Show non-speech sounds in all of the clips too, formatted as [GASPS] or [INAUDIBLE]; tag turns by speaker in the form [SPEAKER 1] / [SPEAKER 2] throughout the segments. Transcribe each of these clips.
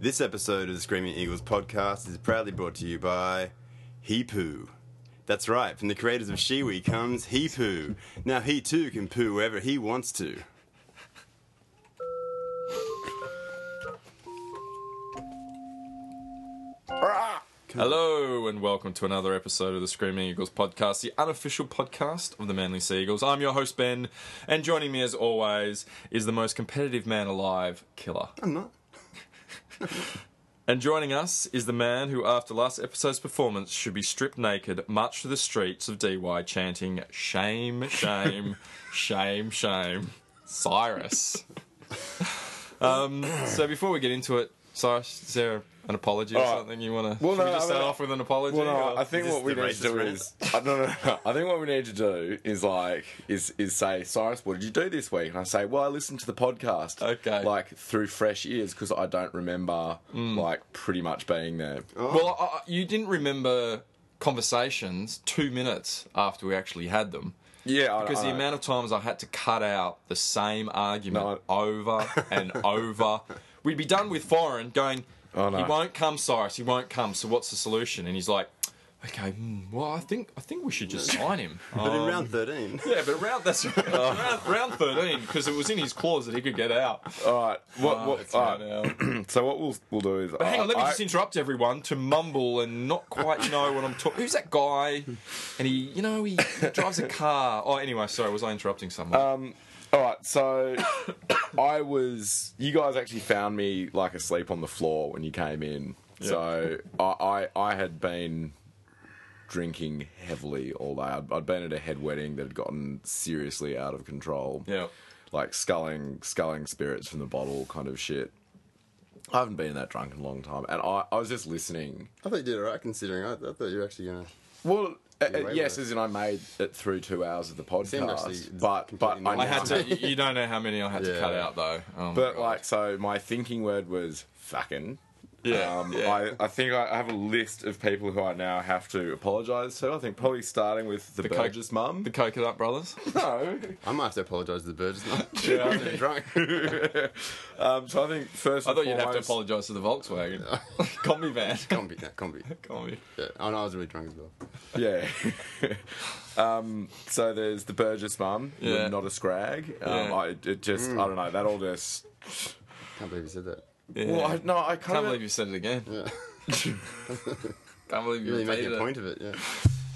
[SPEAKER 1] This episode of the Screaming Eagles podcast is proudly brought to you by He Poo. That's right, from the creators of Shiwi comes He Poo. Now he too can poo wherever he wants to.
[SPEAKER 2] Hello and welcome to another episode of the Screaming Eagles podcast, the unofficial podcast of the Manly Seagulls. I'm your host Ben, and joining me as always is the most competitive man alive, Killer.
[SPEAKER 1] I'm not.
[SPEAKER 2] And joining us is the man who, after last episode's performance, should be stripped naked, marched to the streets of DY, chanting "Shame,
[SPEAKER 3] [LAUGHS]
[SPEAKER 2] shame, shame, shame." Cyrus. um, so before we get into it, Cyrus, is there an apology or
[SPEAKER 3] All right.
[SPEAKER 2] something you want to?
[SPEAKER 3] Well,
[SPEAKER 2] should we
[SPEAKER 3] no,
[SPEAKER 2] just
[SPEAKER 3] I
[SPEAKER 2] start
[SPEAKER 3] mean,
[SPEAKER 2] off with an apology?
[SPEAKER 3] Well, no,
[SPEAKER 2] or-
[SPEAKER 3] I think
[SPEAKER 1] Is
[SPEAKER 3] what
[SPEAKER 1] this
[SPEAKER 3] we
[SPEAKER 1] the
[SPEAKER 3] need to do
[SPEAKER 1] racist
[SPEAKER 3] is I, no, no, no. I think what we need to do is like is is say Cyrus, what did you do this week? And I say, well, I listened to the podcast,
[SPEAKER 2] Okay. Mm.
[SPEAKER 3] like through fresh ears because I don't remember like pretty much being there.
[SPEAKER 2] Well, I, I- you didn't remember conversations two minutes after we actually had them.
[SPEAKER 3] Yeah, I,
[SPEAKER 2] Because
[SPEAKER 3] I
[SPEAKER 2] the
[SPEAKER 3] know.
[SPEAKER 2] amount of times I had to cut out the same argument
[SPEAKER 3] No,
[SPEAKER 2] over and over. We'd be done with foreign going,
[SPEAKER 3] Oh, no.
[SPEAKER 2] he won't come, Cyrus, he won't come, so what's the solution? And he's like, okay, hmm, well, I think I think we should just sign him.
[SPEAKER 1] But in
[SPEAKER 2] Um,
[SPEAKER 1] round 13,
[SPEAKER 2] yeah, but round, that's, [LAUGHS] round, round 13, because it was in his clause that he could get out.
[SPEAKER 3] all right, what, what,
[SPEAKER 2] Oh, That's
[SPEAKER 3] all
[SPEAKER 2] right
[SPEAKER 3] right.
[SPEAKER 2] now.
[SPEAKER 3] so what we'll we'll do is
[SPEAKER 2] But hang on, let me
[SPEAKER 3] I-
[SPEAKER 2] just interrupt everyone to mumble and not quite know what I'm talking. Who's that guy? And he, you know, he, he drives a car. Oh, anyway, sorry, was I interrupting someone?
[SPEAKER 3] Um, all right, so I was. You guys actually found me like asleep on the floor when you came in. So I, I, I had been drinking heavily all day. I'd, I'd been at a head wedding that had gotten seriously out of control.
[SPEAKER 2] Yeah.
[SPEAKER 3] like sculling, sculling spirits from the bottle, kind of shit. I haven't been that drunk in a long time, and I, I was just listening
[SPEAKER 1] [LAUGHS] I thought you did alright considering. I, I thought you were actually going to.
[SPEAKER 3] well, uh, uh,
[SPEAKER 1] way
[SPEAKER 3] yes,
[SPEAKER 1] worse.
[SPEAKER 3] as in I made it through two hours of the
[SPEAKER 1] Seemed actually
[SPEAKER 3] podcast, but but
[SPEAKER 1] completely
[SPEAKER 3] I,
[SPEAKER 1] normal.
[SPEAKER 2] I had to.
[SPEAKER 3] [LAUGHS]
[SPEAKER 2] You don't know how many I had to
[SPEAKER 1] Yeah.
[SPEAKER 2] cut out though. Oh my
[SPEAKER 3] But
[SPEAKER 2] God.
[SPEAKER 3] like, so my thinking word was fucking.
[SPEAKER 2] Yeah,
[SPEAKER 3] Um,
[SPEAKER 2] yeah.
[SPEAKER 3] I, I think I I have a list of people who I now have to apologise to. I think probably starting with the,
[SPEAKER 2] co-
[SPEAKER 3] Burgess mum.
[SPEAKER 2] the Coconut Brothers.
[SPEAKER 3] no.
[SPEAKER 1] I might have to apologise to the [LAUGHS] Burgess. Not
[SPEAKER 2] Yeah.
[SPEAKER 1] drunk.
[SPEAKER 3] [LAUGHS] um, so I think first.
[SPEAKER 2] I
[SPEAKER 3] and
[SPEAKER 2] thought you'd have to
[SPEAKER 3] foremost-
[SPEAKER 2] apologise to the
[SPEAKER 3] [LAUGHS]
[SPEAKER 2] Volkswagen [LAUGHS] combi van.
[SPEAKER 1] Combi, no, combi.
[SPEAKER 2] Combi.
[SPEAKER 1] Yeah. Oh, no, I was really drunk as well.
[SPEAKER 3] Yeah. [LAUGHS] um, so there's the Burgess mum. you're
[SPEAKER 2] Yeah.
[SPEAKER 3] Not a scrag. Um,
[SPEAKER 2] Yeah. Mm.
[SPEAKER 3] I, it just I don't know. That all just.
[SPEAKER 1] Can't believe you said that.
[SPEAKER 2] Yeah.
[SPEAKER 3] Well, I, no, I
[SPEAKER 2] can't
[SPEAKER 3] kind
[SPEAKER 2] believe
[SPEAKER 3] of.
[SPEAKER 2] you said it again.
[SPEAKER 1] Yeah.
[SPEAKER 2] [LAUGHS] Can't believe you
[SPEAKER 1] Really
[SPEAKER 2] repeated
[SPEAKER 1] making a
[SPEAKER 2] it.
[SPEAKER 1] point of it, yeah.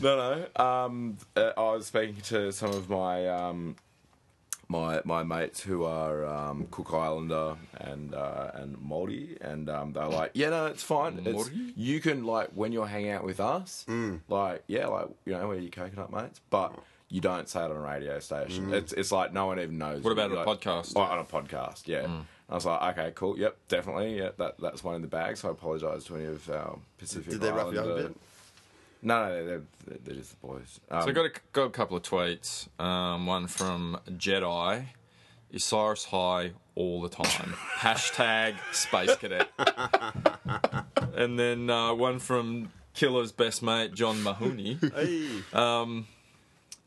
[SPEAKER 3] No, no. Um, uh, I was speaking to some of my um, my my mates who are um, Cook Islander and uh, and Maori, and um, they're like, yeah, no, it's fine. It's,
[SPEAKER 2] Māori?
[SPEAKER 3] you can like when you're hanging out with us,
[SPEAKER 1] Mm.
[SPEAKER 3] like yeah, like you know, we're your coconut mates, but. You don't say it on a radio station.
[SPEAKER 1] Mm.
[SPEAKER 3] It's it's like no one even knows.
[SPEAKER 2] What about
[SPEAKER 3] you,
[SPEAKER 2] on a
[SPEAKER 3] like-
[SPEAKER 2] podcast? Mm.
[SPEAKER 3] Oh, on a podcast, yeah. I was like, okay, cool, yep, definitely, yeah, that that's one in the bag. So I apologise to any of our Pacific.
[SPEAKER 1] Did they rough you up a
[SPEAKER 3] Islander-
[SPEAKER 1] bit?
[SPEAKER 3] no, no, they're, they're, they're just the boys. Um,
[SPEAKER 2] So I got a, got a couple of tweets. Um, one from Jedi. Is Cyrus high all the time? Hashtag space cadet. and then uh, one from Killer's best mate John Mahoney.
[SPEAKER 1] Hey.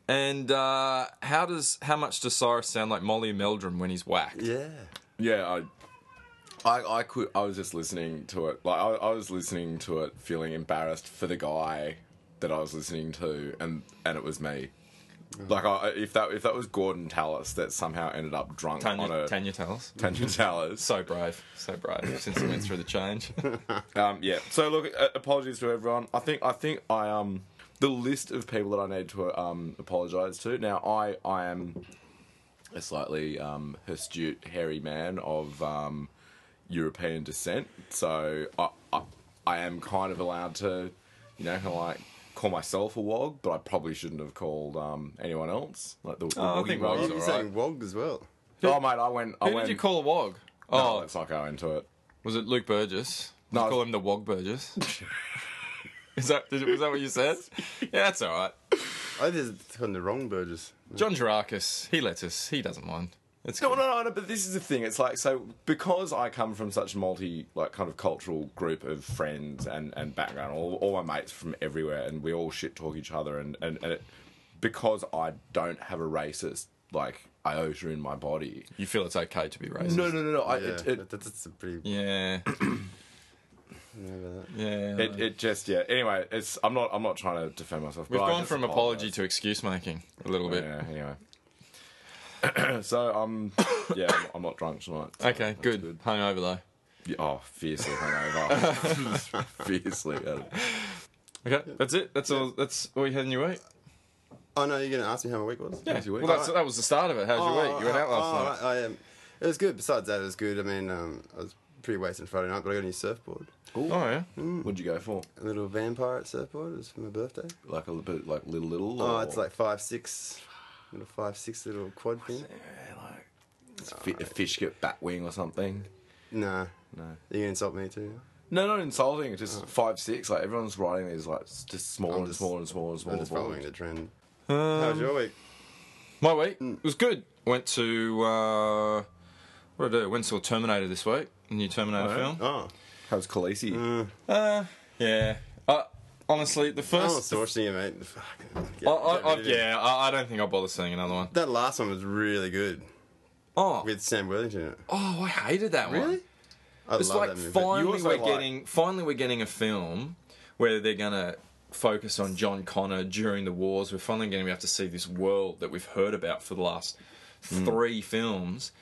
[SPEAKER 2] And uh, how does how much does Cyrus sound like Molly Meldrum when he's whacked?
[SPEAKER 1] yeah.
[SPEAKER 3] yeah, I, I, I could. I was just listening to it. Like I, I was listening to it, feeling embarrassed for the guy that I was listening to, and and it was me.
[SPEAKER 2] Mm.
[SPEAKER 3] Like I, if that if that was Gordon Tallis that somehow ended up drunk on
[SPEAKER 2] Tanya,
[SPEAKER 3] a
[SPEAKER 2] Tanya tells.
[SPEAKER 3] Tanya Tallis.
[SPEAKER 2] So brave, so brave since he went through the change.
[SPEAKER 3] Um, yeah. So look, uh, apologies to everyone. I think I think I um the list of people that I need to um apologise to. Now I I am a slightly um astute hairy man of um European descent, so I I, I am kind of allowed to you know kind of like call myself a wog, but I probably shouldn't have called um anyone else like the, the
[SPEAKER 2] Oh, I
[SPEAKER 3] woggy
[SPEAKER 2] think
[SPEAKER 3] wog.
[SPEAKER 2] wogs
[SPEAKER 1] You're
[SPEAKER 2] all right.
[SPEAKER 1] saying Wog as well.
[SPEAKER 3] Oh mate, I went. I
[SPEAKER 2] Who
[SPEAKER 3] went.
[SPEAKER 2] did you call a wog?
[SPEAKER 3] Oh,
[SPEAKER 2] Oh,
[SPEAKER 3] let's not go into it.
[SPEAKER 2] was it Luke Burgess? Did
[SPEAKER 3] No,
[SPEAKER 2] you call
[SPEAKER 3] it's-
[SPEAKER 2] him the wog Burgess. [LAUGHS] Is that did, was that what you said? Yeah, that's all right.
[SPEAKER 1] I think Oh, it's calling the wrong Burgess.
[SPEAKER 2] John Jurakis, he lets us. He doesn't mind. It's
[SPEAKER 3] No,
[SPEAKER 2] cool.
[SPEAKER 3] no, no, no, but this is the thing. It's like, so because I come from such multi, like, kind of cultural group of friends and, and background, all, all my mates from everywhere, and we all shit talk each other, and, and, and it, because I don't have a racist, like, iota in my body.
[SPEAKER 2] You feel it's okay to be racist.
[SPEAKER 3] No, no, no, no. I,
[SPEAKER 1] Yeah,
[SPEAKER 3] it, it,
[SPEAKER 1] that- that's a pretty.
[SPEAKER 2] Yeah.
[SPEAKER 1] Remember that.
[SPEAKER 2] Yeah.
[SPEAKER 3] It, it just yeah. Anyway, it's I'm not I'm not trying to defend myself.
[SPEAKER 2] We've
[SPEAKER 3] but I
[SPEAKER 2] gone
[SPEAKER 3] just
[SPEAKER 2] from apology to excuse making a little bit.
[SPEAKER 3] apologise. Yeah. Anyway. [COUGHS] so um yeah I'm- I'm not drunk tonight.
[SPEAKER 2] Okay, good.
[SPEAKER 3] good.
[SPEAKER 2] Hungover though.
[SPEAKER 3] Yeah, Oh, fiercely
[SPEAKER 2] [LAUGHS]
[SPEAKER 3] hungover. [LAUGHS] fiercely. uh,
[SPEAKER 2] Okay, that's it. That's all. That's all you had in your week.
[SPEAKER 1] Oh no, you're going to ask me how my week was?
[SPEAKER 2] Yeah.
[SPEAKER 3] How's your week?
[SPEAKER 2] Well, that's, that was the start of it. How's your week? You went out last
[SPEAKER 1] oh,
[SPEAKER 2] night.
[SPEAKER 1] right, I, um, it was good. Besides that, it was good. I mean, um, I was pretty wasted Friday night, but I got a new surfboard.
[SPEAKER 2] Oh yeah.
[SPEAKER 3] What'd you go for?
[SPEAKER 1] A little vampire surfboard. It was for my birthday.
[SPEAKER 3] Like a little bit like little little.
[SPEAKER 1] Oh,
[SPEAKER 3] or-
[SPEAKER 1] it's like five six, little five six little quad thing.
[SPEAKER 3] Yeah, like it's fi- a fish get bat wing or something.
[SPEAKER 1] Nah,
[SPEAKER 3] No.
[SPEAKER 1] you gonna insult me too.
[SPEAKER 3] No, not insulting. It's just five six. Like everyone's riding these like s- just smaller
[SPEAKER 1] I'm
[SPEAKER 3] and
[SPEAKER 1] just-
[SPEAKER 3] smaller and smaller and smaller.
[SPEAKER 1] I'm just following
[SPEAKER 3] boards.
[SPEAKER 1] the trend.
[SPEAKER 2] Oh,
[SPEAKER 1] How was your week?
[SPEAKER 2] My week was good. Went to uh, what did I do? Went to Terminator this week. The new Terminator
[SPEAKER 3] Alright.
[SPEAKER 2] film.
[SPEAKER 1] Oh,
[SPEAKER 3] How's Khaleesi?
[SPEAKER 1] Mm.
[SPEAKER 2] Uh, yeah. Uh, honestly, the
[SPEAKER 1] I'm
[SPEAKER 2] first.
[SPEAKER 1] sourcing you, mate. Fuck.
[SPEAKER 2] I,
[SPEAKER 1] Get-
[SPEAKER 2] I,
[SPEAKER 1] get
[SPEAKER 2] I,
[SPEAKER 1] rid of it.
[SPEAKER 2] yeah, I, I don't think I'll bother seeing another one.
[SPEAKER 1] That last one was really good
[SPEAKER 2] Oh,
[SPEAKER 1] with Sam Worthington. in it.
[SPEAKER 2] oh, I hated that one.
[SPEAKER 1] Really? I
[SPEAKER 2] It's
[SPEAKER 1] love
[SPEAKER 2] like
[SPEAKER 1] that movie.
[SPEAKER 3] You
[SPEAKER 2] finally
[SPEAKER 3] also
[SPEAKER 2] we're
[SPEAKER 3] like-
[SPEAKER 2] getting finally we're getting a film where they're gonna focus on John Connor during the wars. We're finally gonna be able to see this world that we've heard about for the last
[SPEAKER 1] Hmm.
[SPEAKER 2] three films,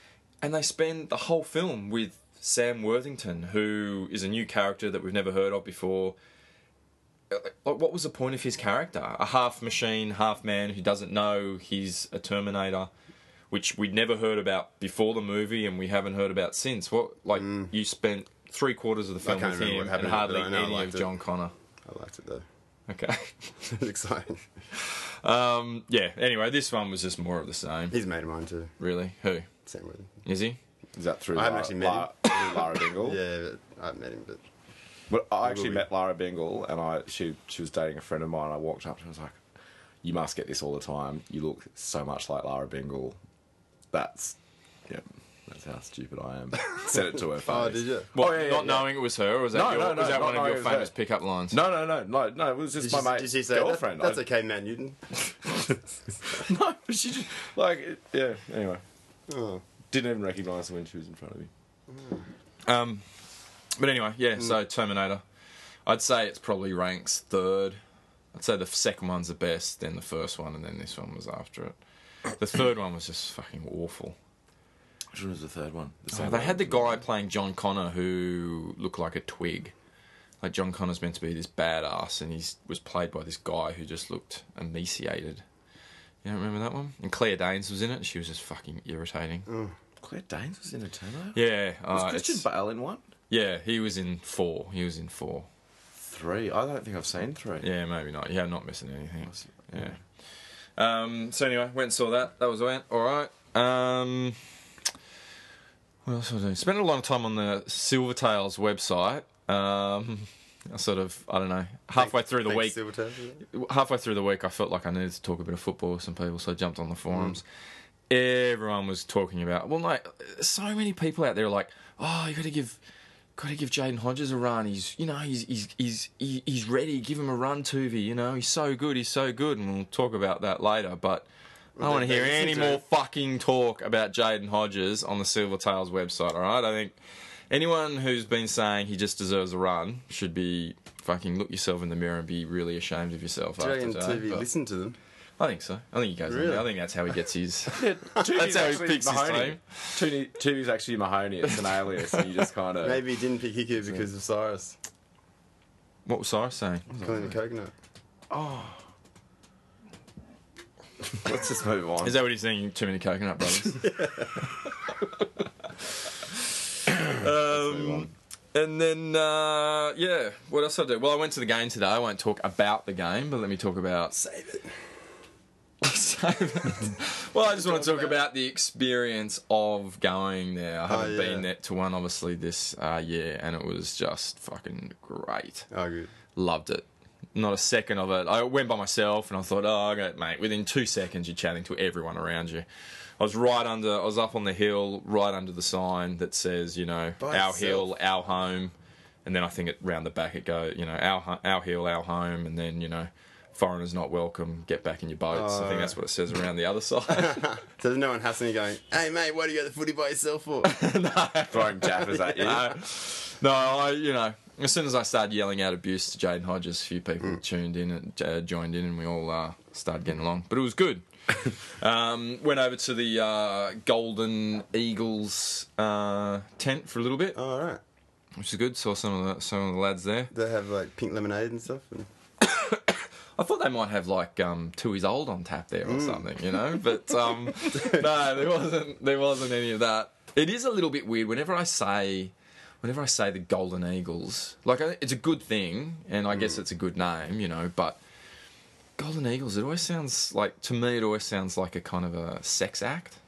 [SPEAKER 2] and they spend the whole film with Sam Worthington, who is a new character that we've never heard of before. Like, what was the point of his character? A half machine, half man who doesn't know he's a Terminator, which we'd never heard about before the movie, and we haven't heard about since. What like
[SPEAKER 3] Mm.
[SPEAKER 2] you spent three quarters of the film
[SPEAKER 1] can't
[SPEAKER 2] with
[SPEAKER 1] remember what
[SPEAKER 2] him
[SPEAKER 1] happened in
[SPEAKER 2] and
[SPEAKER 1] it,
[SPEAKER 2] hardly
[SPEAKER 1] but I know I
[SPEAKER 2] any
[SPEAKER 1] liked
[SPEAKER 2] of
[SPEAKER 1] it.
[SPEAKER 2] John Connor.
[SPEAKER 1] I liked it though. [LAUGHS]
[SPEAKER 2] Okay, [LAUGHS]
[SPEAKER 1] it was exciting.
[SPEAKER 2] um, yeah. Anyway, this one was just more of the same.
[SPEAKER 1] He's a mate of mine too.
[SPEAKER 2] Really, who
[SPEAKER 1] Sam Worthington.
[SPEAKER 2] is he?
[SPEAKER 3] Is that through?
[SPEAKER 1] I haven't
[SPEAKER 3] Lara,
[SPEAKER 1] actually met
[SPEAKER 3] Lara, through Lara
[SPEAKER 1] [LAUGHS]
[SPEAKER 3] Bingle.
[SPEAKER 1] Yeah, but I haven't met him, but
[SPEAKER 3] But I actually
[SPEAKER 1] we-
[SPEAKER 3] met Lara Bingle, and I she she was dating a friend of mine. I walked up to her and was like, "You must get this all the time. You look so much like Lara Bingle." That's yeah. That's how stupid I am. Said it to her
[SPEAKER 1] [LAUGHS]
[SPEAKER 3] face.
[SPEAKER 1] Oh, did you?
[SPEAKER 2] What,
[SPEAKER 3] yeah, yeah,
[SPEAKER 2] not
[SPEAKER 3] yeah.
[SPEAKER 2] knowing it was her, or was that,
[SPEAKER 3] No,
[SPEAKER 2] your,
[SPEAKER 3] no, no,
[SPEAKER 2] was that
[SPEAKER 3] not
[SPEAKER 2] one of
[SPEAKER 3] knowing
[SPEAKER 2] your
[SPEAKER 3] it was her.
[SPEAKER 2] famous pickup lines?
[SPEAKER 3] No, no, no, no, no. It was just
[SPEAKER 1] Did
[SPEAKER 3] my
[SPEAKER 1] she,
[SPEAKER 3] mate.
[SPEAKER 1] did she say that-
[SPEAKER 3] girlfriend.
[SPEAKER 1] That's
[SPEAKER 3] I-
[SPEAKER 1] okay, Matt Newton.
[SPEAKER 3] [LAUGHS] no, but she just like it, yeah. Anyway,
[SPEAKER 1] Oh.
[SPEAKER 3] didn't even recognise her when she was in front of me.
[SPEAKER 2] Um, but anyway, yeah. So Terminator, I'd say it's probably ranks third. I'd say the second one's the best, then the first one, and then this one was after it. The third one was just fucking awful.
[SPEAKER 3] Which one was the third one? Oh, The
[SPEAKER 2] they had the guy playing John Connor who looked like a twig. Like John Connor's meant to be this badass, and he was played by this guy who just looked emaciated. You don't remember that one? And Claire Danes was in it. She was just fucking irritating.
[SPEAKER 3] Claire Danes was in a Terminator.
[SPEAKER 2] Yeah,
[SPEAKER 3] Was
[SPEAKER 2] uh,
[SPEAKER 3] Christian
[SPEAKER 2] it's-
[SPEAKER 3] Bale in one?
[SPEAKER 2] yeah, he was in four. He was in four.
[SPEAKER 3] Three. I don't think I've seen three.
[SPEAKER 2] Yeah, maybe not. Yeah, I'm not missing anything. Yeah. Um, so anyway, went and saw that. That was all right. all right. Um, what else was I doing? Spent a long time on the Silvertails website. Um, I sort of, I don't know, halfway through the week,
[SPEAKER 1] Thanks, Silvertone, yeah.
[SPEAKER 2] halfway through the week, I felt like I needed to talk a bit of football with some people, so I jumped on the forums. Everyone was talking about. Well, like so many people out there are like, oh, you got to give, got to give Jaden Hodges a run. He's, you know, he's he's he's he- he's ready. Give him a run, Tuvey. You know, he's so good. He's so good, and we'll talk about that later. But I don't want to
[SPEAKER 1] they-
[SPEAKER 2] hear
[SPEAKER 1] they listen
[SPEAKER 2] any
[SPEAKER 1] to
[SPEAKER 2] more
[SPEAKER 1] it.
[SPEAKER 2] fucking talk about Jaden Hodges on the Silver Tails website. All right, I think anyone who's been saying he just deserves a run should be fucking look yourself in the mirror and be really ashamed of yourself
[SPEAKER 1] Do you
[SPEAKER 2] after
[SPEAKER 1] reckon
[SPEAKER 2] today.
[SPEAKER 1] TV
[SPEAKER 2] but
[SPEAKER 1] listened to them?
[SPEAKER 2] I think so. I think he goes. in
[SPEAKER 1] Really?
[SPEAKER 2] there. I think that's how he gets his.
[SPEAKER 3] [LAUGHS] That's
[SPEAKER 2] how he picks his name.
[SPEAKER 3] Toonie, Toonie's actually Mahoney. It's an alias, and you just kind [LAUGHS] of.
[SPEAKER 1] Maybe he didn't pick Hiku because of Cyrus.
[SPEAKER 2] what was Cyrus saying?
[SPEAKER 1] Calling him a coconut.
[SPEAKER 3] Let's just move on.
[SPEAKER 2] Is that what he's saying? Too many coconut brothers. [LAUGHS] um, and then uh, yeah, what else I do? Well, I went to the game today. I won't talk about the game, but let me talk about
[SPEAKER 1] Save it.
[SPEAKER 2] So- [LAUGHS] well, I just want to talk about the experience of going there. I haven't
[SPEAKER 1] yeah.
[SPEAKER 2] been there to one obviously this uh, year, and it was just fucking great.
[SPEAKER 1] Oh, good.
[SPEAKER 2] Loved it. Not a second of it. I went by myself, and I thought, oh, okay, mate. Within two seconds, you're chatting to everyone around you. I was right under. I was up on the hill, right under the sign that says, you know,
[SPEAKER 1] By
[SPEAKER 2] our
[SPEAKER 1] yourself.
[SPEAKER 2] hill, our home, and then I think it round the back it go, you know, our hu- our hill, our home, and then you know. Foreigners not welcome. Get back in your boats. I
[SPEAKER 1] Oh.
[SPEAKER 2] think that's what it says around the other [LAUGHS] side.
[SPEAKER 1] So there's no one hassling you going, hey, mate, [LAUGHS] Oh, why do you go to the footy by yourself for?
[SPEAKER 3] [LAUGHS]
[SPEAKER 2] [LAUGHS]
[SPEAKER 3] throwing jaffers at you?
[SPEAKER 2] no, I, you know, As soon as I started yelling out abuse to Jaden Hodges, a few people tuned in and uh, joined in, and we all uh, started getting along. But it was good. um, went over to the uh, Golden Eagles uh, tent for a little bit,
[SPEAKER 1] All right.
[SPEAKER 2] which is good. Saw some of the, some of the lads there.
[SPEAKER 1] They have like pink lemonade and stuff. And...
[SPEAKER 2] I thought they might have like um, Tui's old on tap there or
[SPEAKER 1] Mm.
[SPEAKER 2] something, you know.
[SPEAKER 1] [LAUGHS]
[SPEAKER 2] But um, no, there wasn't. There wasn't any of that. It is a little bit weird whenever I say, whenever I say the Golden Eagles. Like I- it's a good thing, and I
[SPEAKER 1] Mm.
[SPEAKER 2] guess it's a good name, you know. But Golden Eagles, it always sounds like to me, it always sounds like a kind of a sex act.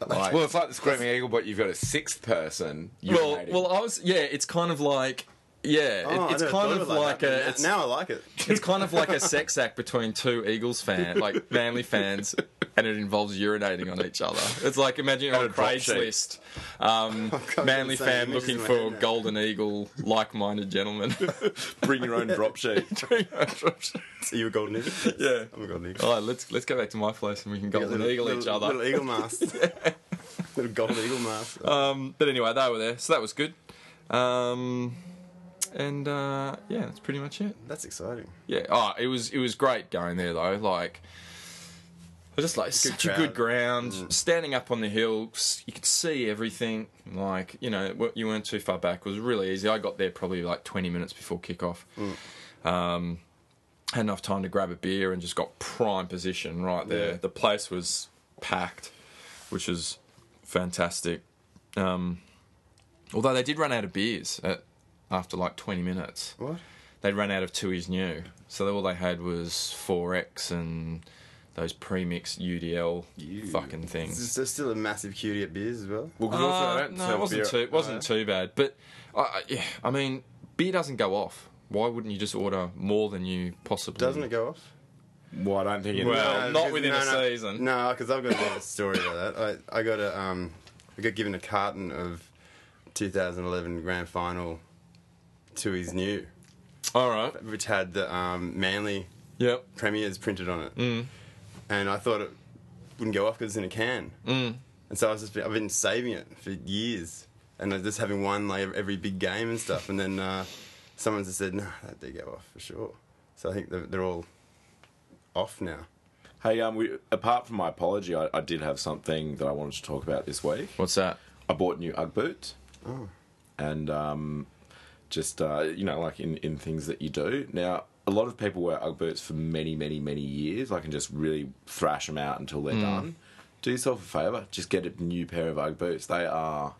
[SPEAKER 3] Like, well, it's like the Screaming Eagle, but you've got a sixth person.
[SPEAKER 2] Well,
[SPEAKER 3] urinating.
[SPEAKER 2] well, I was yeah. It's kind of like yeah.
[SPEAKER 1] Oh, I
[SPEAKER 2] it, it's
[SPEAKER 1] never
[SPEAKER 2] kind
[SPEAKER 1] thought
[SPEAKER 2] of like
[SPEAKER 1] that.
[SPEAKER 2] a.
[SPEAKER 1] Now-
[SPEAKER 2] it's-
[SPEAKER 1] now I like it.
[SPEAKER 2] It's kind of like a sex act between two Eagles fans, like family fans, and it involves urinating on each other. It's like imagine
[SPEAKER 1] Oh,
[SPEAKER 2] on
[SPEAKER 3] a drop sheet.
[SPEAKER 2] Craigslist,
[SPEAKER 1] [LAUGHS]
[SPEAKER 2] um,
[SPEAKER 1] God,
[SPEAKER 2] manly
[SPEAKER 1] I'm saying
[SPEAKER 2] fan
[SPEAKER 1] images
[SPEAKER 2] looking
[SPEAKER 1] in my
[SPEAKER 2] for
[SPEAKER 1] head now.
[SPEAKER 2] golden eagle,
[SPEAKER 1] [LAUGHS]
[SPEAKER 2] like-minded gentlemen. [LAUGHS]
[SPEAKER 3] bring your own drop [LAUGHS] sheet.
[SPEAKER 1] Are you a golden eagle?
[SPEAKER 2] yeah.
[SPEAKER 1] [LAUGHS] I'm a golden eagle.
[SPEAKER 2] All right, let's let's go back to my place and we can golden
[SPEAKER 1] Little-
[SPEAKER 2] eagle
[SPEAKER 1] little,
[SPEAKER 2] each other.
[SPEAKER 1] Little e- eagle
[SPEAKER 2] [LAUGHS]
[SPEAKER 1] mask. little golden eagle mask.
[SPEAKER 2] Um, but anyway, they were there, so that was good. Um, and uh, yeah, that's pretty much it.
[SPEAKER 1] That's exciting.
[SPEAKER 2] Yeah, oh, it was it was great going there though. Like, it was just like such a good
[SPEAKER 1] crowd. Mm.
[SPEAKER 2] ground. Standing up on the hill, s- you could see everything. Like, you know, w- you weren't too far back. It was really easy. I got there probably like twenty minutes before kickoff.
[SPEAKER 1] Mm.
[SPEAKER 2] Um, had enough time to grab a beer and just got prime position right there.
[SPEAKER 1] Yeah.
[SPEAKER 2] The place was packed, which is fantastic. Um, although they did run out of beers at, after like twenty minutes
[SPEAKER 1] What?
[SPEAKER 2] they'd run out of Tui's new. So all they had was 4X and those premixed UDL fucking things.
[SPEAKER 1] Is there still a massive cutie at beers as well?
[SPEAKER 3] Well, 'cause also they
[SPEAKER 2] Uh,
[SPEAKER 3] don't
[SPEAKER 2] no,
[SPEAKER 3] sell
[SPEAKER 2] it wasn't
[SPEAKER 3] beer-
[SPEAKER 2] too, it wasn't too bad. But I, I- yeah, I mean, beer doesn't go off. Why wouldn't you just order more than you possibly?
[SPEAKER 1] Doesn't it go off?
[SPEAKER 3] Well, I don't think it
[SPEAKER 2] Well,
[SPEAKER 1] No,
[SPEAKER 2] Uh, not
[SPEAKER 1] because-
[SPEAKER 2] within
[SPEAKER 1] no,
[SPEAKER 2] a
[SPEAKER 1] no.
[SPEAKER 2] season.
[SPEAKER 1] No, because I've got a bit of a story about that. I, I got a um, I got given a carton of 2011 Grand Final to his new,
[SPEAKER 2] All right.
[SPEAKER 1] which had the um, Manly
[SPEAKER 2] Yep.
[SPEAKER 1] premiers printed on it, mm. and I thought it wouldn't go off because it's in a can, mm. and so I was just I've been saving it for years, and I was just having one like every big game and stuff, and then uh, someone just said, "No, that did go off for sure." So I think they're, they're all off now.
[SPEAKER 3] Hey, um, we, apart from my apology, I, I did have something that I wanted to talk about this week.
[SPEAKER 2] What's that?
[SPEAKER 3] I bought new UGG boots. And um, just, uh, you know, like in, in things that you do. Now, a lot of people wear UGG boots for many, many, many years. I can just really thrash them out until
[SPEAKER 2] Hmm.
[SPEAKER 3] they're done. Do yourself a favour. Just get a new pair of UGG boots. They are...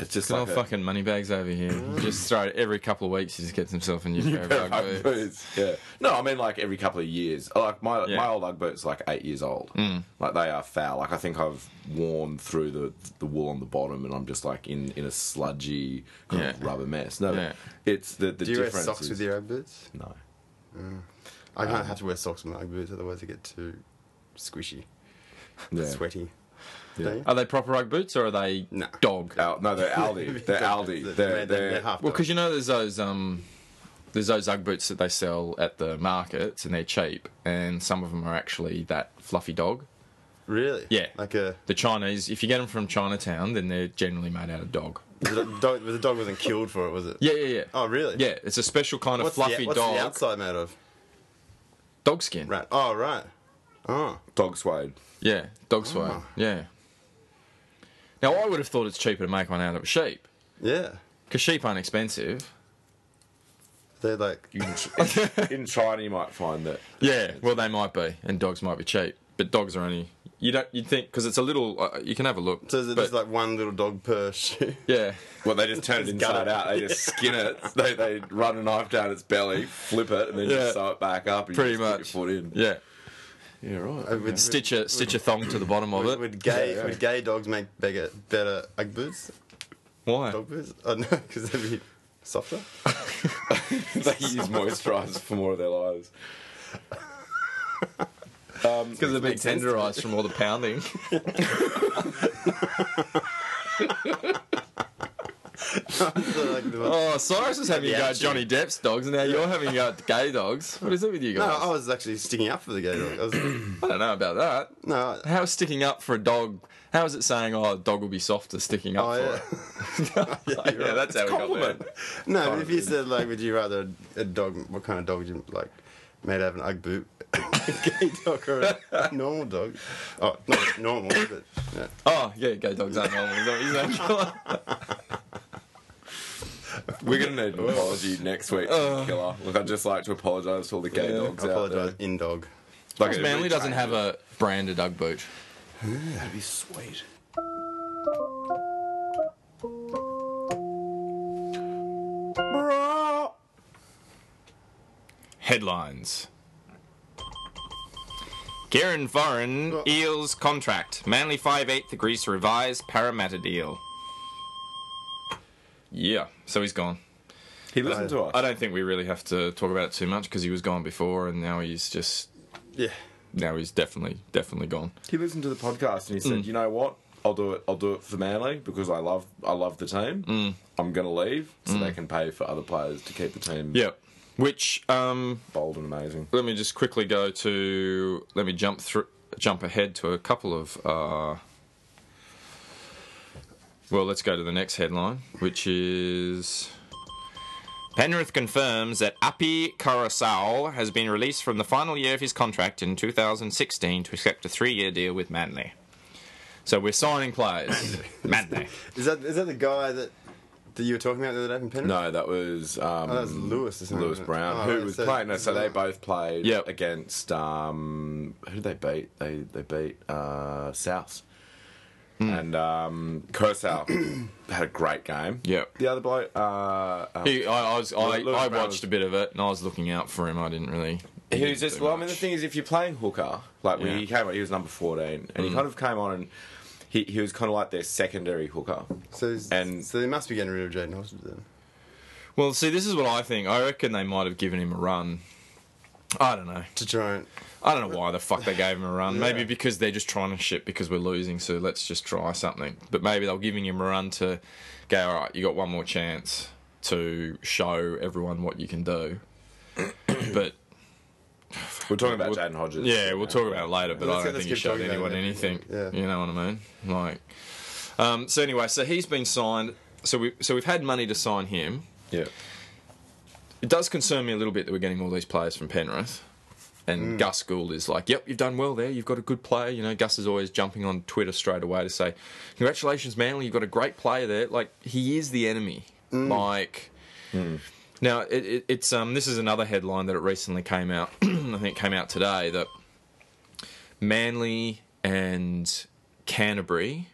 [SPEAKER 3] It's just
[SPEAKER 2] Good
[SPEAKER 3] like
[SPEAKER 2] old
[SPEAKER 3] a
[SPEAKER 2] fucking moneybags over here. You just throw it every couple of weeks. He just gets himself a new, pair
[SPEAKER 3] [LAUGHS]
[SPEAKER 2] of
[SPEAKER 3] pair of
[SPEAKER 2] rugby
[SPEAKER 3] UGG
[SPEAKER 2] boots.
[SPEAKER 3] boots. Yeah. No, I mean like every couple of years. Like my
[SPEAKER 2] Yeah. Mm.
[SPEAKER 3] my old UGG boots, like eight years old. Like they are foul. Like I think I've worn through the the wool on the bottom, and I'm just like in in a sludgy kind of
[SPEAKER 2] Yeah.
[SPEAKER 3] rubber mess. No,
[SPEAKER 2] Yeah.
[SPEAKER 3] it's the the
[SPEAKER 1] Do you wear
[SPEAKER 3] difference.
[SPEAKER 1] socks
[SPEAKER 3] is- Um,
[SPEAKER 1] with your own boots?
[SPEAKER 3] [LAUGHS] No.
[SPEAKER 1] I can't have to wear socks with my own boots, otherwise they get too squishy,
[SPEAKER 3] Yeah.
[SPEAKER 1] sweaty.
[SPEAKER 3] Yeah.
[SPEAKER 1] Don't you?
[SPEAKER 2] Are they proper rug boots or are they
[SPEAKER 1] No.
[SPEAKER 2] dog?
[SPEAKER 3] Al- no, [LAUGHS] they're Aldi. They're Aldi. They're, they're,
[SPEAKER 1] half.
[SPEAKER 2] Well,
[SPEAKER 1] Well,
[SPEAKER 2] because you know, there's those um, there's those UGG boots that they sell at the markets, and they're cheap, and some of them are actually that fluffy dog.
[SPEAKER 1] really?
[SPEAKER 2] Yeah.
[SPEAKER 1] Like a
[SPEAKER 2] The Chinese, if you get them from Chinatown, then they're generally made out of dog.
[SPEAKER 1] the dog, the dog wasn't killed for it, was it?
[SPEAKER 2] Yeah, yeah, yeah.
[SPEAKER 1] Oh, really?
[SPEAKER 2] Yeah, it's a special kind of
[SPEAKER 1] What's
[SPEAKER 2] fluffy
[SPEAKER 1] the, what's
[SPEAKER 2] dog.
[SPEAKER 1] the outside made of?
[SPEAKER 2] Dog skin.
[SPEAKER 1] Right. Oh, right. Oh,
[SPEAKER 3] dog suede.
[SPEAKER 2] Yeah, dog
[SPEAKER 1] Ah.
[SPEAKER 2] suede. Yeah. Now I would have thought it's cheaper to make one out of a sheep
[SPEAKER 1] yeah.
[SPEAKER 2] because sheep aren't expensive.
[SPEAKER 1] They're like
[SPEAKER 3] [LAUGHS] You can- in, in China, you might find that.
[SPEAKER 2] Yeah, well, they might be, and dogs might be cheap, but dogs are only you don't you'd think because it's a little. Uh, you can have a look.
[SPEAKER 1] so. There's
[SPEAKER 2] but-
[SPEAKER 1] just like one little dog per [LAUGHS]
[SPEAKER 2] [LAUGHS]
[SPEAKER 1] shoe.
[SPEAKER 2] yeah.
[SPEAKER 3] Well, they just turn it
[SPEAKER 1] gut
[SPEAKER 3] inside
[SPEAKER 1] it.
[SPEAKER 3] out. They just skin [LAUGHS] it. They, they run a knife down its belly, flip it, and then
[SPEAKER 2] Yeah.
[SPEAKER 3] just sew it back up. And
[SPEAKER 2] Pretty
[SPEAKER 3] you just
[SPEAKER 2] much.
[SPEAKER 3] Put your foot in.
[SPEAKER 2] Yeah.
[SPEAKER 3] Yeah, right.
[SPEAKER 1] Uh, would,
[SPEAKER 2] Stitch a stitch a thong to the bottom of
[SPEAKER 1] Would,
[SPEAKER 2] it.
[SPEAKER 1] would gay
[SPEAKER 3] Yeah, yeah.
[SPEAKER 1] would gay dogs make bigger better ug boots?
[SPEAKER 2] Why?
[SPEAKER 1] Dog boots? Oh no, [LAUGHS] because they'd be
[SPEAKER 2] [LAUGHS]
[SPEAKER 1] softer. [LAUGHS]
[SPEAKER 3] [LAUGHS] they use moisturizer for more of their lives. Um,
[SPEAKER 2] Because they've been tenderised from all the pounding.
[SPEAKER 1] like, the-
[SPEAKER 2] [LAUGHS] Oh, Cyrus was having a
[SPEAKER 1] Yeah,
[SPEAKER 2] go at
[SPEAKER 1] actually.
[SPEAKER 2] Johnny Depp's dogs, and now you're having a go at the gay dogs. What is it with you
[SPEAKER 1] no,
[SPEAKER 2] guys?
[SPEAKER 1] I was actually sticking up for the gay dog. I was,
[SPEAKER 2] [COUGHS] I don't know about that.
[SPEAKER 1] no, I-
[SPEAKER 2] How is sticking up for a dog? How is it saying, "Oh, a dog will be softer"? Sticking up
[SPEAKER 1] oh
[SPEAKER 2] for
[SPEAKER 1] yeah.
[SPEAKER 2] it. yeah, that's how we got
[SPEAKER 3] compliment.
[SPEAKER 2] there.
[SPEAKER 1] No, but if you said like, would you rather a dog? What kind of dog would you like? Made out of an ug boot, [LAUGHS] a gay dog or
[SPEAKER 2] [LAUGHS]
[SPEAKER 1] a normal dog? Oh, not normal, but yeah.
[SPEAKER 2] Oh, yeah, gay dogs aren't normal. Is that what you're [LAUGHS] saying?
[SPEAKER 3] We're gonna need an apology next week, to killer. Look, I'd just like to apologise to all the gay
[SPEAKER 2] Yeah,
[SPEAKER 3] dogs
[SPEAKER 1] I
[SPEAKER 3] out there.
[SPEAKER 1] apologise. In dog.
[SPEAKER 3] Like,
[SPEAKER 2] Because Manly doesn't have a branded Ugg boot.
[SPEAKER 3] That'd be sweet. Bro.
[SPEAKER 2] Headlines. Kieran Foran, Eels contract. Manly 5'8 agrees to revise Parramatta deal. Yeah, so he's gone.
[SPEAKER 3] He listened to us.
[SPEAKER 2] I don't think we really have to talk about it too much because he was gone before and now he's just.
[SPEAKER 1] Yeah.
[SPEAKER 2] Now he's definitely, definitely gone.
[SPEAKER 3] he listened to the podcast and he
[SPEAKER 2] Mm.
[SPEAKER 3] said, "You know what? I'll do it. I'll do it for Manly because I love I love the team.
[SPEAKER 2] Mm.
[SPEAKER 3] I'm going to leave so they can pay for other players to keep the team
[SPEAKER 2] Yep. Which, um,
[SPEAKER 3] bold and amazing."
[SPEAKER 2] let me just quickly go to let me jump through jump ahead to a couple of uh well let's go to the next headline which is Penrith confirms that Api Coruscant has been released from the final year of his contract in 2016 to accept a three-year deal with Manly. So we're signing
[SPEAKER 3] [LAUGHS]
[SPEAKER 2] players. Manly.
[SPEAKER 1] Is that is that the guy that that you were talking about the other day from Penrith?
[SPEAKER 3] No, that was um,
[SPEAKER 1] Oh, that was Lewis, isn't it?
[SPEAKER 3] Lewis Brown
[SPEAKER 1] Oh,
[SPEAKER 3] who was
[SPEAKER 1] so-
[SPEAKER 3] playing. No, so they both played
[SPEAKER 2] Yep.
[SPEAKER 3] against um, who did they beat? They they beat uh, South.
[SPEAKER 2] Hmm.
[SPEAKER 3] And um, Cursow [CLEARS THROAT] had a great game.
[SPEAKER 2] Yep.
[SPEAKER 3] The other bloke, uh, um,
[SPEAKER 2] He, I, I, was, I,
[SPEAKER 3] Lewis
[SPEAKER 2] I
[SPEAKER 3] Brown
[SPEAKER 2] watched
[SPEAKER 3] was-
[SPEAKER 2] a bit of it and I was looking out for him. I didn't really. he
[SPEAKER 3] He was
[SPEAKER 2] didn't
[SPEAKER 3] just
[SPEAKER 2] do
[SPEAKER 3] well. I mean, the
[SPEAKER 2] much.
[SPEAKER 3] thing is, if you're playing hooker, like when
[SPEAKER 2] Yeah. Hmm.
[SPEAKER 3] he came on, he was number fourteen, and he kind of came on and he, he was kind of like their secondary hooker.
[SPEAKER 1] So he's-
[SPEAKER 3] And-
[SPEAKER 1] so they must be getting rid of Jaden Hospital then.
[SPEAKER 2] Well, see, this is what I think. I reckon they might have given him a run. I don't know.
[SPEAKER 1] To try and
[SPEAKER 2] I don't know why the fuck they gave him a run. Maybe because they're just trying to shit because we're losing, so let's just try something. But maybe they're giving him a run to go, all right, you got one more chance to show everyone what you
[SPEAKER 1] [COUGHS]
[SPEAKER 2] can do. But
[SPEAKER 3] We're talking about
[SPEAKER 2] We'll-
[SPEAKER 3] Jaden Hodges.
[SPEAKER 2] yeah, we'll talk about it later, but
[SPEAKER 1] Let's-
[SPEAKER 2] I don't
[SPEAKER 1] let's
[SPEAKER 2] think he
[SPEAKER 1] keep
[SPEAKER 2] showed
[SPEAKER 1] talking about
[SPEAKER 2] anyone
[SPEAKER 1] it.
[SPEAKER 2] anything.
[SPEAKER 1] Yeah.
[SPEAKER 2] You know what I mean? Like um, so anyway, so he's been signed so we so we've had money to sign him.
[SPEAKER 3] Yeah,
[SPEAKER 2] it does concern me a little bit that we're getting all these players from Penrith. And Gus Gould is like, yep, you've done well there. You've got a good player. You know, Gus is always jumping on Twitter straight away to say, congratulations, Manly, you've got a great player there. Like, he is the enemy. Like, now it, it, it's um, this is another headline that it recently came out. [CLEARS THROAT] I think it came out today that Manly and Canterbury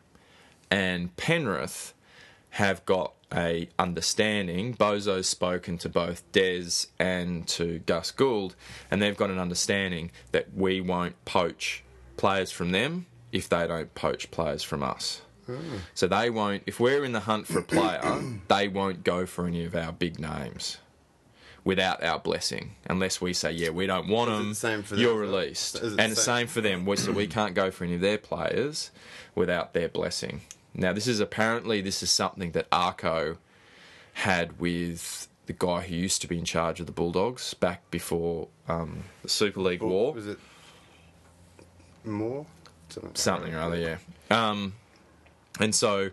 [SPEAKER 2] and Penrith have got a understanding. Bozo's spoken to both Des and to Gus Gould, and they've got an understanding that we won't poach players from them if they don't poach players from us. So they won't. If we're in the hunt for
[SPEAKER 1] [CLEARS THROAT]
[SPEAKER 2] a player, they won't go for any of our big names without our blessing, unless we say, "Yeah, we don't want
[SPEAKER 1] it
[SPEAKER 2] them."
[SPEAKER 1] the same for them
[SPEAKER 2] You're
[SPEAKER 1] as well?
[SPEAKER 2] released,
[SPEAKER 1] Is it
[SPEAKER 2] and
[SPEAKER 1] the
[SPEAKER 2] the
[SPEAKER 1] same-
[SPEAKER 2] same for them. We- So we can't go for any of their players without their blessing. Now, this is apparently this is something that Arco had with the guy who used to be in charge of the Bulldogs back before um, the Super League War,
[SPEAKER 1] was it more? Something.
[SPEAKER 2] something or other. Yeah. Um, and so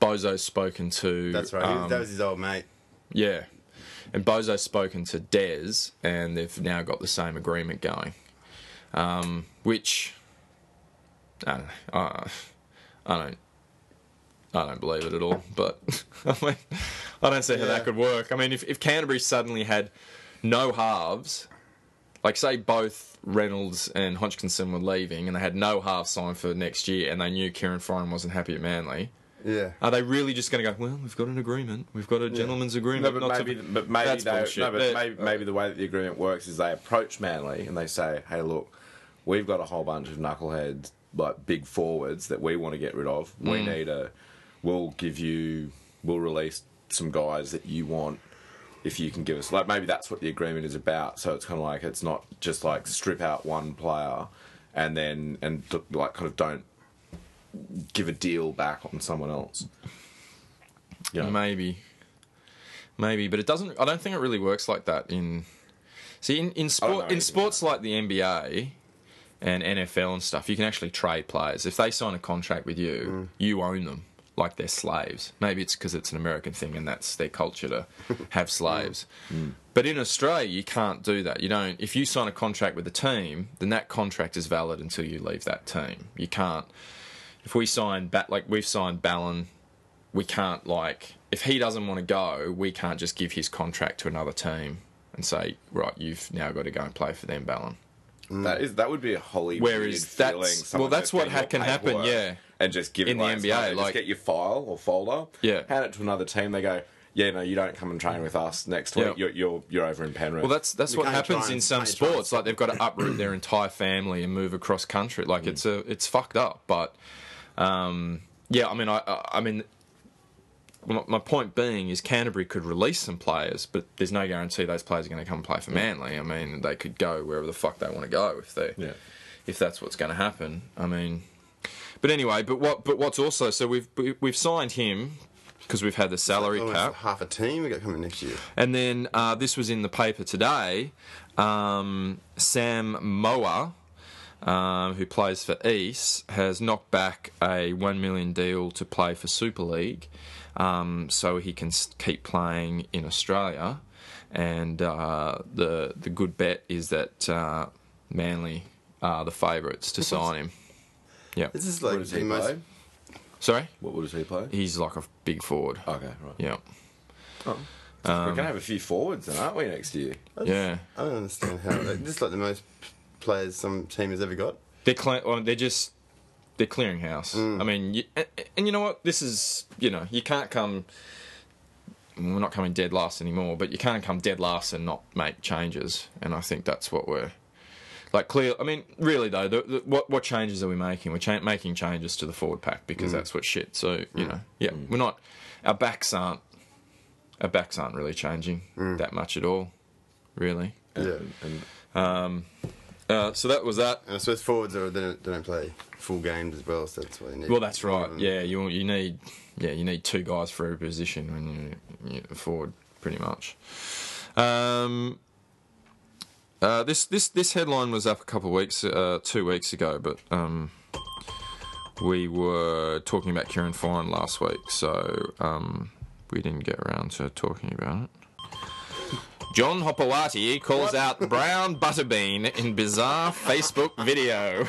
[SPEAKER 2] Bozo's spoken to.
[SPEAKER 1] That's right. he,
[SPEAKER 2] um,
[SPEAKER 1] that was his old mate.
[SPEAKER 2] Yeah. And Bozo's spoken to Dez, and they've now got the same agreement going. Um, which I don't, know, I, I don't, I don't believe it at all. But [LAUGHS] I mean, I don't see how
[SPEAKER 1] Yeah.
[SPEAKER 2] that could work. I mean, if if Canterbury suddenly had no halves, like say both Reynolds and Hodgkinson were leaving, and they had no halves signed for next year, and they knew Kieran Foran wasn't happy at Manly.
[SPEAKER 1] Yeah.
[SPEAKER 3] Um,
[SPEAKER 2] Are they really just going to go? Well, we've got an agreement. We've got a gentleman's
[SPEAKER 3] no,
[SPEAKER 2] agreement.
[SPEAKER 3] but
[SPEAKER 2] not to-"
[SPEAKER 3] maybe, but maybe,
[SPEAKER 2] That's
[SPEAKER 3] they,
[SPEAKER 2] bullshit.
[SPEAKER 3] no, but
[SPEAKER 2] They're-
[SPEAKER 3] maybe, maybe the way that the agreement works is they approach Manly and they say, "Hey, look, we've got a whole bunch of knuckleheads, like big forwards that we want to get rid of. We need a, we'll give you, we'll release some guys that you want." If you can give us, like, maybe that's what the agreement is about. So it's kind of like it's not just like strip out one player, and then and like kind of don't give a deal back on someone else. You know?
[SPEAKER 2] Maybe. Maybe, but it doesn't. I don't think it really works like that in. See, in, in
[SPEAKER 3] know
[SPEAKER 2] sport,
[SPEAKER 3] anything
[SPEAKER 2] in sports like the NBA and NFL and stuff, you can actually trade players. If they sign a contract with you, you own them like they're slaves. Maybe it's because it's an American thing and that's their culture to have slaves. But in Australia, you can't do that. You don't. If you sign a contract with a team, then that contract is valid until you leave that team. You can't. If we sign, Ba- like we've signed Ballon we can't like if he doesn't want to go, we can't just give his contract to another team and say, right, you've now got to go and play for them, Ballon.
[SPEAKER 3] That is that would be a holy.
[SPEAKER 2] Where
[SPEAKER 3] weird
[SPEAKER 2] is- that's-
[SPEAKER 3] feeling, someone
[SPEAKER 2] well, that's what
[SPEAKER 3] opening your
[SPEAKER 2] ha- can happen,
[SPEAKER 3] paperwork
[SPEAKER 2] yeah.
[SPEAKER 3] And just give
[SPEAKER 2] In
[SPEAKER 3] it
[SPEAKER 2] the
[SPEAKER 3] like,
[SPEAKER 2] NBA,
[SPEAKER 3] someone, just
[SPEAKER 2] like-
[SPEAKER 3] get your file or folder.
[SPEAKER 2] Yeah.
[SPEAKER 3] hand it to another team. They go, yeah, no, you don't come and train with us next week.
[SPEAKER 2] Yeah.
[SPEAKER 3] You're, you're you're over in Penrith.
[SPEAKER 2] Well, that's that's
[SPEAKER 1] You
[SPEAKER 2] what
[SPEAKER 1] can't
[SPEAKER 2] happens
[SPEAKER 1] try
[SPEAKER 2] in
[SPEAKER 1] and-
[SPEAKER 2] some
[SPEAKER 1] can't try and
[SPEAKER 2] sports. Like they've got to uproot their entire family and move across country. Like it's a it's fucked up. But um, yeah, I mean, I I, I mean. My my point being is Canterbury could release some players, but there's no guarantee those players are going to come play for Manly. I mean, they could go wherever the fuck they want to go if they,
[SPEAKER 3] Yeah.
[SPEAKER 2] if that's what's going to happen. I mean, but anyway, but what, but what's also so we've we- we've signed him because we've had the salary
[SPEAKER 1] Almost
[SPEAKER 2] cap.
[SPEAKER 1] half a team we got coming next year.
[SPEAKER 2] And then uh, this was in the paper today. Um, Sam Moa, um, who plays for East, has knocked back a one million deal to play for Super League, um, so he can s- keep playing in Australia. And uh, the the good bet is that uh, Manly are the favourites to sign him. Yeah.
[SPEAKER 1] This is
[SPEAKER 3] what
[SPEAKER 1] like
[SPEAKER 3] does
[SPEAKER 1] the
[SPEAKER 3] he
[SPEAKER 1] most.
[SPEAKER 3] play?
[SPEAKER 2] Sorry,
[SPEAKER 3] What does he play?
[SPEAKER 2] he's like a big forward.
[SPEAKER 3] Okay, right.
[SPEAKER 2] Yeah. Um,
[SPEAKER 3] We're gonna have a few forwards, then, aren't we, next year?
[SPEAKER 2] Yeah.
[SPEAKER 1] I don't understand how. Like, this is like the most players some team has ever got.
[SPEAKER 2] They're cle well, they're just they're clearing house. I mean, you, and, and you know what? This is you know you can't come. We're not coming dead last anymore, but you can't come dead last and not make changes. And I think that's what we're like. Clear. I mean, really though, the, the, what what changes are we making? We're cha- making changes to the forward pack because that's what shit. So you know, yeah, we're not. Our backs aren't. Our backs aren't really changing that much at all, really.
[SPEAKER 1] Yeah.
[SPEAKER 3] And
[SPEAKER 2] Uh, so that was that.
[SPEAKER 1] And I suppose forwards are, they, don't, they don't play full games as well, so that's why they need.
[SPEAKER 2] Well, that's right.
[SPEAKER 1] Um,
[SPEAKER 2] Yeah, you you need yeah you need two guys for every position when you, you forward pretty much. Um, uh, this this this headline was up a couple of weeks uh, two weeks ago, but um, we were talking about Kieran Fine last week, so um, we didn't get around to talking about it. John Hopewati calls out brown butterbean in [LAUGHS] bizarre Facebook video.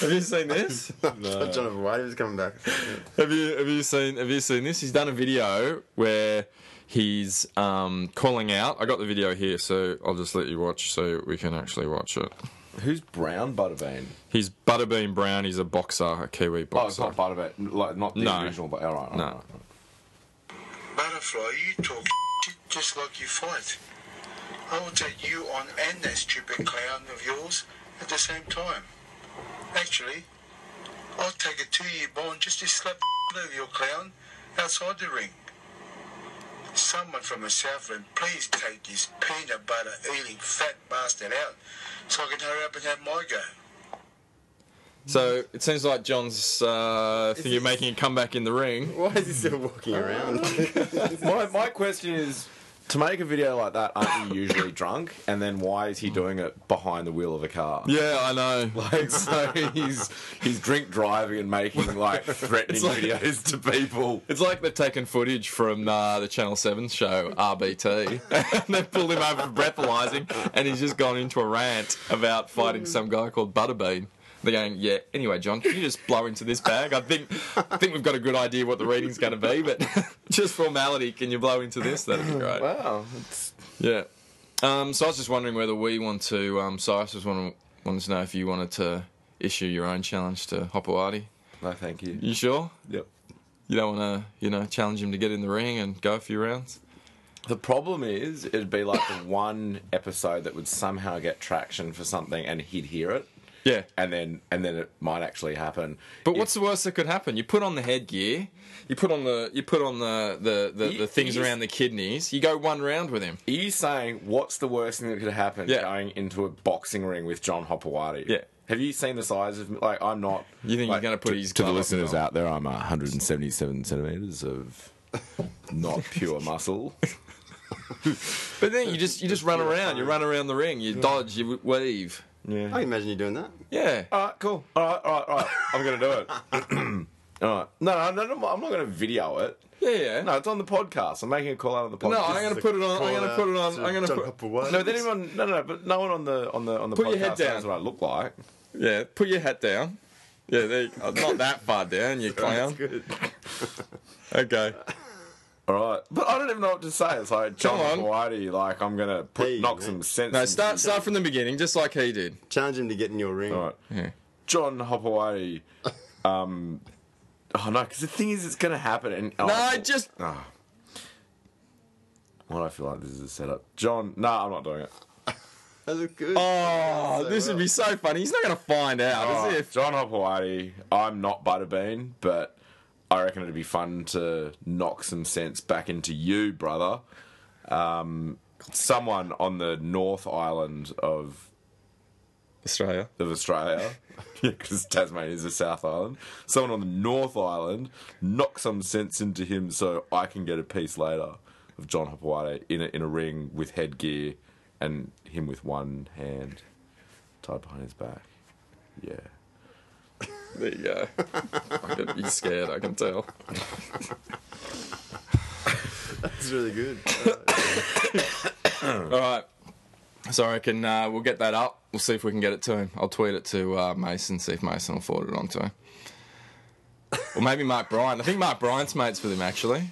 [SPEAKER 2] Have you seen this?
[SPEAKER 1] Jonathan White is coming back. [LAUGHS]
[SPEAKER 2] Have you have you seen have you seen this? He's done a video where he's um, calling out. I got the video here, so I'll just let you watch so we can actually watch it.
[SPEAKER 3] who's Brown Butterbean?
[SPEAKER 2] He's Butterbean Brown. He's a boxer, a Kiwi
[SPEAKER 3] Oh, it's
[SPEAKER 2] boxer.
[SPEAKER 3] not Butterbean. Like not the
[SPEAKER 2] No.
[SPEAKER 3] original, but all right. all
[SPEAKER 2] No.
[SPEAKER 3] right, all right.
[SPEAKER 4] Butterfly, you talk [LAUGHS] shit just like you fight. I will take you on and that stupid clown of yours at the same time. Actually, I'll take a two-year bond just to slap [LAUGHS] the out of your clown outside the ring. Someone from the Southland, please take this peanut butter eating fat bastard out so I can hurry up and have my go.
[SPEAKER 2] So it seems like John's uh, thinking of making a comeback in the ring.
[SPEAKER 1] Why is he still walking around?
[SPEAKER 2] Uh,
[SPEAKER 3] My, my question is to make a video like that, aren't you usually drunk? And then why is he doing it behind the wheel of a car?
[SPEAKER 2] Yeah, I know. [LAUGHS]
[SPEAKER 3] Like, so he's he's drink driving and making [LAUGHS] like threatening
[SPEAKER 2] It's like-
[SPEAKER 3] videos to people.
[SPEAKER 2] It's like they've taken footage from uh, the Channel 7 show, RBT, [LAUGHS] and they've pulled him over for breathalyzing, and he's just gone into a rant about fighting some guy called Butterbean. They're going, yeah, anyway, John, can you just blow into this bag? I think I think we've got a good idea what the reading's going to be, but [LAUGHS] just formality, can you blow into this? That'd be great.
[SPEAKER 3] Wow, it's
[SPEAKER 2] Yeah. Um, so I was just wondering whether we want to, um, so I just want to, wanted to know if you wanted to issue your own challenge to Hopawati.
[SPEAKER 3] no, thank you.
[SPEAKER 2] You sure?
[SPEAKER 3] Yep.
[SPEAKER 2] You don't want to, you know, challenge him to get in the ring and go a few rounds?
[SPEAKER 3] The problem is, it'd be like the one episode that would somehow get traction for something, and he'd hear it,
[SPEAKER 2] Yeah.
[SPEAKER 3] and then and then it might actually happen.
[SPEAKER 2] But what's the worst that could happen? You put on the headgear, you put on the you put on the the, the, the
[SPEAKER 3] You-
[SPEAKER 2] things
[SPEAKER 3] you-
[SPEAKER 2] around the kidneys. You go one round with him.
[SPEAKER 3] Are you saying what's the worst thing that could happen?
[SPEAKER 2] Yeah.
[SPEAKER 3] Going into a boxing ring with John Hopewadi.
[SPEAKER 2] Yeah.
[SPEAKER 3] Have you seen the size of like I'm not?
[SPEAKER 2] You think
[SPEAKER 3] like,
[SPEAKER 2] you're going to put
[SPEAKER 3] to,
[SPEAKER 2] his
[SPEAKER 3] to the
[SPEAKER 2] glove up
[SPEAKER 3] listeners
[SPEAKER 2] his arm?
[SPEAKER 3] out there? I'm 177 centimeters of not pure [LAUGHS] muscle.
[SPEAKER 2] But then you just you just run around. You run around the ring. You dodge. You w- weave.
[SPEAKER 1] [LAUGHS] I can imagine you doing
[SPEAKER 2] [LAUGHS]
[SPEAKER 1] that.
[SPEAKER 2] Yeah.
[SPEAKER 3] All right, cool. All right, all right, all right. I'm gonna do
[SPEAKER 2] [COUGHS]
[SPEAKER 3] it. all right. No, no, no, no, I'm not gonna video it.
[SPEAKER 2] Yeah. Yeah.
[SPEAKER 3] No, it's on the podcast. I'm making a call out on the podcast.
[SPEAKER 2] No, I'm gonna put it on. I'm gonna put it on. I'm gonna
[SPEAKER 1] jump
[SPEAKER 2] put.
[SPEAKER 1] up a wall.
[SPEAKER 3] No, then anyone. No, no, no, but no one on the on the on the
[SPEAKER 2] Put
[SPEAKER 3] podcast
[SPEAKER 2] your head down.
[SPEAKER 3] knows what I look like.
[SPEAKER 2] Yeah, put your hat down. Yeah, there you go. not that far down, you clown.
[SPEAKER 1] good.
[SPEAKER 2] Okay.
[SPEAKER 3] All right, but I don't even know what to say. It's like John
[SPEAKER 2] on.
[SPEAKER 3] Whitey, like I'm gonna put,
[SPEAKER 1] Hey,
[SPEAKER 3] knock
[SPEAKER 1] man.
[SPEAKER 3] some sense.
[SPEAKER 2] No,
[SPEAKER 3] into
[SPEAKER 2] start
[SPEAKER 3] you.
[SPEAKER 2] start from the beginning, just like he did.
[SPEAKER 1] Challenge him to get in your ring.
[SPEAKER 3] All right,
[SPEAKER 2] Yeah. [LAUGHS]
[SPEAKER 3] John Hopawati. Um, oh no, because the thing is, it's gonna happen. And oh,
[SPEAKER 2] No, I just
[SPEAKER 3] Well, I feel like this is a setup. John, no, I'm not doing it.
[SPEAKER 1] That looked good.
[SPEAKER 2] oh, this would be so Ah. funny. He's not gonna find out,
[SPEAKER 3] All
[SPEAKER 2] is
[SPEAKER 3] right,
[SPEAKER 2] if
[SPEAKER 3] Oh, John Hopawati. I'm not Butterbean, but I reckon it'd be fun to knock some sense back into you, brother. Um, someone on the North Island of
[SPEAKER 2] Australia.
[SPEAKER 3] of Australia, [LAUGHS] because Tasmania is a South Island. Someone on the North Island knock some sense into him so I can get a piece later of John Hopewade in a, in a ring with headgear and him with one hand tied behind his back. Yeah.
[SPEAKER 2] There you [LAUGHS] go. I'm gonna be scared, I can tell.
[SPEAKER 1] That's really
[SPEAKER 2] [LAUGHS]
[SPEAKER 1] good.
[SPEAKER 2] Alright. So I reckon uh, we'll get that up. We'll see if we can get it to him. I'll tweet it to uh, Mason, see if Mason will forward it on to him. Or maybe Mark Bryan. I think Mark Bryan's mates with him actually.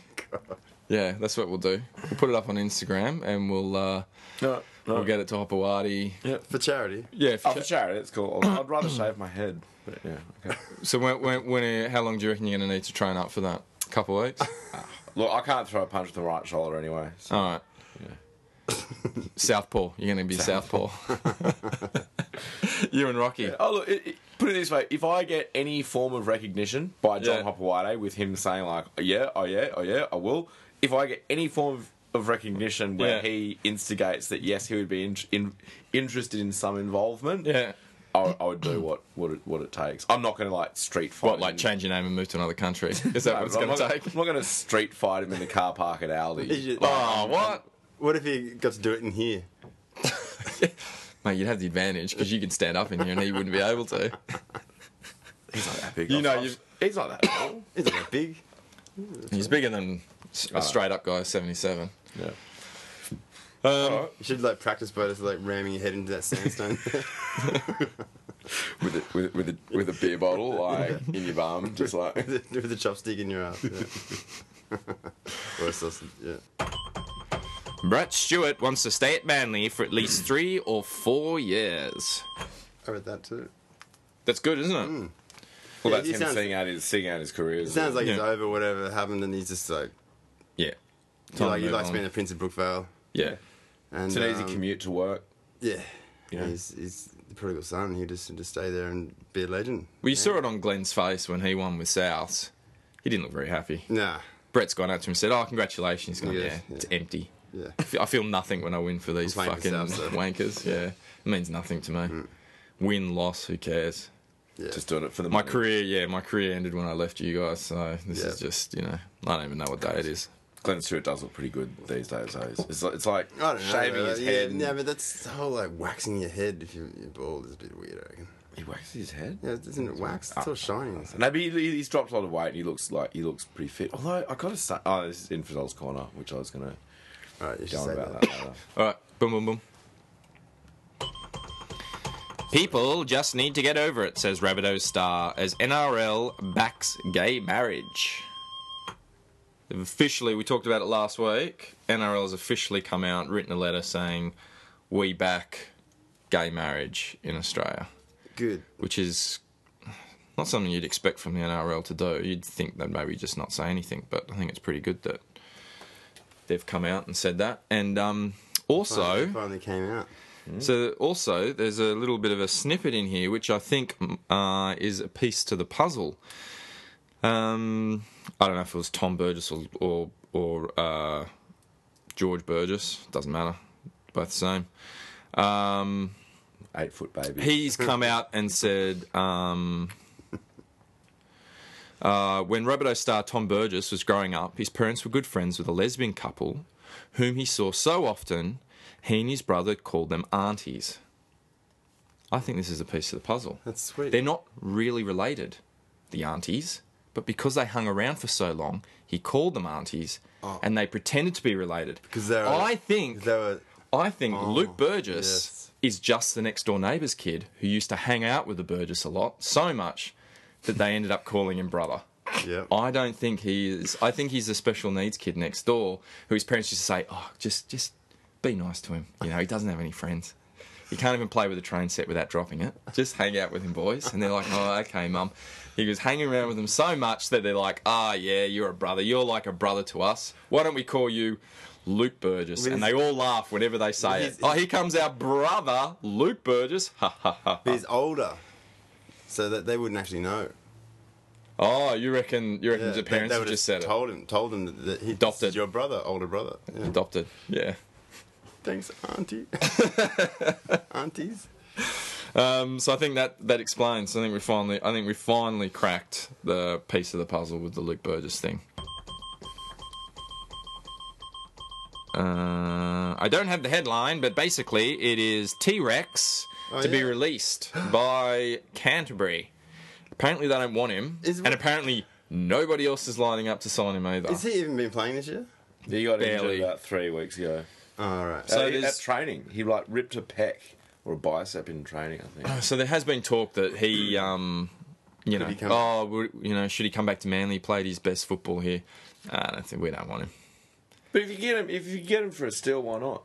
[SPEAKER 2] Yeah, that's what we'll do. We'll put it up on Instagram and we'll uh,
[SPEAKER 3] No, no.
[SPEAKER 2] we'll get it to Hopawati.
[SPEAKER 1] For charity.
[SPEAKER 2] Yeah. for
[SPEAKER 3] Oh, for
[SPEAKER 2] sure.
[SPEAKER 3] charity, it's cool. I'd I'd rather shave my head. But yeah, okay.
[SPEAKER 2] So when, when, when how long do you reckon you're gonna need to train up for that? A couple of weeks.
[SPEAKER 3] Look, I can't throw a punch with the right shoulder anyway. So.
[SPEAKER 2] All right. Southpaw. You're gonna be Southpaw. [LAUGHS] you and Rocky.
[SPEAKER 3] Oh, look, it, it, put it this way if I get any form of recognition by John
[SPEAKER 2] Yeah.
[SPEAKER 3] Hopewade with him saying, like, "Oh, yeah, oh, yeah, oh, yeah, I will, if I get any form of, of recognition where
[SPEAKER 2] Yeah.
[SPEAKER 3] he instigates that, yes, he would be in, in, interested in some involvement,
[SPEAKER 2] Yeah.
[SPEAKER 3] I, I would do what, what, it, what it takes. I'm not going to, like, street fight.
[SPEAKER 2] What
[SPEAKER 3] him.
[SPEAKER 2] like change your name and move to another country? Is that
[SPEAKER 3] No,
[SPEAKER 2] what it's
[SPEAKER 3] I'm
[SPEAKER 2] gonna
[SPEAKER 3] not-
[SPEAKER 2] take?
[SPEAKER 3] I'm not going to street fight him in the car park at
[SPEAKER 1] He
[SPEAKER 3] Aldi.
[SPEAKER 1] should-
[SPEAKER 2] [LAUGHS] Oh, what?
[SPEAKER 1] What if he got to do it in here?
[SPEAKER 2] [LAUGHS] Mate, you'd have the advantage because you could stand up in here and he wouldn't be able to.
[SPEAKER 3] He's not that big.
[SPEAKER 2] You
[SPEAKER 3] I've-
[SPEAKER 2] know,
[SPEAKER 3] I've-
[SPEAKER 2] you've-
[SPEAKER 3] he's not that tall.
[SPEAKER 1] He's not that big.
[SPEAKER 2] He's bigger than s- a straight up guy, seventy-seven.
[SPEAKER 3] yeah.
[SPEAKER 2] Um,
[SPEAKER 1] You should like practice by just like ramming your head into that sandstone. [LAUGHS]
[SPEAKER 3] With a, with, with, a, with a beer
[SPEAKER 1] [LAUGHS]
[SPEAKER 3] bottle, like, in your bum, just like...
[SPEAKER 1] with the chopstick in your ass. Yeah.
[SPEAKER 2] [LAUGHS]
[SPEAKER 1] or a sausage. Yeah.
[SPEAKER 2] Brett Stewart wants to stay at Manly for at least three or four years. Hmm.
[SPEAKER 1] I read that too.
[SPEAKER 2] That's good, isn't it?
[SPEAKER 1] Yeah,
[SPEAKER 3] Well, that's
[SPEAKER 1] he
[SPEAKER 3] him
[SPEAKER 1] sounds-
[SPEAKER 3] seeing out his seeing out his career.
[SPEAKER 1] It sounds like it's
[SPEAKER 2] Yeah.
[SPEAKER 1] over whatever happened, and he's just like,
[SPEAKER 2] Yeah.
[SPEAKER 1] you like,
[SPEAKER 2] to
[SPEAKER 1] he
[SPEAKER 2] move
[SPEAKER 1] likes
[SPEAKER 2] on.
[SPEAKER 1] being the Prince of Brookvale.
[SPEAKER 2] Yeah.
[SPEAKER 1] And,
[SPEAKER 3] it's an easy
[SPEAKER 1] um,
[SPEAKER 3] commute to work.
[SPEAKER 1] Yeah.
[SPEAKER 3] Yeah.
[SPEAKER 1] He's, he's the prodigal son. He just just stay there and be a legend.
[SPEAKER 2] Well, you saw it on Glenn's face when he won with Souths. He didn't look very happy.
[SPEAKER 1] Nah.
[SPEAKER 2] Brett's gone up to him and said, Oh, congratulations. He's gone,
[SPEAKER 1] Yeah,
[SPEAKER 2] yeah,
[SPEAKER 1] yeah.
[SPEAKER 2] it's empty.
[SPEAKER 1] Yeah.
[SPEAKER 2] I feel- I feel nothing when I win for these
[SPEAKER 1] I'm playing for
[SPEAKER 2] fucking
[SPEAKER 1] Souths, though.
[SPEAKER 2] wankers. Yeah. It means nothing to me.
[SPEAKER 1] Mm.
[SPEAKER 2] Win, loss, who cares?
[SPEAKER 1] Yeah.
[SPEAKER 3] Just doing it for the
[SPEAKER 2] My
[SPEAKER 3] money.
[SPEAKER 2] career, yeah, my career ended when I left you guys. So this
[SPEAKER 1] Yeah.
[SPEAKER 2] is just, you know, I don't even know what day it is.
[SPEAKER 3] Glenn Stewart does look pretty good these days. Though. It's- It's like, it's like
[SPEAKER 1] I don't know.
[SPEAKER 3] shaving
[SPEAKER 1] though.
[SPEAKER 3] his
[SPEAKER 1] yeah,
[SPEAKER 3] head. and-
[SPEAKER 1] Yeah, but that's the whole like waxing your head if you- you're bald is a bit weird, I reckon.
[SPEAKER 3] He waxes his head.
[SPEAKER 1] Yeah, isn't it waxed? It's all shiny.
[SPEAKER 3] No, but he, he- he's dropped a lot of weight and he looks like he looks pretty fit. Although I gotta say, oh, this is Infidel's corner, which I was gonna
[SPEAKER 1] All right, you should
[SPEAKER 3] go on
[SPEAKER 1] say
[SPEAKER 3] about
[SPEAKER 1] that.
[SPEAKER 3] that. later.
[SPEAKER 2] All right, boom, boom, boom. People just need to get over it, says Rabbitohs star, as NRL backs gay marriage. They've officially, we talked about it last week. NRL has officially come out, written a letter saying, "We back gay marriage in Australia,"
[SPEAKER 1] Good.
[SPEAKER 2] which is not something you'd expect from the NRL to do. You'd think they'd maybe just not say anything, but I think it's pretty good that they've come out and said that. And um, also,
[SPEAKER 1] It finally came out.
[SPEAKER 2] Mm. so also, there's a little bit of a snippet in here, which I think mm, uh, is a piece to the puzzle. Um, I don't know if it was Tom Burgess or or, or uh, George Burgess. Doesn't matter. Both the same. Um,
[SPEAKER 3] Eight foot baby.
[SPEAKER 2] he's come out and said um, Uh, when Roboto star Tom Burgess was growing up, his parents were good friends with a lesbian couple whom he saw so often, he and his brother called them aunties. I think this is a piece of the puzzle.
[SPEAKER 1] That's sweet.
[SPEAKER 2] They're not really related, the aunties, but because they hung around for so long, he called them aunties and they pretended to be related.
[SPEAKER 1] Oh. Because they're-
[SPEAKER 2] I think
[SPEAKER 1] They were
[SPEAKER 2] I think Luke
[SPEAKER 1] yes.
[SPEAKER 2] Burgess is just the next door neighbour's kid who used to hang out with the Burgess a lot, so much that they ended up calling him brother.
[SPEAKER 1] yeah.
[SPEAKER 2] I don't think he is. I think he's a special needs kid next door who his parents used to say, "Oh, just just be nice to him. You know, he doesn't have any friends. He can't even play with a train set without dropping it. Just hang out with him, boys." And they're like, "Oh, okay, mum." He was hanging around with them so much that they're like, "Ah, yeah, you're a brother. You're like a brother to us. Why don't we call you?" Luke Burgess, and they all laugh whenever they say
[SPEAKER 1] He's-
[SPEAKER 2] it. Oh, here comes our brother, Luke Burgess. Ha ha ha.
[SPEAKER 1] But he's older, so that they wouldn't actually know.
[SPEAKER 2] Oh, you reckon? You reckon
[SPEAKER 1] Yeah,
[SPEAKER 2] his parents
[SPEAKER 1] they,
[SPEAKER 2] have
[SPEAKER 1] would
[SPEAKER 2] just said
[SPEAKER 1] told him, told him that- that he
[SPEAKER 2] Adopted.
[SPEAKER 1] your brother, older brother.
[SPEAKER 2] it? [LAUGHS]
[SPEAKER 1] Yeah.
[SPEAKER 2] Adopted. Yeah.
[SPEAKER 1] Thanks, auntie. Aunties.
[SPEAKER 2] Um, so I think that that explains. I think we finally, I think we finally cracked the piece of the puzzle with the Luke Burgess thing. Uh, I don't have the headline, but basically it is T Rex
[SPEAKER 1] Oh,
[SPEAKER 2] to be
[SPEAKER 1] yeah.
[SPEAKER 2] released [GASPS] by Canterbury. Apparently they don't want him,
[SPEAKER 1] Is-
[SPEAKER 2] and apparently nobody else is lining up to sign him either.
[SPEAKER 1] Has he even been playing this year?
[SPEAKER 3] He got
[SPEAKER 2] Barely.
[SPEAKER 3] injured about three weeks ago.
[SPEAKER 1] All right.
[SPEAKER 2] So
[SPEAKER 3] So at,
[SPEAKER 2] there's-
[SPEAKER 3] at training, he like ripped a pec or a bicep in training. I think.
[SPEAKER 2] So there has been talk that he, um, you know,
[SPEAKER 1] he come-
[SPEAKER 2] oh, would- you know, should he come back to Manly? He Played his best football here. Uh, I don't think we don't want him.
[SPEAKER 3] But if you get him, if you get him for a steal, why not?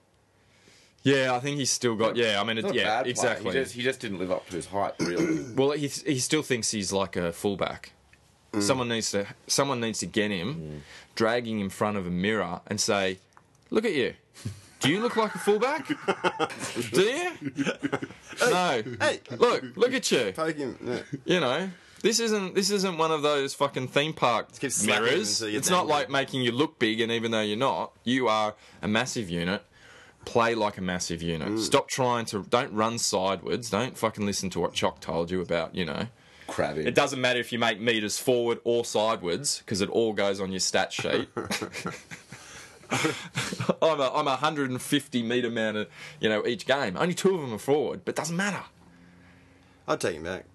[SPEAKER 2] Yeah, I think he's still got. Yeah, I mean, it,
[SPEAKER 3] Not a
[SPEAKER 2] yeah,
[SPEAKER 3] bad player.
[SPEAKER 2] exactly.
[SPEAKER 3] He just, he just didn't live up to his hype, really.
[SPEAKER 2] [COUGHS] Well, he he still thinks he's like a fullback.
[SPEAKER 3] Mm.
[SPEAKER 2] Someone needs to someone needs to get him, dragging in front of a mirror and say, "Look at you. Do you look like a
[SPEAKER 3] [LAUGHS]
[SPEAKER 2] fullback? Do you? no.
[SPEAKER 1] Hey,
[SPEAKER 2] Look, look at you.
[SPEAKER 1] poke him. No.
[SPEAKER 2] you know this isn't this isn't one of those fucking theme park
[SPEAKER 1] keep slapping them
[SPEAKER 2] mirrors
[SPEAKER 1] until you
[SPEAKER 2] it's not
[SPEAKER 1] dangle.
[SPEAKER 2] like making you look big and even though you're not you are a massive unit play like a massive unit
[SPEAKER 1] Mm.
[SPEAKER 2] stop trying to don't run sideways don't fucking listen to what chock told you about you know
[SPEAKER 3] Crabby.
[SPEAKER 2] it doesn't matter if you make meters forward or sideways because it all goes on your
[SPEAKER 1] [LAUGHS]
[SPEAKER 2] stat sheet. [LAUGHS] I'm a, I'm a 150 meter man, uh, you know, each game. Only two of them are forward, but doesn't matter.
[SPEAKER 1] I'll take him back.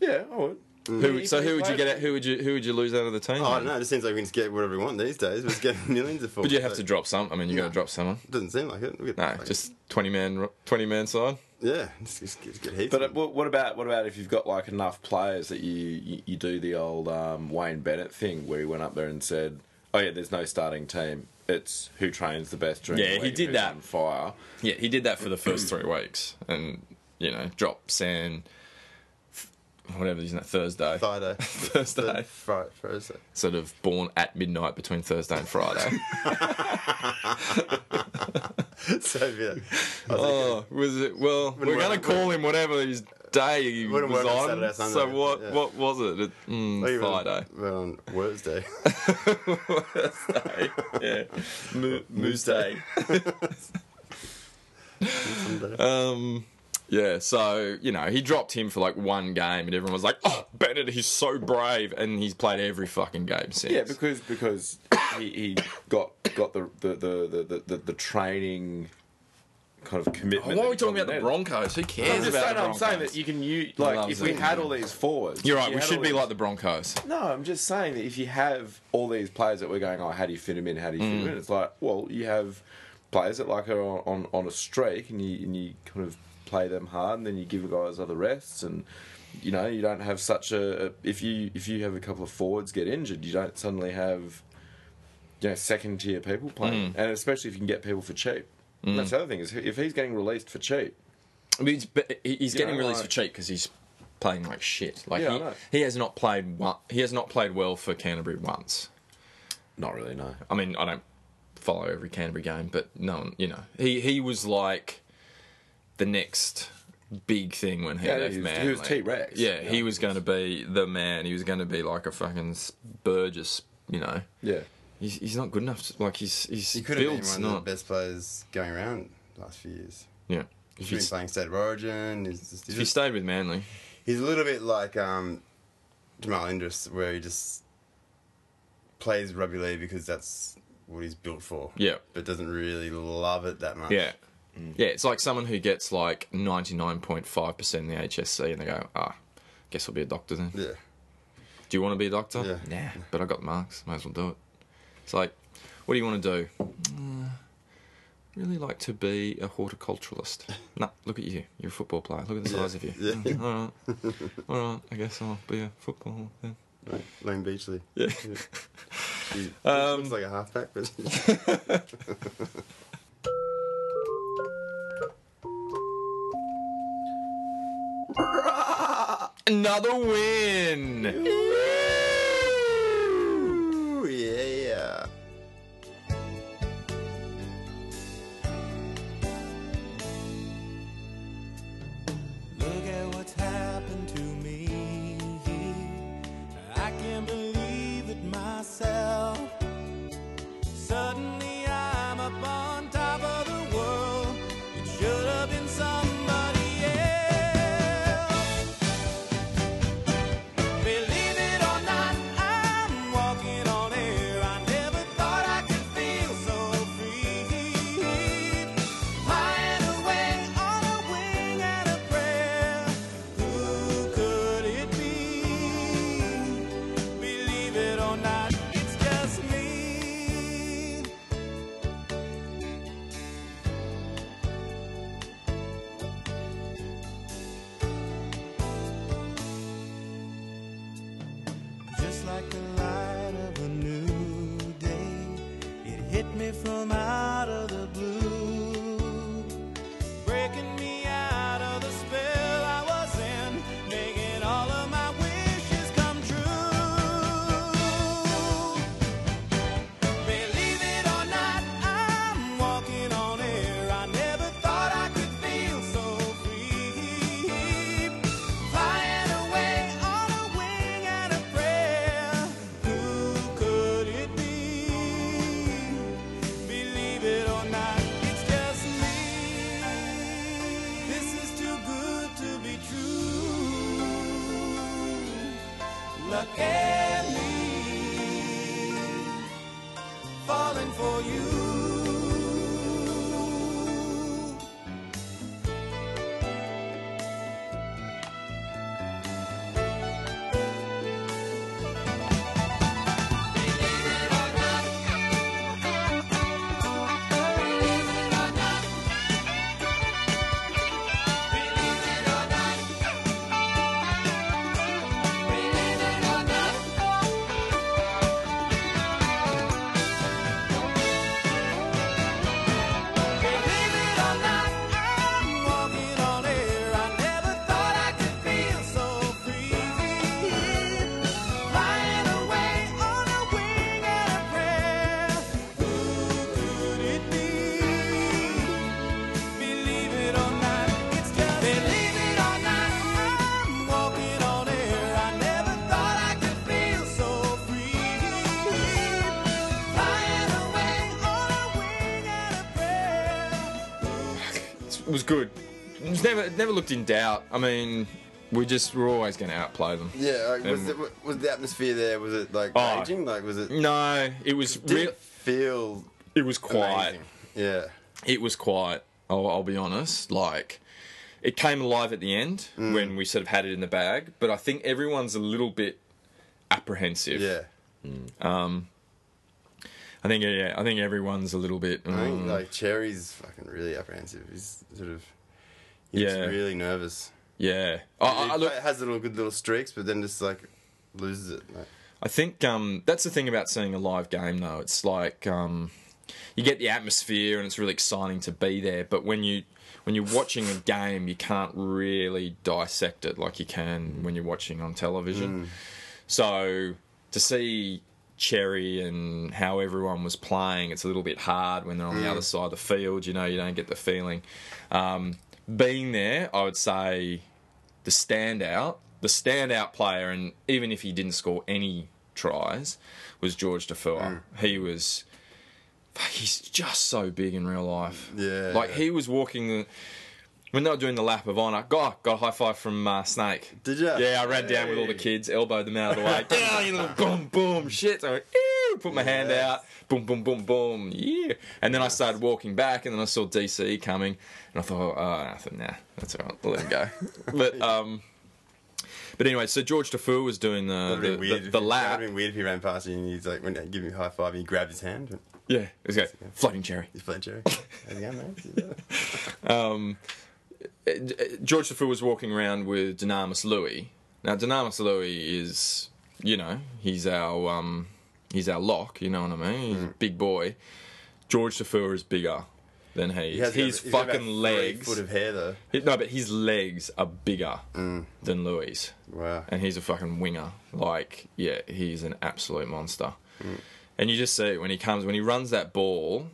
[SPEAKER 3] Yeah, I would.
[SPEAKER 2] Who, so who would you get? Out, who would you? Who would you lose out of the team?
[SPEAKER 1] Oh, I
[SPEAKER 2] then?
[SPEAKER 1] don't know. It just seems like we can just get whatever we want these days. We're just getting [LAUGHS] millions of.
[SPEAKER 2] But you have to drop some. I mean, you got to
[SPEAKER 1] No.
[SPEAKER 2] drop someone.
[SPEAKER 1] Doesn't seem like it. We get-
[SPEAKER 2] No,
[SPEAKER 1] like-
[SPEAKER 2] just twenty man, twenty man side.
[SPEAKER 1] yeah. Just, just get, get heaps.
[SPEAKER 3] But uh,
[SPEAKER 1] of them.
[SPEAKER 3] what what about what about if you've got like enough players that you you, you do the old um, Wayne Bennett thing where he went up there and said, "Oh yeah, there's no starting team. It's who trains the best during
[SPEAKER 2] Yeah,
[SPEAKER 3] the
[SPEAKER 2] he
[SPEAKER 3] week and
[SPEAKER 2] did
[SPEAKER 3] who's
[SPEAKER 2] that.
[SPEAKER 3] on fire."
[SPEAKER 2] Yeah, he did that for the first three weeks, and you know, drop San, whatever isn't it Thursday,
[SPEAKER 1] Friday.
[SPEAKER 2] [LAUGHS] Thursday,
[SPEAKER 1] Friday. Thursday. [LAUGHS]
[SPEAKER 2] sort of born at midnight between Thursday and Friday.
[SPEAKER 1] so
[SPEAKER 2] [LAUGHS]
[SPEAKER 1] yeah.
[SPEAKER 2] oh, was it? Well, we're
[SPEAKER 1] work-
[SPEAKER 2] gonna call him whatever his day he was
[SPEAKER 1] Wouldn't work on
[SPEAKER 2] on.
[SPEAKER 1] Saturday, Sunday,
[SPEAKER 2] so what?
[SPEAKER 1] yeah.
[SPEAKER 2] What was it? it
[SPEAKER 1] [LAUGHS]
[SPEAKER 2] mm, Friday.
[SPEAKER 1] Well, on
[SPEAKER 2] [LAUGHS]
[SPEAKER 1] Wednesday. [LAUGHS]
[SPEAKER 2] Thursday. yeah, Mo- Moose Day.
[SPEAKER 1] Sunday.
[SPEAKER 2] Um, yeah, so you know he dropped him for like one game, and everyone was like, "Oh, Bennett, he's so brave," and he's played every fucking game since.
[SPEAKER 3] Yeah, because because he, he got got the the the, the, the, the, the training kind of commitment.
[SPEAKER 2] why
[SPEAKER 3] that
[SPEAKER 2] Oh, are we
[SPEAKER 3] he
[SPEAKER 2] talking about the
[SPEAKER 3] probably needed.
[SPEAKER 2] Broncos? Who
[SPEAKER 3] I'm
[SPEAKER 2] cares
[SPEAKER 3] just
[SPEAKER 2] about
[SPEAKER 3] saying,
[SPEAKER 2] the
[SPEAKER 3] I'm
[SPEAKER 2] Broncos?
[SPEAKER 3] saying that you can use like
[SPEAKER 2] Loves
[SPEAKER 3] if we
[SPEAKER 2] it.
[SPEAKER 3] had all these forwards.
[SPEAKER 2] You're
[SPEAKER 3] if
[SPEAKER 2] right.
[SPEAKER 3] you
[SPEAKER 2] We
[SPEAKER 3] had
[SPEAKER 2] should
[SPEAKER 3] all
[SPEAKER 2] be
[SPEAKER 3] these-
[SPEAKER 2] like the Broncos.
[SPEAKER 3] No, I'm just saying that if you have all these players that we're going, oh, how do you fit them in? How do you fit
[SPEAKER 2] Mm.
[SPEAKER 3] them in? It's like, well, you have players that like are on, on, on a streak, and you and you kind of play them hard, and then you give guys other rests, and you know you don't have such a if you if you have a couple of forwards get injured, you don't suddenly have you know second tier people playing,
[SPEAKER 2] Mm.
[SPEAKER 3] and especially if you can get people for cheap. And That's the other thing is if he's getting released for cheap,
[SPEAKER 2] I mean, he's, but he- he's getting
[SPEAKER 3] know,
[SPEAKER 2] released
[SPEAKER 3] like-
[SPEAKER 2] for cheap because he's playing like shit. Like
[SPEAKER 3] Yeah, I
[SPEAKER 2] he,
[SPEAKER 3] know.
[SPEAKER 2] he has not played. One, he has not played well for Canterbury once.
[SPEAKER 3] not really no.
[SPEAKER 2] I mean, I don't follow every Canterbury game, but no one, you know, he he was like the next big thing when he
[SPEAKER 3] Yeah,
[SPEAKER 2] left
[SPEAKER 3] he was-
[SPEAKER 2] Manly.
[SPEAKER 3] he was T-Rex.
[SPEAKER 2] Yeah, he was going to be the man. He was going to be like a fucking Burgess, you know.
[SPEAKER 3] Yeah,
[SPEAKER 2] He's, he's not good enough. To, like he's he's
[SPEAKER 1] He could have been
[SPEAKER 2] build's
[SPEAKER 1] one of
[SPEAKER 2] not.
[SPEAKER 1] the best players going around the last few years.
[SPEAKER 2] Yeah.
[SPEAKER 1] He's
[SPEAKER 2] If he,
[SPEAKER 1] been playing State of Origin. He's, just, he's,
[SPEAKER 2] if he
[SPEAKER 1] just-
[SPEAKER 2] stayed with Manly,
[SPEAKER 1] he's a little bit like um, Jamal Indris where he just plays rugby league because that's what he's built for.
[SPEAKER 2] Yeah.
[SPEAKER 1] But doesn't really love it that much.
[SPEAKER 2] Yeah. Yeah, it's like someone who gets like 99.5% in the HSC and they go, ah, guess I'll be a doctor then.
[SPEAKER 1] Yeah.
[SPEAKER 2] Do you want to be a doctor?
[SPEAKER 1] Yeah.
[SPEAKER 2] Nah, but I got the marks. Might as well do it. It's like, what do you want to do? "Uh, really like to be
[SPEAKER 1] [LAUGHS]
[SPEAKER 2] a horticulturalist. nah, look at you. You're a football player. Look at the
[SPEAKER 1] Yeah.
[SPEAKER 2] size of you.
[SPEAKER 1] Yeah.
[SPEAKER 2] "Mm, all right. All right. I guess I'll be a football then.
[SPEAKER 1] Like Lane Beachley.
[SPEAKER 2] Yeah.
[SPEAKER 1] He
[SPEAKER 2] Um,
[SPEAKER 1] looks like a halfback, but
[SPEAKER 2] [LAUGHS] Another win.
[SPEAKER 1] Ooh, yeah.
[SPEAKER 5] Look at what's happened to me. I can't believe it myself. Suddenly I'm up on top of the world. It should have been somebody else. Believe it or not, I'm walking on air. I never thought I could feel so free. High and away on a wing and a prayer. Who could it be? Believe it or not, it's just me. Just like the light of a new day, it hit me from out of the blue, breaking me out of the spell I was in, making all of my wishes come true. Believe it or not, I'm walking on air. I never thought I could feel so free. Flying away on a wing and a prayer. Who could it be? Believe it or not, it's just me. This is too good to be true. Look at me falling for you. Believe it or not, I'm walking on air. I never thought I could feel so free. Flying away on a wing and a prayer. Who could it be? Believe it or not, it's just believe it or not, I'm walking on air. I never thought I could feel so free. Flying away on a wing and a prayer.
[SPEAKER 2] It was good. It was never, it never looked in doubt. I mean, we just, we're always going to outplay them.
[SPEAKER 1] Yeah, like, was,
[SPEAKER 2] Um,
[SPEAKER 1] it, was the atmosphere there, was it like
[SPEAKER 2] Oh.
[SPEAKER 1] raging? Like, was it.
[SPEAKER 2] No, it was
[SPEAKER 1] Did
[SPEAKER 2] real.
[SPEAKER 1] it feel
[SPEAKER 2] It was quiet.
[SPEAKER 1] amazing? Yeah.
[SPEAKER 2] It was quiet. I'll, I'll be honest. Like, it came alive at the end
[SPEAKER 1] Mm.
[SPEAKER 2] when we sort of had it in the bag. But I think everyone's a little bit apprehensive.
[SPEAKER 1] Yeah.
[SPEAKER 2] I think. Yeah. I think everyone's a little bit.
[SPEAKER 1] I think
[SPEAKER 2] mm,
[SPEAKER 1] like Cherry's fucking really apprehensive. He's sort of. He's
[SPEAKER 2] Yeah.
[SPEAKER 1] really nervous.
[SPEAKER 2] yeah. I, I, I
[SPEAKER 1] He
[SPEAKER 2] look.
[SPEAKER 1] has little good little streaks, but then just like loses it. Like,
[SPEAKER 2] I think um, that's the thing about seeing a live game, though. It's like um, you get the atmosphere, and it's really exciting to be there. But when you when you're watching a game, you can't really dissect it like you can when you're watching on
[SPEAKER 1] Mm.
[SPEAKER 2] television. So to see Cherry and how everyone was playing, it's a little bit hard when they're
[SPEAKER 1] Mm.
[SPEAKER 2] on the other side of the field. You know, you don't get the feeling. Um, being there, I would say the standout, the standout player, and even if he didn't score any tries, was George
[SPEAKER 1] Mm.
[SPEAKER 2] Defoe. He was. He's just so big in real life.
[SPEAKER 1] Yeah.
[SPEAKER 2] Like he was walking. when they were doing the lap of honor, God, got a high five from uh, Snake.
[SPEAKER 1] Did ya?
[SPEAKER 2] Yeah, I ran down with all the kids, elbowed them out
[SPEAKER 1] [LAUGHS]
[SPEAKER 2] of the way. down, you little boom, boom, shit. I went, ew, put my hand
[SPEAKER 1] Yes.
[SPEAKER 2] out, boom, boom, boom, boom, yeah. And then I started walking back, and then I saw DC coming, and I thought, oh, I thought, nah, that's all right, I'll let him
[SPEAKER 1] [LAUGHS]
[SPEAKER 2] go. but um, but anyway, so George Defoe was doing the
[SPEAKER 1] That'd
[SPEAKER 2] the,
[SPEAKER 1] been weird.
[SPEAKER 2] the,
[SPEAKER 1] if
[SPEAKER 2] the
[SPEAKER 1] he-
[SPEAKER 2] lap.
[SPEAKER 1] That'd been weird if he ran past you and he's like, went, give me a high five and you grabbed his hand.
[SPEAKER 2] Yeah, it was good. Floating cherry.
[SPEAKER 1] He's playing
[SPEAKER 2] [LAUGHS]
[SPEAKER 1] Jerry. How's it going, mate?
[SPEAKER 2] George the Fool was walking around with Dynamis Louis. Now Dynamis Louis is, you know, he's our um, he's our lock. You know what I mean?
[SPEAKER 1] Mm.
[SPEAKER 2] He's a big boy. George the Fool is bigger than
[SPEAKER 1] He
[SPEAKER 2] he. is.
[SPEAKER 1] has got-
[SPEAKER 2] his
[SPEAKER 1] he's got about
[SPEAKER 2] fucking
[SPEAKER 1] three
[SPEAKER 2] legs.
[SPEAKER 1] Foot of Mm. hair though.
[SPEAKER 2] He- no, but his legs are bigger than Louis,
[SPEAKER 1] Wow.
[SPEAKER 2] and he's a fucking winger. Like, yeah, he's an absolute monster.
[SPEAKER 1] Mm.
[SPEAKER 2] And you just see it when he comes when he runs that ball.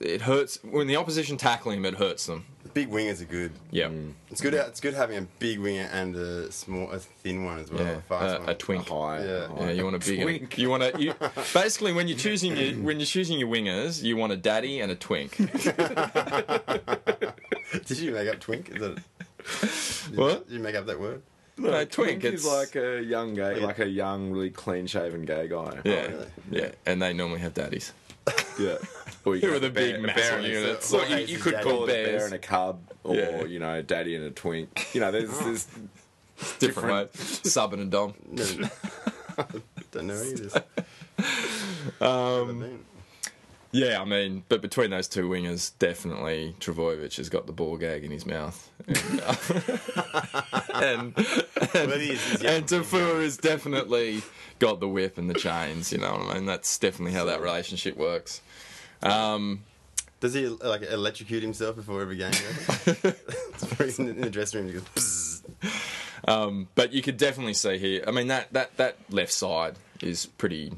[SPEAKER 2] It hurts when the opposition tackle him. It hurts them.
[SPEAKER 1] Big wingers are good.
[SPEAKER 2] Yeah.
[SPEAKER 1] It's good. It's good having a big winger and a small, a thin one as well.
[SPEAKER 2] Yeah,
[SPEAKER 1] A fast
[SPEAKER 2] a-
[SPEAKER 1] one.
[SPEAKER 2] a twink.
[SPEAKER 3] High.
[SPEAKER 1] Yeah.
[SPEAKER 3] high.
[SPEAKER 2] Yeah, you want a big twink. You want to [LAUGHS] you, basically when you're choosing your, when you're choosing your wingers, you want a daddy and a [LAUGHS] twink.
[SPEAKER 1] [LAUGHS] Did you make up twink? Is
[SPEAKER 2] [LAUGHS]
[SPEAKER 1] that, did
[SPEAKER 2] What?
[SPEAKER 1] Did you make up that
[SPEAKER 2] [LAUGHS]
[SPEAKER 1] word?
[SPEAKER 2] No, twink.
[SPEAKER 3] He's
[SPEAKER 2] it's
[SPEAKER 3] like a young gay,
[SPEAKER 1] yeah.
[SPEAKER 3] like a young, really clean-shaven gay guy.
[SPEAKER 2] yeah,
[SPEAKER 1] really?
[SPEAKER 2] yeah, and they normally have daddies.
[SPEAKER 3] yeah.
[SPEAKER 2] [LAUGHS]
[SPEAKER 3] Or you
[SPEAKER 2] Who
[SPEAKER 3] got
[SPEAKER 2] are the
[SPEAKER 3] a bear-
[SPEAKER 2] big
[SPEAKER 3] a bear
[SPEAKER 2] massive
[SPEAKER 3] and a-
[SPEAKER 2] units?
[SPEAKER 1] Well,
[SPEAKER 2] Well, you,
[SPEAKER 1] it's
[SPEAKER 2] you
[SPEAKER 1] a
[SPEAKER 2] could
[SPEAKER 1] daddy.
[SPEAKER 2] call
[SPEAKER 3] Or
[SPEAKER 2] it
[SPEAKER 3] the bear
[SPEAKER 2] bears.
[SPEAKER 3] and a cub, or
[SPEAKER 2] Yeah.
[SPEAKER 3] you know, daddy and a twink. You know, there's there's
[SPEAKER 2] different, right? Sub and a dom.
[SPEAKER 1] No, [LAUGHS] no. Don't know any of this. Um,
[SPEAKER 2] Yeah, I mean, but between those two wingers, definitely Travojevic has got the ball gag in his mouth, [LAUGHS] and
[SPEAKER 1] well, he is, he's young.
[SPEAKER 2] and Tafua has definitely got the whip and the chains. You know what I mean? That's definitely how that relationship works. Um,
[SPEAKER 1] Does he like electrocute himself before every game?
[SPEAKER 2] [LAUGHS]
[SPEAKER 1] [LAUGHS] He's in, in the dressing room. He goes. Bzzz.
[SPEAKER 2] Um, but you could definitely see here. I mean, that that that left side is pretty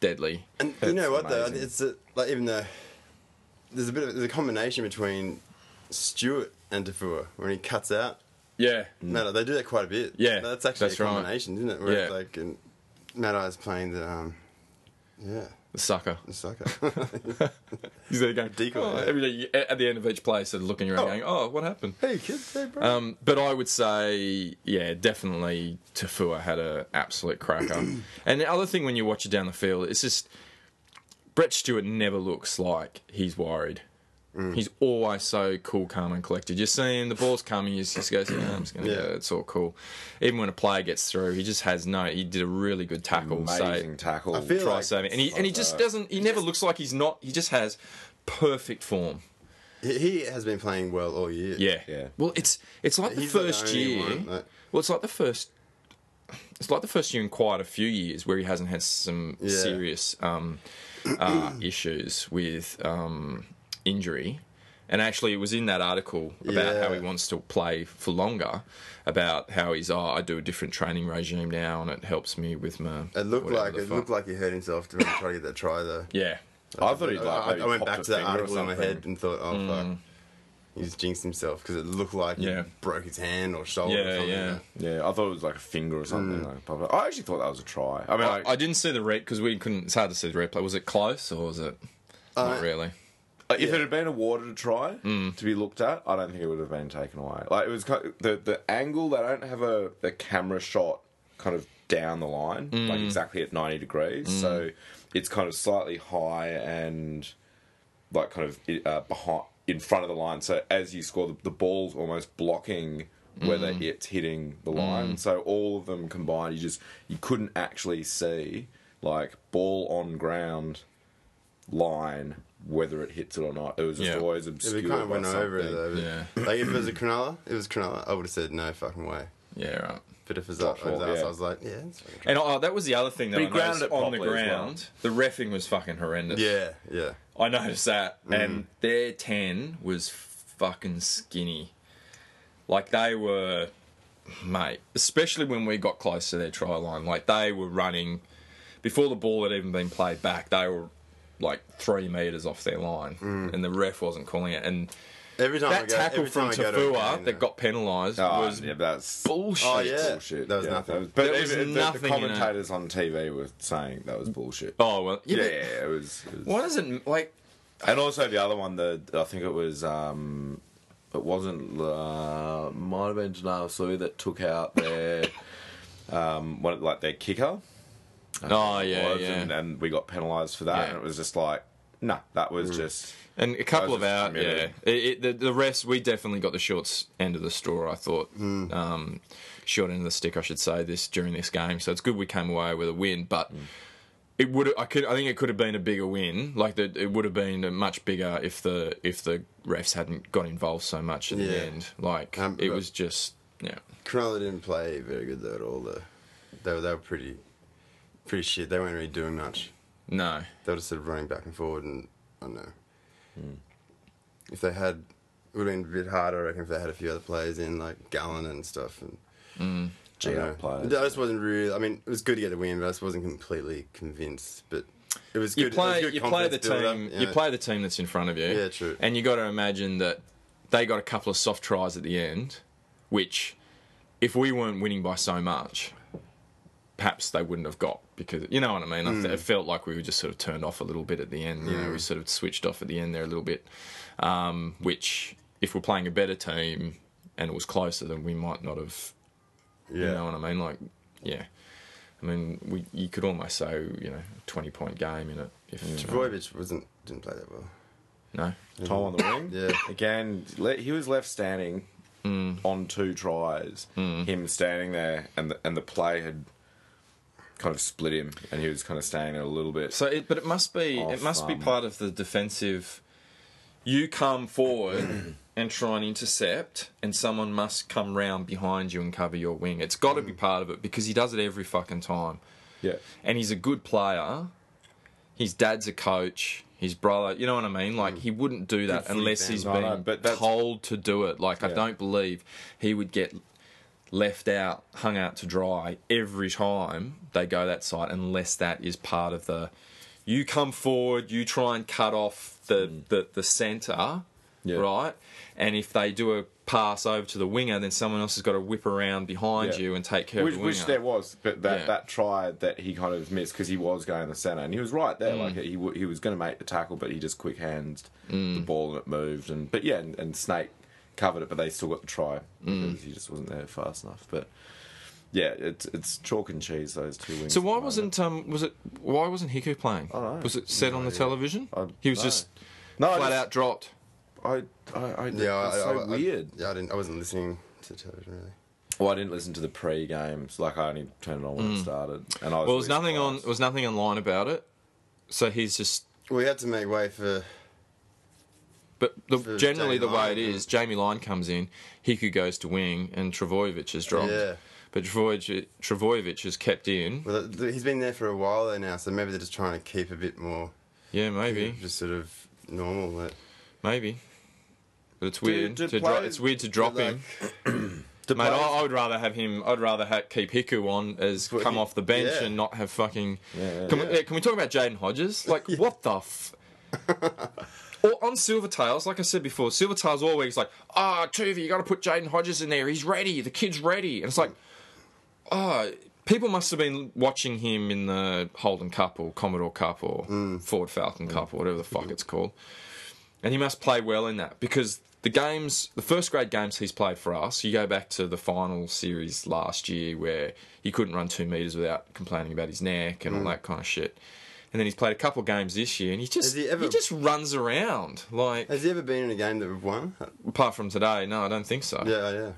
[SPEAKER 2] deadly.
[SPEAKER 1] And you know
[SPEAKER 3] That's
[SPEAKER 1] what though?
[SPEAKER 3] amazing.
[SPEAKER 1] It's a, like even though there's a bit of there's a combination between Stewart and Tafua when he cuts out.
[SPEAKER 2] Yeah,
[SPEAKER 1] No, no, they do that quite a bit.
[SPEAKER 2] Mm. Yeah,
[SPEAKER 1] that's actually
[SPEAKER 2] that's
[SPEAKER 1] a
[SPEAKER 2] right.
[SPEAKER 1] combination, isn't it? Where it's
[SPEAKER 2] Yeah.
[SPEAKER 1] like and Mad Eye's playing the um, yeah,
[SPEAKER 2] the sucker.
[SPEAKER 1] the
[SPEAKER 2] [LAUGHS]
[SPEAKER 1] sucker.
[SPEAKER 2] He's there going
[SPEAKER 1] Decoy,
[SPEAKER 2] "Oh,"
[SPEAKER 1] yeah.
[SPEAKER 2] every day. you- At the end of each play, sort of looking around,
[SPEAKER 1] Oh.
[SPEAKER 2] going, "Oh, what happened?"
[SPEAKER 1] hey kids, hey bro.
[SPEAKER 2] Um, but I would say, yeah, definitely Tafua had an absolute cracker. and the other thing when you watch it down the field, it's just Brett Stewart never looks like he's worried. He's always so cool, calm, and collected. You see him, the ball's coming, he just goes, yeah, I'm just going to
[SPEAKER 1] Yeah.
[SPEAKER 2] go, it's all cool. Even when a player gets through, he just has no, he did a really good tackle.
[SPEAKER 3] amazing
[SPEAKER 2] Amazing.
[SPEAKER 3] tackle.
[SPEAKER 1] I feel
[SPEAKER 2] try
[SPEAKER 1] like-
[SPEAKER 2] saving. And he, and he just doesn't, he never looks like he's not, he just has perfect form.
[SPEAKER 1] he, he has been playing well all year.
[SPEAKER 2] Yeah.
[SPEAKER 3] Yeah.
[SPEAKER 2] Well, it's it's like the
[SPEAKER 1] He's the
[SPEAKER 2] first
[SPEAKER 1] only
[SPEAKER 2] year.
[SPEAKER 1] one that-
[SPEAKER 2] Well, it's like the first. It's like the first year in quite a few years where he hasn't had some
[SPEAKER 1] Yeah.
[SPEAKER 2] serious um, uh, [CLEARS THROAT] issues with um, injury. And actually, it was in that article about
[SPEAKER 1] Yeah.
[SPEAKER 2] how he wants to play for longer, about how he's, oh, I do a different training regime now and it helps me with my.
[SPEAKER 1] It looked
[SPEAKER 2] whatever
[SPEAKER 1] like
[SPEAKER 2] the
[SPEAKER 1] it
[SPEAKER 2] fuck."
[SPEAKER 1] looked like he hurt himself to try to get that try though.
[SPEAKER 2] Yeah.
[SPEAKER 3] I thought he'd
[SPEAKER 1] I,
[SPEAKER 3] like.
[SPEAKER 1] I-
[SPEAKER 3] maybe
[SPEAKER 1] I went
[SPEAKER 3] popped
[SPEAKER 1] back
[SPEAKER 3] a
[SPEAKER 1] to that
[SPEAKER 3] finger or
[SPEAKER 1] article in my
[SPEAKER 3] something. Mm.
[SPEAKER 1] head and thought, oh fuck, he's jinxed himself because it looked like
[SPEAKER 2] Yeah.
[SPEAKER 1] he broke his hand or shoulder. or
[SPEAKER 2] Yeah,
[SPEAKER 1] something.
[SPEAKER 2] yeah.
[SPEAKER 3] Yeah, I thought it was like a finger or something. Like
[SPEAKER 1] Mm.
[SPEAKER 3] pop it. I actually thought that was a try. I mean,
[SPEAKER 2] I,
[SPEAKER 3] like,
[SPEAKER 2] I didn't see the replay because we couldn't. It's hard to see the replay. Was it close or was it.
[SPEAKER 1] Uh,
[SPEAKER 2] not really.
[SPEAKER 3] like, Uh, if it had been awarded a try to be looked at, I don't think it would have been taken away. Like it was kind of- the the angle. They don't have a, a camera shot kind of down the line, like exactly at ninety degrees. So it's kind of slightly high and like kind of uh, behind in front of the line. So as you score, the, the ball's almost blocking whether
[SPEAKER 2] Mm.
[SPEAKER 3] it's hitting the line. So all of them combined, you just you couldn't actually see like ball on ground line whether it hits it or not. It was just
[SPEAKER 2] Yeah.
[SPEAKER 3] always
[SPEAKER 1] If
[SPEAKER 3] obscured.
[SPEAKER 1] it kind of
[SPEAKER 3] by
[SPEAKER 1] went over it
[SPEAKER 3] something.
[SPEAKER 1] though. but-
[SPEAKER 2] Yeah.
[SPEAKER 1] Like if it was a Cronulla, it was Cronulla. I would have said no fucking way.
[SPEAKER 2] Yeah, right.
[SPEAKER 1] But if it was up,
[SPEAKER 3] sure,
[SPEAKER 1] it was us,
[SPEAKER 3] yeah.
[SPEAKER 1] I was like, yeah, it's fucking try.
[SPEAKER 2] And oh, that was the other thing that
[SPEAKER 3] But
[SPEAKER 2] I
[SPEAKER 3] he grounded
[SPEAKER 2] noticed
[SPEAKER 3] it
[SPEAKER 2] on the
[SPEAKER 3] properly as well.
[SPEAKER 2] ground. The refing was fucking horrendous.
[SPEAKER 1] yeah, yeah.
[SPEAKER 2] I noticed that,
[SPEAKER 1] Mm.
[SPEAKER 2] and their ten was fucking skinny. Like they were, mate. Especially when we got close to their try line, like they were running before the ball had even been played back. They were like three meters off their line, and the ref wasn't calling it. And
[SPEAKER 1] Every Mm. time I
[SPEAKER 2] that
[SPEAKER 1] go,
[SPEAKER 2] tackle
[SPEAKER 1] every time
[SPEAKER 2] from
[SPEAKER 1] I go to a
[SPEAKER 2] Tafua
[SPEAKER 1] game,
[SPEAKER 2] that
[SPEAKER 1] though,
[SPEAKER 2] got penalised
[SPEAKER 3] Oh,
[SPEAKER 2] was
[SPEAKER 3] yeah, that's
[SPEAKER 2] bullshit.
[SPEAKER 1] Oh, yeah.
[SPEAKER 3] bullshit.
[SPEAKER 1] That was
[SPEAKER 3] yeah,
[SPEAKER 1] nothing.
[SPEAKER 3] but
[SPEAKER 2] There
[SPEAKER 3] even
[SPEAKER 2] was
[SPEAKER 3] the-
[SPEAKER 2] nothing
[SPEAKER 3] the
[SPEAKER 2] in it.
[SPEAKER 3] commentators on TV were saying that was bullshit.
[SPEAKER 2] Oh, well, yeah.
[SPEAKER 3] yeah,
[SPEAKER 2] but
[SPEAKER 3] yeah, it was. It was
[SPEAKER 2] Why doesn't like
[SPEAKER 3] And also the other one, the I think it was um, it wasn't uh, might have been Janelle Sui that took out their um, what like their kicker.
[SPEAKER 2] Oh yeah,
[SPEAKER 3] was,
[SPEAKER 2] yeah.
[SPEAKER 3] And, and we got penalised for that,
[SPEAKER 2] Yeah.
[SPEAKER 3] and it was just like, no, that
[SPEAKER 1] Mm.
[SPEAKER 3] was just
[SPEAKER 2] And a couple of
[SPEAKER 3] was just
[SPEAKER 2] out, yeah.
[SPEAKER 3] committed.
[SPEAKER 2] It, it, the, the rest, we definitely got the short end of the store. I thought,
[SPEAKER 3] Hmm.
[SPEAKER 2] um, short end of the stick, I should say, this during this game. So it's good we came away with a win, but
[SPEAKER 3] Hmm.
[SPEAKER 2] it would. I could. I think it could have been a bigger win. Like the, it would have been a much bigger if the if the refs hadn't got involved so much in
[SPEAKER 1] Yeah.
[SPEAKER 2] the end. Like
[SPEAKER 1] Um,
[SPEAKER 2] it
[SPEAKER 1] but-
[SPEAKER 2] was just yeah.
[SPEAKER 1] Cronulla didn't play very good though at all. Though they were, they were pretty pretty shit. They weren't really doing much.
[SPEAKER 2] No,
[SPEAKER 1] They were just sort of running back and forward, and I don't know. If they had, it would have been a bit harder, I reckon, if they had a few other players in, like Gallen and stuff. And I
[SPEAKER 3] G
[SPEAKER 1] don't know.
[SPEAKER 3] up players.
[SPEAKER 1] I just wasn't really. I mean, it was good to get the win, but I just wasn't completely convinced. But it was good.
[SPEAKER 2] you
[SPEAKER 1] it was
[SPEAKER 2] play
[SPEAKER 1] good
[SPEAKER 2] you play the
[SPEAKER 1] confidence build-up,
[SPEAKER 2] team you
[SPEAKER 1] know.
[SPEAKER 2] play the team that's in front of you.
[SPEAKER 1] Yeah, true.
[SPEAKER 2] And you got to imagine that they got a couple of soft tries at the end, which if we weren't winning by so much, perhaps they wouldn't have got because you know what I mean.
[SPEAKER 1] Hmm.
[SPEAKER 2] I th- it felt like we were just sort of turned off a little bit at the end. You know, we sort of switched off at the end there a little bit, um, which if we're playing a better team and it was closer, then we might not have
[SPEAKER 1] Yeah.
[SPEAKER 2] you know what I mean? Like, yeah. I mean, we you could almost say you know twenty point game in it. If
[SPEAKER 1] Trbojevic wasn't didn't play that well.
[SPEAKER 2] no,
[SPEAKER 3] Tom on the wing.
[SPEAKER 1] Yeah.
[SPEAKER 3] Again, le- he was left standing
[SPEAKER 2] Mm.
[SPEAKER 3] on two tries. Him standing there, and the, and the play had kind of split him, and he was kind of standing there a little bit.
[SPEAKER 2] so it but it must be
[SPEAKER 3] Off,
[SPEAKER 2] it must be
[SPEAKER 3] um,
[SPEAKER 2] part of the defensive. You come forward and try and intercept, and someone must come round behind you and cover your wing. It's got to be part of it because he does it every fucking time.
[SPEAKER 3] yeah,
[SPEAKER 2] and he's a good player. His dad's a coach. His brother, you know what I mean?
[SPEAKER 3] Hmm.
[SPEAKER 2] Like he wouldn't do that unless he's
[SPEAKER 3] No,
[SPEAKER 2] been
[SPEAKER 3] no, but that's-
[SPEAKER 2] told to do it. Like I
[SPEAKER 3] Yeah.
[SPEAKER 2] don't believe he would get left out, hung out to dry every time they go that site, unless that is part of the. You come forward, you try and cut off the the, the centre,
[SPEAKER 3] Hmm. Yeah.
[SPEAKER 2] right? And if they do a pass over to the winger, then someone else has got to whip around behind
[SPEAKER 3] Yeah.
[SPEAKER 2] you and take care of
[SPEAKER 3] which
[SPEAKER 2] the winger.
[SPEAKER 3] which there was, but that,
[SPEAKER 2] Yeah.
[SPEAKER 3] that try that he kind of missed because he was going the centre, and he was right
[SPEAKER 2] Mm.
[SPEAKER 3] there. Like he w- he was going to make the tackle, but he just quick hands the
[SPEAKER 2] Mm.
[SPEAKER 3] ball and it moved. And but yeah, and, and Snake covered it, but they still got the try
[SPEAKER 2] Mm.
[SPEAKER 3] because he just wasn't there fast enough. But yeah, it's it's chalk and cheese those two wings.
[SPEAKER 2] So
[SPEAKER 3] at the
[SPEAKER 2] why
[SPEAKER 3] moment.
[SPEAKER 2] wasn't um was it why wasn't Hiku playing?
[SPEAKER 3] don't know.
[SPEAKER 2] Was it said on the television? he was
[SPEAKER 3] no.
[SPEAKER 2] just
[SPEAKER 3] No, I
[SPEAKER 2] flat
[SPEAKER 3] just-
[SPEAKER 2] out dropped.
[SPEAKER 3] I, I, I
[SPEAKER 1] Yeah,
[SPEAKER 3] it's
[SPEAKER 1] I,
[SPEAKER 3] so
[SPEAKER 1] I, I-
[SPEAKER 3] weird.
[SPEAKER 1] yeah, I didn't. I wasn't listening to television really.
[SPEAKER 3] well, I didn't listen to the pre games. Like I only turned it on when it started, and
[SPEAKER 2] Mm.
[SPEAKER 3] I was.
[SPEAKER 2] Well, there was
[SPEAKER 3] really
[SPEAKER 2] nothing on
[SPEAKER 3] surprised.
[SPEAKER 2] there was nothing online about it. So he's just
[SPEAKER 1] We had to make way for
[SPEAKER 2] but the,
[SPEAKER 1] For
[SPEAKER 2] generally the
[SPEAKER 1] Jamie
[SPEAKER 2] way it
[SPEAKER 1] Lyon,
[SPEAKER 2] is, Jamie Lyon comes in, Hiku goes to wing, and Travojevic is dropped.
[SPEAKER 1] Yeah.
[SPEAKER 2] But Travojevic, Travojevic is kept in.
[SPEAKER 1] Well, th- th- he's been there for a while though now, so maybe they're just trying to keep a bit more,
[SPEAKER 2] Yeah, maybe,
[SPEAKER 1] just sort of normal. Like,
[SPEAKER 2] maybe. But it's weird
[SPEAKER 3] do
[SPEAKER 2] to drop.
[SPEAKER 3] players-
[SPEAKER 2] It's weird to drop
[SPEAKER 1] like,
[SPEAKER 2] him. Mate, I, I would rather have him. I'd rather ha- keep Hiku on as
[SPEAKER 1] Well,
[SPEAKER 2] come
[SPEAKER 1] he-
[SPEAKER 2] off the bench
[SPEAKER 1] yeah.
[SPEAKER 2] and not have fucking.
[SPEAKER 3] yeah,
[SPEAKER 2] can, We, yeah, can we talk about Jaden Hodges? Like what the. F- or on Silvertails, like I said before, Silvertails always like, ah, oh, Tuvi, you got to put Jaden Hodges in there. He's ready. The kid's ready. And it's like, oh, people must have been watching him in the Holden Cup or Commodore Cup or
[SPEAKER 1] Mm.
[SPEAKER 2] Ford Falcon Cup or whatever the
[SPEAKER 1] Mm-hmm.
[SPEAKER 2] fuck it's called and he must play well in that because the games, the first grade games he's played for us, you go back to the final series last year where he couldn't run two meters without complaining about his neck and all
[SPEAKER 1] Mm.
[SPEAKER 2] that kind of shit. And then he's played a couple games this year, and he just
[SPEAKER 1] Has
[SPEAKER 2] he,
[SPEAKER 1] he ever-
[SPEAKER 2] just runs around like.
[SPEAKER 1] has he ever been in a game that we've won? Uh,
[SPEAKER 2] Apart from today, no, I don't think so.
[SPEAKER 1] Yeah, oh, yeah.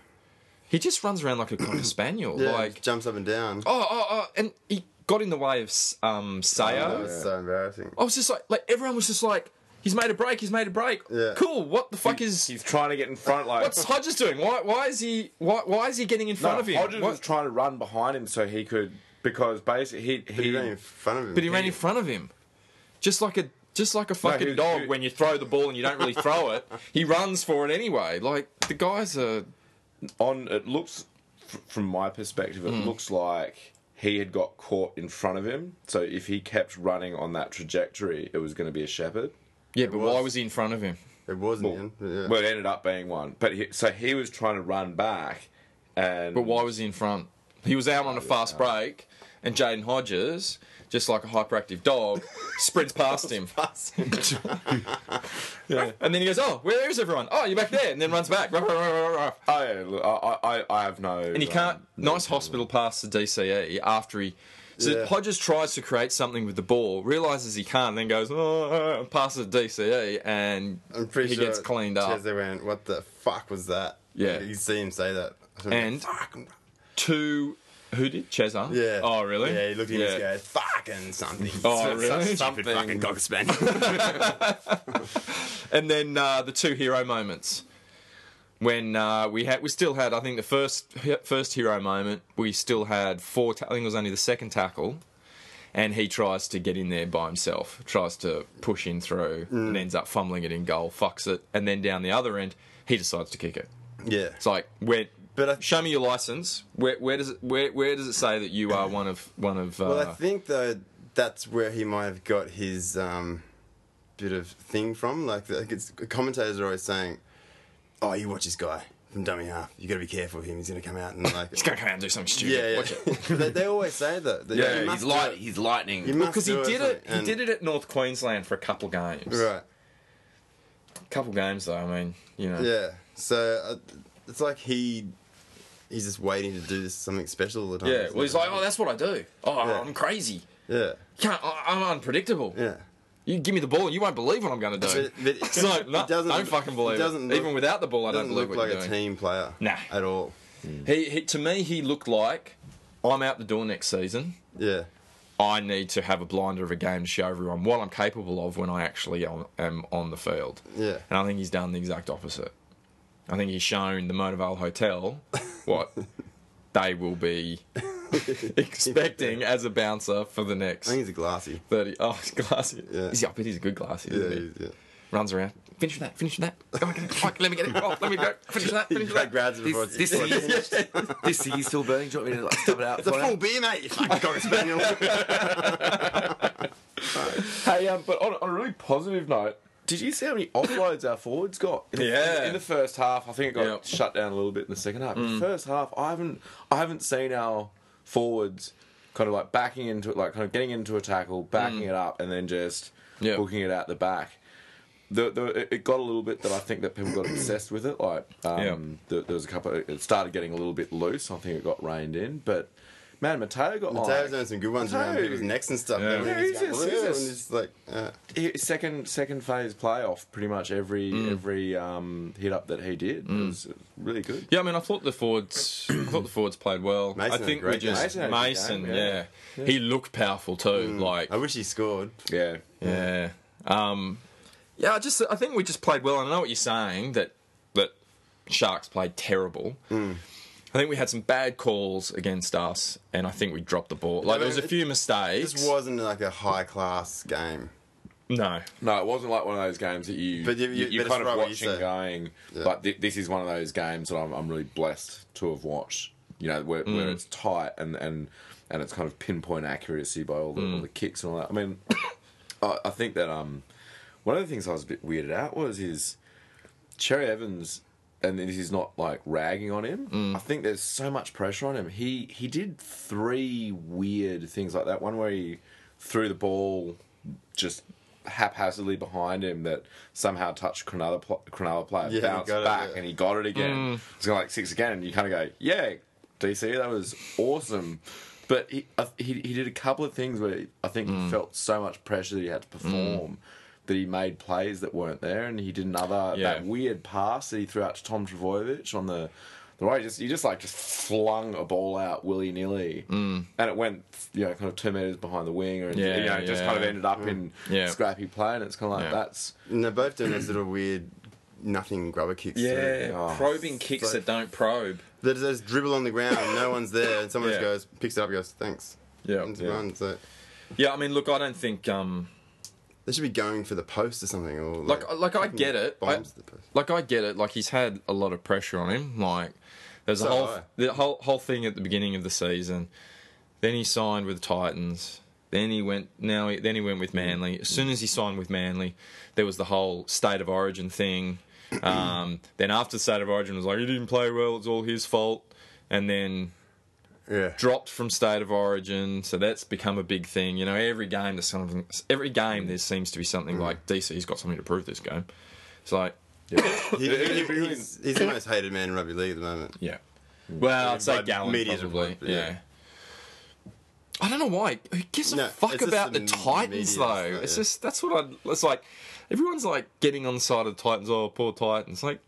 [SPEAKER 2] He just runs around like a [COUGHS] cocker spaniel,
[SPEAKER 1] Yeah,
[SPEAKER 2] like
[SPEAKER 1] jumps up and down.
[SPEAKER 2] oh, oh, oh, and he got in the way of um Sayo.
[SPEAKER 3] Oh,
[SPEAKER 1] that was so embarrassing.
[SPEAKER 2] I was just like, like everyone was just like, he's made a break, he's made a break.
[SPEAKER 1] Yeah.
[SPEAKER 2] Cool. What the fuck is
[SPEAKER 3] He's trying to get in front. Like
[SPEAKER 2] What's Hodges doing? Why, why is he why, why is he getting in
[SPEAKER 3] no,
[SPEAKER 2] front of him?
[SPEAKER 3] Hodges
[SPEAKER 2] What-
[SPEAKER 3] was trying to run behind him so he could because basically he he,
[SPEAKER 1] But he ran in front of him.
[SPEAKER 2] but he ran in front of him, just like a just like a fucking
[SPEAKER 3] he-
[SPEAKER 2] dog.
[SPEAKER 3] he-
[SPEAKER 2] when you throw the ball and you don't really throw it, he runs for it anyway. Like the guys are
[SPEAKER 3] on it looks f- from my perspective it looks like he had got caught in front of him. So if he kept running on that trajectory, it was going to be a shepherd.
[SPEAKER 2] yeah, but
[SPEAKER 1] was.
[SPEAKER 2] why was he in front of him?
[SPEAKER 1] It wasn't
[SPEAKER 3] Well,
[SPEAKER 1] him. Yeah.
[SPEAKER 3] well, it ended up being one. But he, so he was trying to run back, and
[SPEAKER 2] But why was he in front? He was out on a fast break, and Jaden Hodges, just like a hyperactive
[SPEAKER 3] [LAUGHS]
[SPEAKER 2] dog, sprints past him.
[SPEAKER 1] [LAUGHS]
[SPEAKER 2] [LAUGHS] Yeah. And then he goes, "Oh, where is everyone? Oh, you're back there!" And then runs back. Ruff, ruff, ruff, ruff, ruff.
[SPEAKER 3] Oh, yeah, look, I, I, I have no.
[SPEAKER 2] And he
[SPEAKER 3] um,
[SPEAKER 2] can't. nice hospital pass to DCE after he. So
[SPEAKER 1] Yeah.
[SPEAKER 2] Hodges tries to create something with the ball, realizes he can't, then goes oh, and passes to DCE, and
[SPEAKER 1] I'm pretty
[SPEAKER 2] he
[SPEAKER 1] sure
[SPEAKER 2] gets cleaned up.
[SPEAKER 1] They went, "What the fuck was that?"
[SPEAKER 2] Yeah.
[SPEAKER 1] you see him say that.
[SPEAKER 2] And-
[SPEAKER 1] fuck.
[SPEAKER 2] Two, who did Chesa?
[SPEAKER 1] yeah.
[SPEAKER 2] Oh, really?
[SPEAKER 1] Yeah, he looked at
[SPEAKER 2] Yeah.
[SPEAKER 1] his him and goes, "Fucking something." [LAUGHS]
[SPEAKER 2] Oh, really?
[SPEAKER 1] Something
[SPEAKER 3] Something.
[SPEAKER 1] fucking cock
[SPEAKER 2] [LAUGHS]
[SPEAKER 1] spaniel.
[SPEAKER 2] And then uh, the two hero moments. When uh, we had, we still had. I think the first first hero moment, we still had four. Ta- I think it was only the second tackle, and he tries to get in there by himself. Tries to push in through, and
[SPEAKER 1] Mm.
[SPEAKER 2] ends up fumbling it in goal. Fucks it, and then down the other end, he decides to kick it.
[SPEAKER 1] yeah.
[SPEAKER 2] It's like, where?
[SPEAKER 1] But I-
[SPEAKER 2] show me your license. Where, where does it? Where, where does it say that you are one of one of? Uh,
[SPEAKER 1] Well, I think though that's where he might have got his um, bit of thing from. Like, like it's, commentators are always saying, "Oh, you watch this guy from dummy half. You got to be careful of him. He's going to come
[SPEAKER 2] [LAUGHS]
[SPEAKER 1] out and like."
[SPEAKER 2] he's gonna come out and do something stupid.
[SPEAKER 1] yeah,
[SPEAKER 2] Watch it.
[SPEAKER 1] yeah. [LAUGHS] they, they always say that. They- you must
[SPEAKER 3] he's
[SPEAKER 1] do
[SPEAKER 3] light.
[SPEAKER 1] it.
[SPEAKER 3] He's lightning.
[SPEAKER 1] You must
[SPEAKER 2] Because he
[SPEAKER 1] do
[SPEAKER 2] did it. He
[SPEAKER 1] and-
[SPEAKER 2] did it at North Queensland for a couple games.
[SPEAKER 1] Right.
[SPEAKER 2] couple games though. I mean, you know.
[SPEAKER 1] Yeah. So uh, it's like he he's just waiting to do something special all the time.
[SPEAKER 2] Yeah, Well, he's like, oh, that's what I do. Oh,
[SPEAKER 1] Yeah.
[SPEAKER 2] I'm crazy.
[SPEAKER 1] yeah,
[SPEAKER 2] Can't, I, I'm unpredictable.
[SPEAKER 1] yeah.
[SPEAKER 2] You give me the ball, and you won't believe what I'm going to do. [LAUGHS]
[SPEAKER 1] But- but it-
[SPEAKER 2] it's
[SPEAKER 1] [LAUGHS]
[SPEAKER 2] like,
[SPEAKER 1] it
[SPEAKER 2] no,
[SPEAKER 1] doesn't-
[SPEAKER 2] don't fucking believe
[SPEAKER 1] it
[SPEAKER 2] it.
[SPEAKER 1] doesn't look-
[SPEAKER 2] Even without the ball, I don't
[SPEAKER 1] Doesn't
[SPEAKER 2] believe
[SPEAKER 1] look
[SPEAKER 2] what
[SPEAKER 1] like
[SPEAKER 2] you're
[SPEAKER 1] a
[SPEAKER 2] doing.
[SPEAKER 1] team player.
[SPEAKER 2] Nah.
[SPEAKER 1] At all.
[SPEAKER 2] He, he, to me, he looked like I'm out the door next season.
[SPEAKER 1] Yeah.
[SPEAKER 2] I need to have a blinder of a game to show everyone what I'm capable of when I actually am- am on the field.
[SPEAKER 1] Yeah.
[SPEAKER 2] And I think he's done the exact opposite. I think he's shown the Motivale Hotel what they will be expecting as a bouncer for the next
[SPEAKER 1] I think he's a [LAUGHS] glassy.
[SPEAKER 2] 30. Oh, he's glassy.
[SPEAKER 1] Yeah.
[SPEAKER 2] He's, I bet he's a good glassy.
[SPEAKER 1] Yeah,
[SPEAKER 2] Isn't he?
[SPEAKER 1] he's, yeah.
[SPEAKER 2] Runs around. Finish with that. Finish with that. Go on, get it. Fuck, let me get it. Oh, let me go. Finish that. Finish
[SPEAKER 1] Like
[SPEAKER 2] that.
[SPEAKER 1] grabs it before it's
[SPEAKER 3] This, this, is, this is still burning. Do you want me to like, stub it out?
[SPEAKER 1] It's a full beer, mate. You fucking cock spaniel.
[SPEAKER 3] Hey, um, but on, on a really positive note, did you see how many offloads our forwards got? In the,
[SPEAKER 2] Yeah.
[SPEAKER 3] In the first half, I think it got
[SPEAKER 2] Yep. Mm.
[SPEAKER 3] shut down a little bit in the second half. In the first half, I haven't, I haven't seen our forwards kind of like backing into it, like kind of getting into a tackle, backing it up, and then just
[SPEAKER 2] Mm. Yeah.
[SPEAKER 3] hooking it out the back. The, the, it- it got a little bit that I think that people got obsessed with it. Like, um,
[SPEAKER 2] Yeah.
[SPEAKER 3] there, there was a couple. It started getting a little bit loose. I think it got reined in, but man, Mateo
[SPEAKER 1] [LAUGHS]
[SPEAKER 3] got
[SPEAKER 1] Mateo's
[SPEAKER 3] like,
[SPEAKER 1] done some good ones around
[SPEAKER 3] Mateo-
[SPEAKER 1] people's necks and stuff.
[SPEAKER 2] Yeah.
[SPEAKER 1] though, when
[SPEAKER 3] Yeah, he's
[SPEAKER 1] he's
[SPEAKER 3] just- he's
[SPEAKER 1] when
[SPEAKER 3] just-
[SPEAKER 1] he's like, uh,
[SPEAKER 3] He- second second phase playoff pretty much every every um, hit up that he did It was really good.
[SPEAKER 2] Yeah, I mean, I thought the forwards, I thought the forwards played well.
[SPEAKER 1] Mason
[SPEAKER 2] I
[SPEAKER 1] had a
[SPEAKER 2] think we
[SPEAKER 1] great
[SPEAKER 2] just
[SPEAKER 3] game.
[SPEAKER 2] Mason,
[SPEAKER 3] Mason had a good game,
[SPEAKER 2] yeah. he looked powerful too. Like,
[SPEAKER 1] I wish he scored.
[SPEAKER 3] Yeah.
[SPEAKER 2] yeah, um, yeah. I just, I think we just played well. And I know what you're saying that that Sharks played terrible. I think we had some bad calls against us, and I think we dropped the ball. Like, there was a few mistakes.
[SPEAKER 1] This wasn't like a high class game.
[SPEAKER 2] no,
[SPEAKER 3] No, it wasn't like one of those games that you
[SPEAKER 1] But you-
[SPEAKER 3] you,
[SPEAKER 1] you-
[SPEAKER 3] you're
[SPEAKER 1] but
[SPEAKER 3] kind
[SPEAKER 1] it's
[SPEAKER 3] of
[SPEAKER 1] right what you
[SPEAKER 3] watching
[SPEAKER 1] say.
[SPEAKER 3] going.
[SPEAKER 1] Yeah.
[SPEAKER 3] Like thi- this is one of those games that I'm, I'm really blessed to have watched. You know, where, where it's tight and and and it's kind of pinpoint accuracy by all the, all the kicks and all that. I mean, [COUGHS] I, I think that um, one of the things I was a bit weirded out was is Cherry Evans, and this is not like ragging on him.
[SPEAKER 1] Mm.
[SPEAKER 3] I think there's so much pressure on him. He he did three weird things like that. One where he threw the ball just haphazardly behind him that somehow touched Cronulla, pl- Cronulla player,
[SPEAKER 1] Yeah, he
[SPEAKER 3] bounced
[SPEAKER 1] got it,
[SPEAKER 3] back,
[SPEAKER 1] yeah.
[SPEAKER 3] and he got it again.
[SPEAKER 2] Mm.
[SPEAKER 3] It's got like six again, and you kind of go, yeah, DC, that was awesome. But he, I- he he did a couple of things where I think
[SPEAKER 2] Mm.
[SPEAKER 3] he felt so much pressure that he had to perform that he made plays that weren't there, and he did another
[SPEAKER 2] Yeah.
[SPEAKER 3] that weird pass that he threw out to Tom Travojevic on the the right. Just he just like just flung a ball out willy nilly, and it went you know kind of two meters behind the wing, and
[SPEAKER 2] Mm. Yeah,
[SPEAKER 3] you know just
[SPEAKER 2] yeah.
[SPEAKER 3] kind of ended up in
[SPEAKER 2] Yeah.
[SPEAKER 3] scrappy play, and it's kind of like
[SPEAKER 2] Yeah.
[SPEAKER 3] that's
[SPEAKER 1] And they're both doing those little weird nothing grubber kicks.
[SPEAKER 2] yeah,
[SPEAKER 3] Oh.
[SPEAKER 2] probing kicks that don't probe.
[SPEAKER 1] They just- they just dribble on the ground, no one's there, and someone
[SPEAKER 2] Yeah.
[SPEAKER 1] just goes, picks it up, and goes, thanks.
[SPEAKER 2] Yeah,
[SPEAKER 1] And just
[SPEAKER 2] yeah.
[SPEAKER 1] runs. So
[SPEAKER 2] yeah. I mean, look, I don't think. um
[SPEAKER 1] they should be going for the post or something. Or
[SPEAKER 2] like like I get it. I,
[SPEAKER 1] Bombs the post.
[SPEAKER 2] like I get it. Like he's had a lot of pressure on him. Like there's a
[SPEAKER 1] So
[SPEAKER 2] whole
[SPEAKER 1] have I.
[SPEAKER 2] the whole whole thing at the beginning of the season. Then he signed with the Titans. Then he went now. He, then he went with Manly. As soon as he signed with Manly, there was the whole state of origin thing. Um, then after the state of origin was like he didn't play well. It's all his fault. And then
[SPEAKER 1] Yeah.
[SPEAKER 2] dropped from state of origin, so that's become a big thing. You know, every game there's something. Every game there seems to be something
[SPEAKER 1] Mm.
[SPEAKER 2] like DC's got something to prove this game. It's like,
[SPEAKER 1] He- he- he's, he's the most hated man in rugby league at the moment.
[SPEAKER 2] yeah. Well, I'd
[SPEAKER 1] Mm.
[SPEAKER 2] say
[SPEAKER 1] By
[SPEAKER 2] Gallon
[SPEAKER 1] media's
[SPEAKER 2] probably.
[SPEAKER 1] report,
[SPEAKER 2] yeah.
[SPEAKER 1] yeah.
[SPEAKER 2] I don't know why. Who gives a
[SPEAKER 1] No,
[SPEAKER 2] fuck
[SPEAKER 1] it's just
[SPEAKER 2] about the
[SPEAKER 1] the
[SPEAKER 2] Titans
[SPEAKER 1] media's
[SPEAKER 2] though?
[SPEAKER 1] though,
[SPEAKER 2] It's
[SPEAKER 1] yeah.
[SPEAKER 2] just that's what I. It's like everyone's like getting on the side of the Titans. Oh, poor Titans! Like,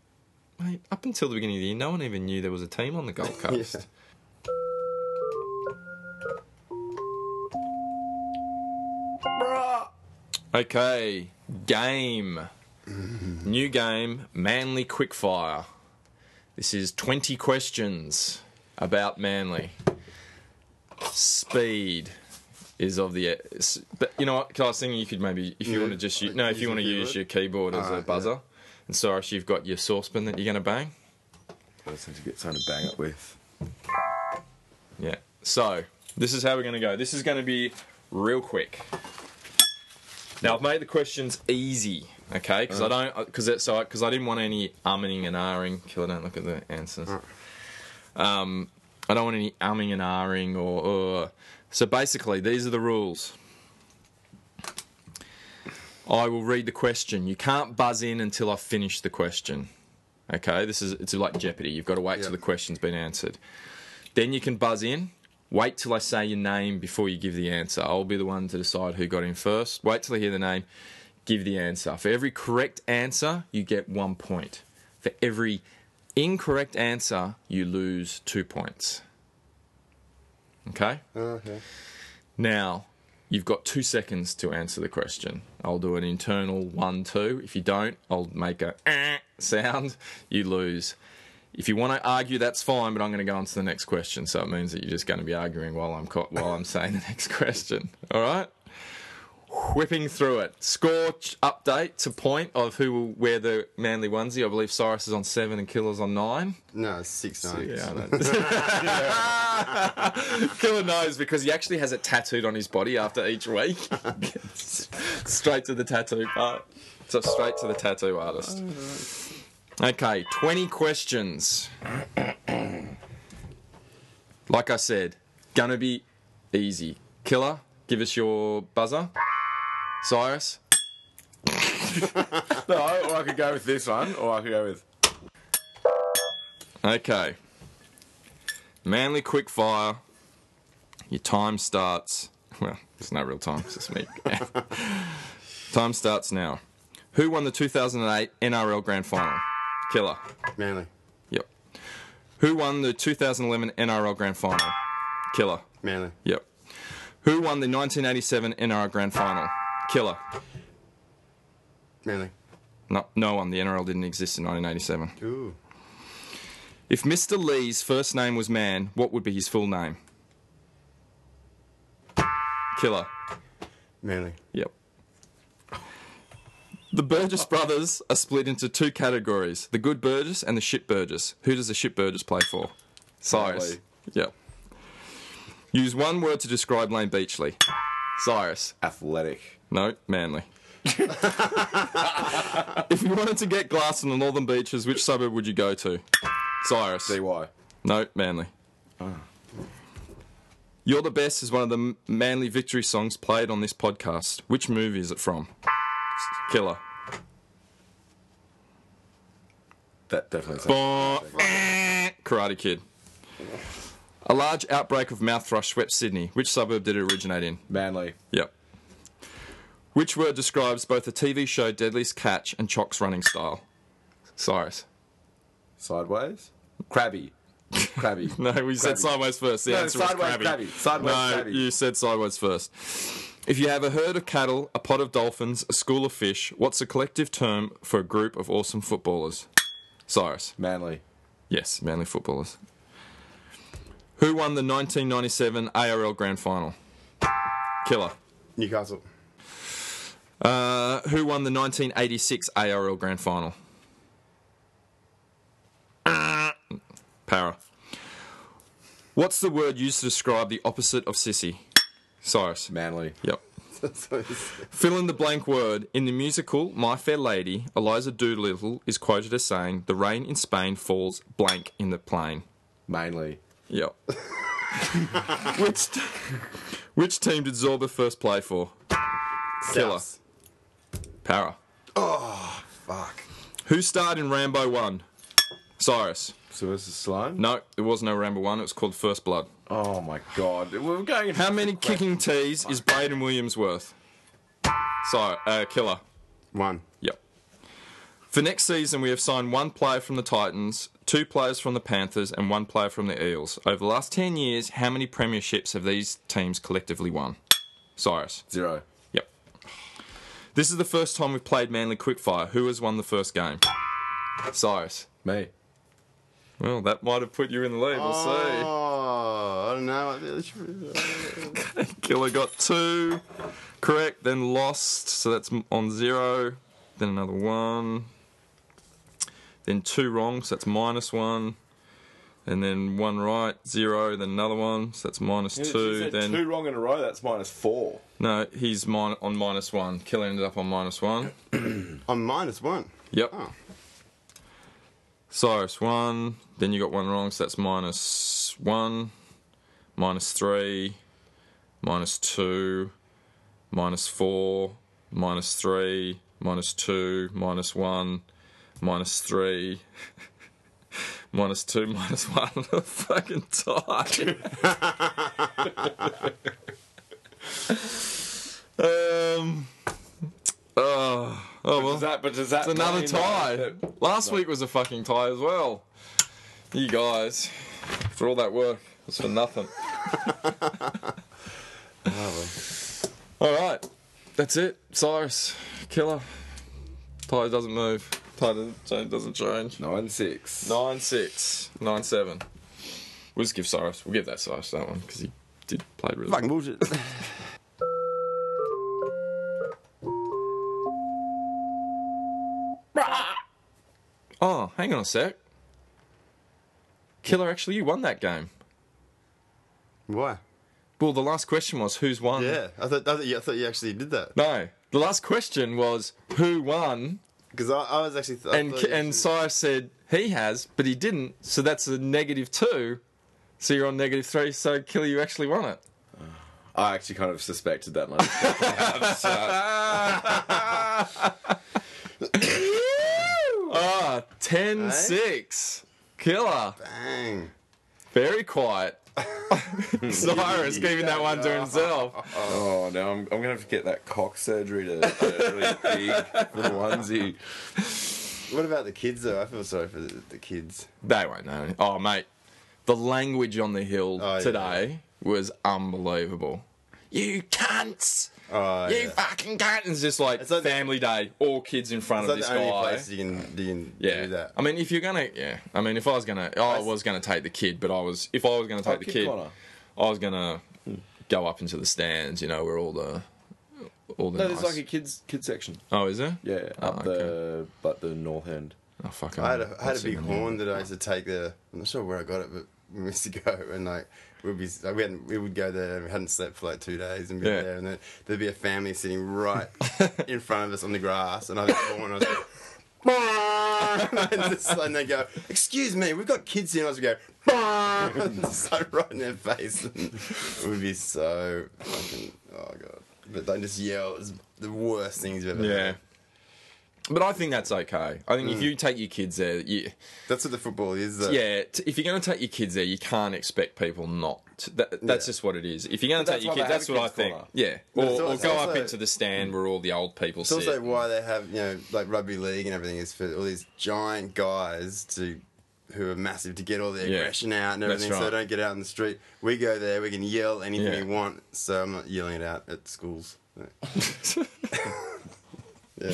[SPEAKER 2] mate, up until the beginning of the year, no one even knew there was a team on
[SPEAKER 1] [LAUGHS]
[SPEAKER 2] the Gold Coast. Okay, game.
[SPEAKER 1] Mm-hmm.
[SPEAKER 2] New game, Manly Quickfire. This is 20 questions about Manly. Speed is of the. s- But you know what? 'cause I was thinking you could maybe, if you
[SPEAKER 1] Yeah,
[SPEAKER 2] want to just. u- No, if
[SPEAKER 1] use
[SPEAKER 2] you want to
[SPEAKER 1] the
[SPEAKER 2] use
[SPEAKER 1] keyboard.
[SPEAKER 2] your keyboard as a
[SPEAKER 1] Alright,
[SPEAKER 2] buzzer. And sorry, you've got your saucepan that you're going to bang.
[SPEAKER 3] I just need to get something to bang it with.
[SPEAKER 2] Yeah. So, this is how we're going to go. This is going to be real quick. Now, I've made the questions easy, okay? Because I don't, because that's so, because I didn't want any umming and ahhing. Because I don't look at the answers. Um, I don't want any umming and ahhing or, or. So basically, these are the rules. I will read the question. You can't buzz in until I finish the question. Okay, this is it's like Jeopardy. You've got to wait till
[SPEAKER 1] Yeah.
[SPEAKER 2] the question's been answered. Then you can buzz in. Wait till I say your name before you give the answer. I'll be the one to decide who got in first. Wait till I hear the name. Give the answer. For every correct answer, you get one point. For every incorrect answer, you lose two points. Okay?
[SPEAKER 1] Okay.
[SPEAKER 2] Now, you've got two seconds to answer the question. I'll do an internal one, two. If you don't, I'll make a eh sound. You lose. If you want to argue, that's fine, but I'm going to go on to the next question. So it means that you're just going to be arguing while I'm co- while I'm saying the next [LAUGHS] question. All right. Whipping through it. Score ch- update to point of who will wear the manly onesie. I believe Cyrus is on seven and Killer's on nine.
[SPEAKER 1] No, it's six nine.
[SPEAKER 2] Yeah, I know. [LAUGHS] Killer knows because he actually has it tattooed on his body after each week. [LAUGHS] straight to the tattoo part. So straight to the tattoo artist. Okay, 20 questions. [CLEARS THROAT] Like I said, gonna be easy. Killer, give us your buzzer. Cyrus,
[SPEAKER 3] No, or I could go with this one, or I could go with.
[SPEAKER 2] Okay. Manly quick fire. Your time starts. [LAUGHS] Well, there's no real time. It's just me. [LAUGHS] time starts now. Who won the 2008 NRL Grand Final? Killer.
[SPEAKER 1] Manly.
[SPEAKER 2] Yep. Who won the 2011 NRL Grand Final? Killer.
[SPEAKER 1] Manly.
[SPEAKER 2] Yep. Who won the 1987 NRL Grand Final? Killer.
[SPEAKER 1] Manly.
[SPEAKER 2] No, no one. The NRL didn't exist in 1987.
[SPEAKER 1] Ooh.
[SPEAKER 2] If Mr. Lee's first name was Man, what would be his full name? Killer.
[SPEAKER 1] Manly.
[SPEAKER 2] Yep. The Burgess brothers are split into two categories the good Burgess and the shit Burgess. Who does the shit Burgess play for? Cyrus.
[SPEAKER 3] Lee.
[SPEAKER 2] Yep. Use one word to describe Lane Beachley. Cyrus.
[SPEAKER 3] Athletic.
[SPEAKER 2] No, Manly. [LAUGHS] if you wanted to get glass on the northern beaches, which suburb would you go to? Cyrus.
[SPEAKER 3] DY.
[SPEAKER 2] No, Manly. You're the Best is one of the M- Manly victory songs played on this podcast. Which movie is it from? Killer.
[SPEAKER 3] That definitely sounds.
[SPEAKER 2] Bah, eh, Karate Kid. A large outbreak of mouth thrush swept Sydney. Which suburb did it originate in?
[SPEAKER 3] Manly.
[SPEAKER 2] Yep. Which word describes both the TV show Deadliest Catch and Chalk's running style? Cyrus.
[SPEAKER 3] Sideways. Crabby. Crabby.
[SPEAKER 2] [LAUGHS] No, we said
[SPEAKER 3] Crabby.
[SPEAKER 2] sideways first. The
[SPEAKER 3] No,
[SPEAKER 2] answer was
[SPEAKER 3] sideways
[SPEAKER 2] crabby.
[SPEAKER 3] crabby. Sideways
[SPEAKER 2] no,
[SPEAKER 3] crabby.
[SPEAKER 2] you said sideways first. If you have a herd of cattle, a pod of dolphins, a school of fish, what's the collective term for a group of awesome footballers? Cyrus.
[SPEAKER 3] Manly.
[SPEAKER 2] Yes, manly footballers. Who won the 1997 ARL Grand Final? Killer.
[SPEAKER 1] Newcastle.
[SPEAKER 2] Uh, who won the 1986 ARL Grand Final? Para. What's the word used to describe the opposite of sissy? Cyrus.
[SPEAKER 3] Manly.
[SPEAKER 2] Yep.
[SPEAKER 1] That's what he said.
[SPEAKER 2] Fill in the blank word. In the musical My Fair Lady, Eliza Doolittle is quoted as saying, The rain in Spain falls blank in the plain.
[SPEAKER 3] Mainly.
[SPEAKER 2] Yep. which, which team did Zorba first play for? Killer.
[SPEAKER 1] Souths.
[SPEAKER 2] Para.
[SPEAKER 1] Fuck.
[SPEAKER 2] Who starred in Rambo 1? Cyrus.
[SPEAKER 3] Sylvester Stallone.
[SPEAKER 2] No, it was no Rambo 1. It was called First Blood.
[SPEAKER 3] Oh my god, we're going.
[SPEAKER 2] How many kicking tees is Braden Williams worth? Sorry, uh, killer.
[SPEAKER 1] One.
[SPEAKER 2] Yep. For next season, we have signed one player from the Titans, two players from the Panthers, and one player from the Eels. Over the last 10 years, how many premierships have these teams collectively won? Cyrus.
[SPEAKER 3] Zero.
[SPEAKER 2] Yep. This is the first time we've played Manly Quickfire. Who has won the first game? Cyrus.
[SPEAKER 3] Me.
[SPEAKER 2] Well, that might have put you in the lead. We'll see.
[SPEAKER 1] Oh, I don't know.
[SPEAKER 2] Killer got two correct, then lost, so that's m- on zero. Then another one. Then two wrong, so that's minus one. And then one right, zero, then another one, so that's minus two. Then
[SPEAKER 3] two wrong in a row. That's minus four.
[SPEAKER 2] no, he's min- on minus one. Killer ended up on minus one.
[SPEAKER 1] I'm minus one.
[SPEAKER 2] Yep.
[SPEAKER 1] Oh.
[SPEAKER 2] Cyrus one. Then you got one wrong, so that's minus one, minus three, minus two, minus four, minus three, minus two, minus one, minus three, [LAUGHS] minus two, [LAUGHS] minus one. fucking tie. um. Oh, oh well.
[SPEAKER 3] Does that? But does that?
[SPEAKER 2] It's another
[SPEAKER 3] mean
[SPEAKER 2] tie.
[SPEAKER 3] that-
[SPEAKER 2] Last week was a fucking tie as well. You guys, for all that work, it was for
[SPEAKER 3] [LAUGHS]
[SPEAKER 2] nothing. [LAUGHS] all right, that's it. Cyrus, killer. Tie doesn't move. Tie doesn't change. Doesn't change.
[SPEAKER 3] Nine six.
[SPEAKER 2] Nine six, nine seven. We'll just give Cyrus. We'll give that Cyrus that one because he did play really.
[SPEAKER 1] Fucking bullshit.
[SPEAKER 2] Oh, hang on a sec. Killer, actually, you won that game.
[SPEAKER 1] [LAUGHS] Why?
[SPEAKER 2] Well, the last question was who's won.
[SPEAKER 1] Yeah, I thought, I thought, yeah, I thought you actually did that.
[SPEAKER 2] No. The last question was who won,
[SPEAKER 1] Because I, I was actually. Th- I
[SPEAKER 2] and
[SPEAKER 1] thought you
[SPEAKER 2] and
[SPEAKER 1] actually-
[SPEAKER 2] Cyrus said he has, but he didn't. So that's a negative two. So you're on negative three. So Killer, you actually won it.
[SPEAKER 3] I actually kind of suspected that. Like, I'm sorry.
[SPEAKER 2] Ah, 10
[SPEAKER 1] Eh?
[SPEAKER 2] 6. Killer.
[SPEAKER 1] Bang.
[SPEAKER 2] Very quiet. [LAUGHS] Cyrus keeping that one to himself.
[SPEAKER 3] oh no, I'm, I'm gonna have to get that cock surgery to a really big little onesie.
[SPEAKER 1] What about the kids, though? I feel sorry for the, the kids.
[SPEAKER 2] They won't know. Oh, mate. The language on the hill
[SPEAKER 1] Oh, yeah.
[SPEAKER 2] today was unbelievable. You cunts!
[SPEAKER 1] Oh,
[SPEAKER 2] you
[SPEAKER 1] yeah.
[SPEAKER 2] fucking cunt! It's just like,
[SPEAKER 1] It's like the-
[SPEAKER 2] family day, all kids in front
[SPEAKER 1] It's like
[SPEAKER 2] of this
[SPEAKER 1] the only
[SPEAKER 2] guy.
[SPEAKER 1] place you can, you can
[SPEAKER 2] Yeah.
[SPEAKER 1] do that.
[SPEAKER 2] I mean, if you're gonna, yeah. I mean, if I was gonna, I was gonna take the kid, but I was, if I was gonna take the
[SPEAKER 3] kid
[SPEAKER 2] kid,
[SPEAKER 3] corner.
[SPEAKER 2] I was gonna go up into the stands, you know, where all the, all the.
[SPEAKER 3] No,
[SPEAKER 2] nice-
[SPEAKER 3] there's like a kids kids section.
[SPEAKER 2] oh, is there?
[SPEAKER 3] Yeah,
[SPEAKER 2] Oh,
[SPEAKER 3] up the but the north end.
[SPEAKER 2] Oh fuck!
[SPEAKER 1] I had a, I had a
[SPEAKER 2] that's
[SPEAKER 1] big
[SPEAKER 2] even more.
[SPEAKER 1] horn that I used to take there. I'm not sure where I got it, but we used to go [LAUGHS] and like we'd be like, we hadn't we would go there and we hadn't slept for like two days and be
[SPEAKER 2] Yeah.
[SPEAKER 1] there and then there'd be a family sitting
[SPEAKER 2] [LAUGHS]
[SPEAKER 1] right in front of us on the grass and I had a horn and [LAUGHS] I was like [LAUGHS] and, just, and they go, excuse me, we've got kids here. And I was go, [LAUGHS] and just like right in their face. [LAUGHS] And it would be so fucking oh god. But they just yell. It's the worst things you've ever.
[SPEAKER 2] Yeah.
[SPEAKER 1] heard.
[SPEAKER 2] But I think that's okay. I think
[SPEAKER 1] Mm.
[SPEAKER 2] if you take your kids there, you,
[SPEAKER 1] that's what the football is. uh, Though.
[SPEAKER 2] yeah, t- if you're going to take your kids there, you can't expect people not. To, that, that's
[SPEAKER 1] Yeah.
[SPEAKER 2] just what it is. If you're going to
[SPEAKER 3] But
[SPEAKER 2] take your kids, that's
[SPEAKER 3] that's why they have a
[SPEAKER 2] what I
[SPEAKER 3] kids'
[SPEAKER 2] think.
[SPEAKER 3] corner.
[SPEAKER 2] Yeah,
[SPEAKER 1] But
[SPEAKER 2] or,
[SPEAKER 1] it's
[SPEAKER 2] or
[SPEAKER 1] also-
[SPEAKER 2] go
[SPEAKER 1] it's
[SPEAKER 2] up
[SPEAKER 1] also-
[SPEAKER 2] into the stand where all the old people
[SPEAKER 1] It's
[SPEAKER 2] sit.
[SPEAKER 1] also why they have, you know, like rugby league and everything is for all these giant guys to who are massive to get all the
[SPEAKER 2] Yeah.
[SPEAKER 1] aggression out and
[SPEAKER 2] That's
[SPEAKER 1] everything, so
[SPEAKER 2] right.
[SPEAKER 1] they don't get out in the street. We go there, we can yell anything
[SPEAKER 2] Yeah.
[SPEAKER 1] we want, so I'm not yelling it out at schools. yeah.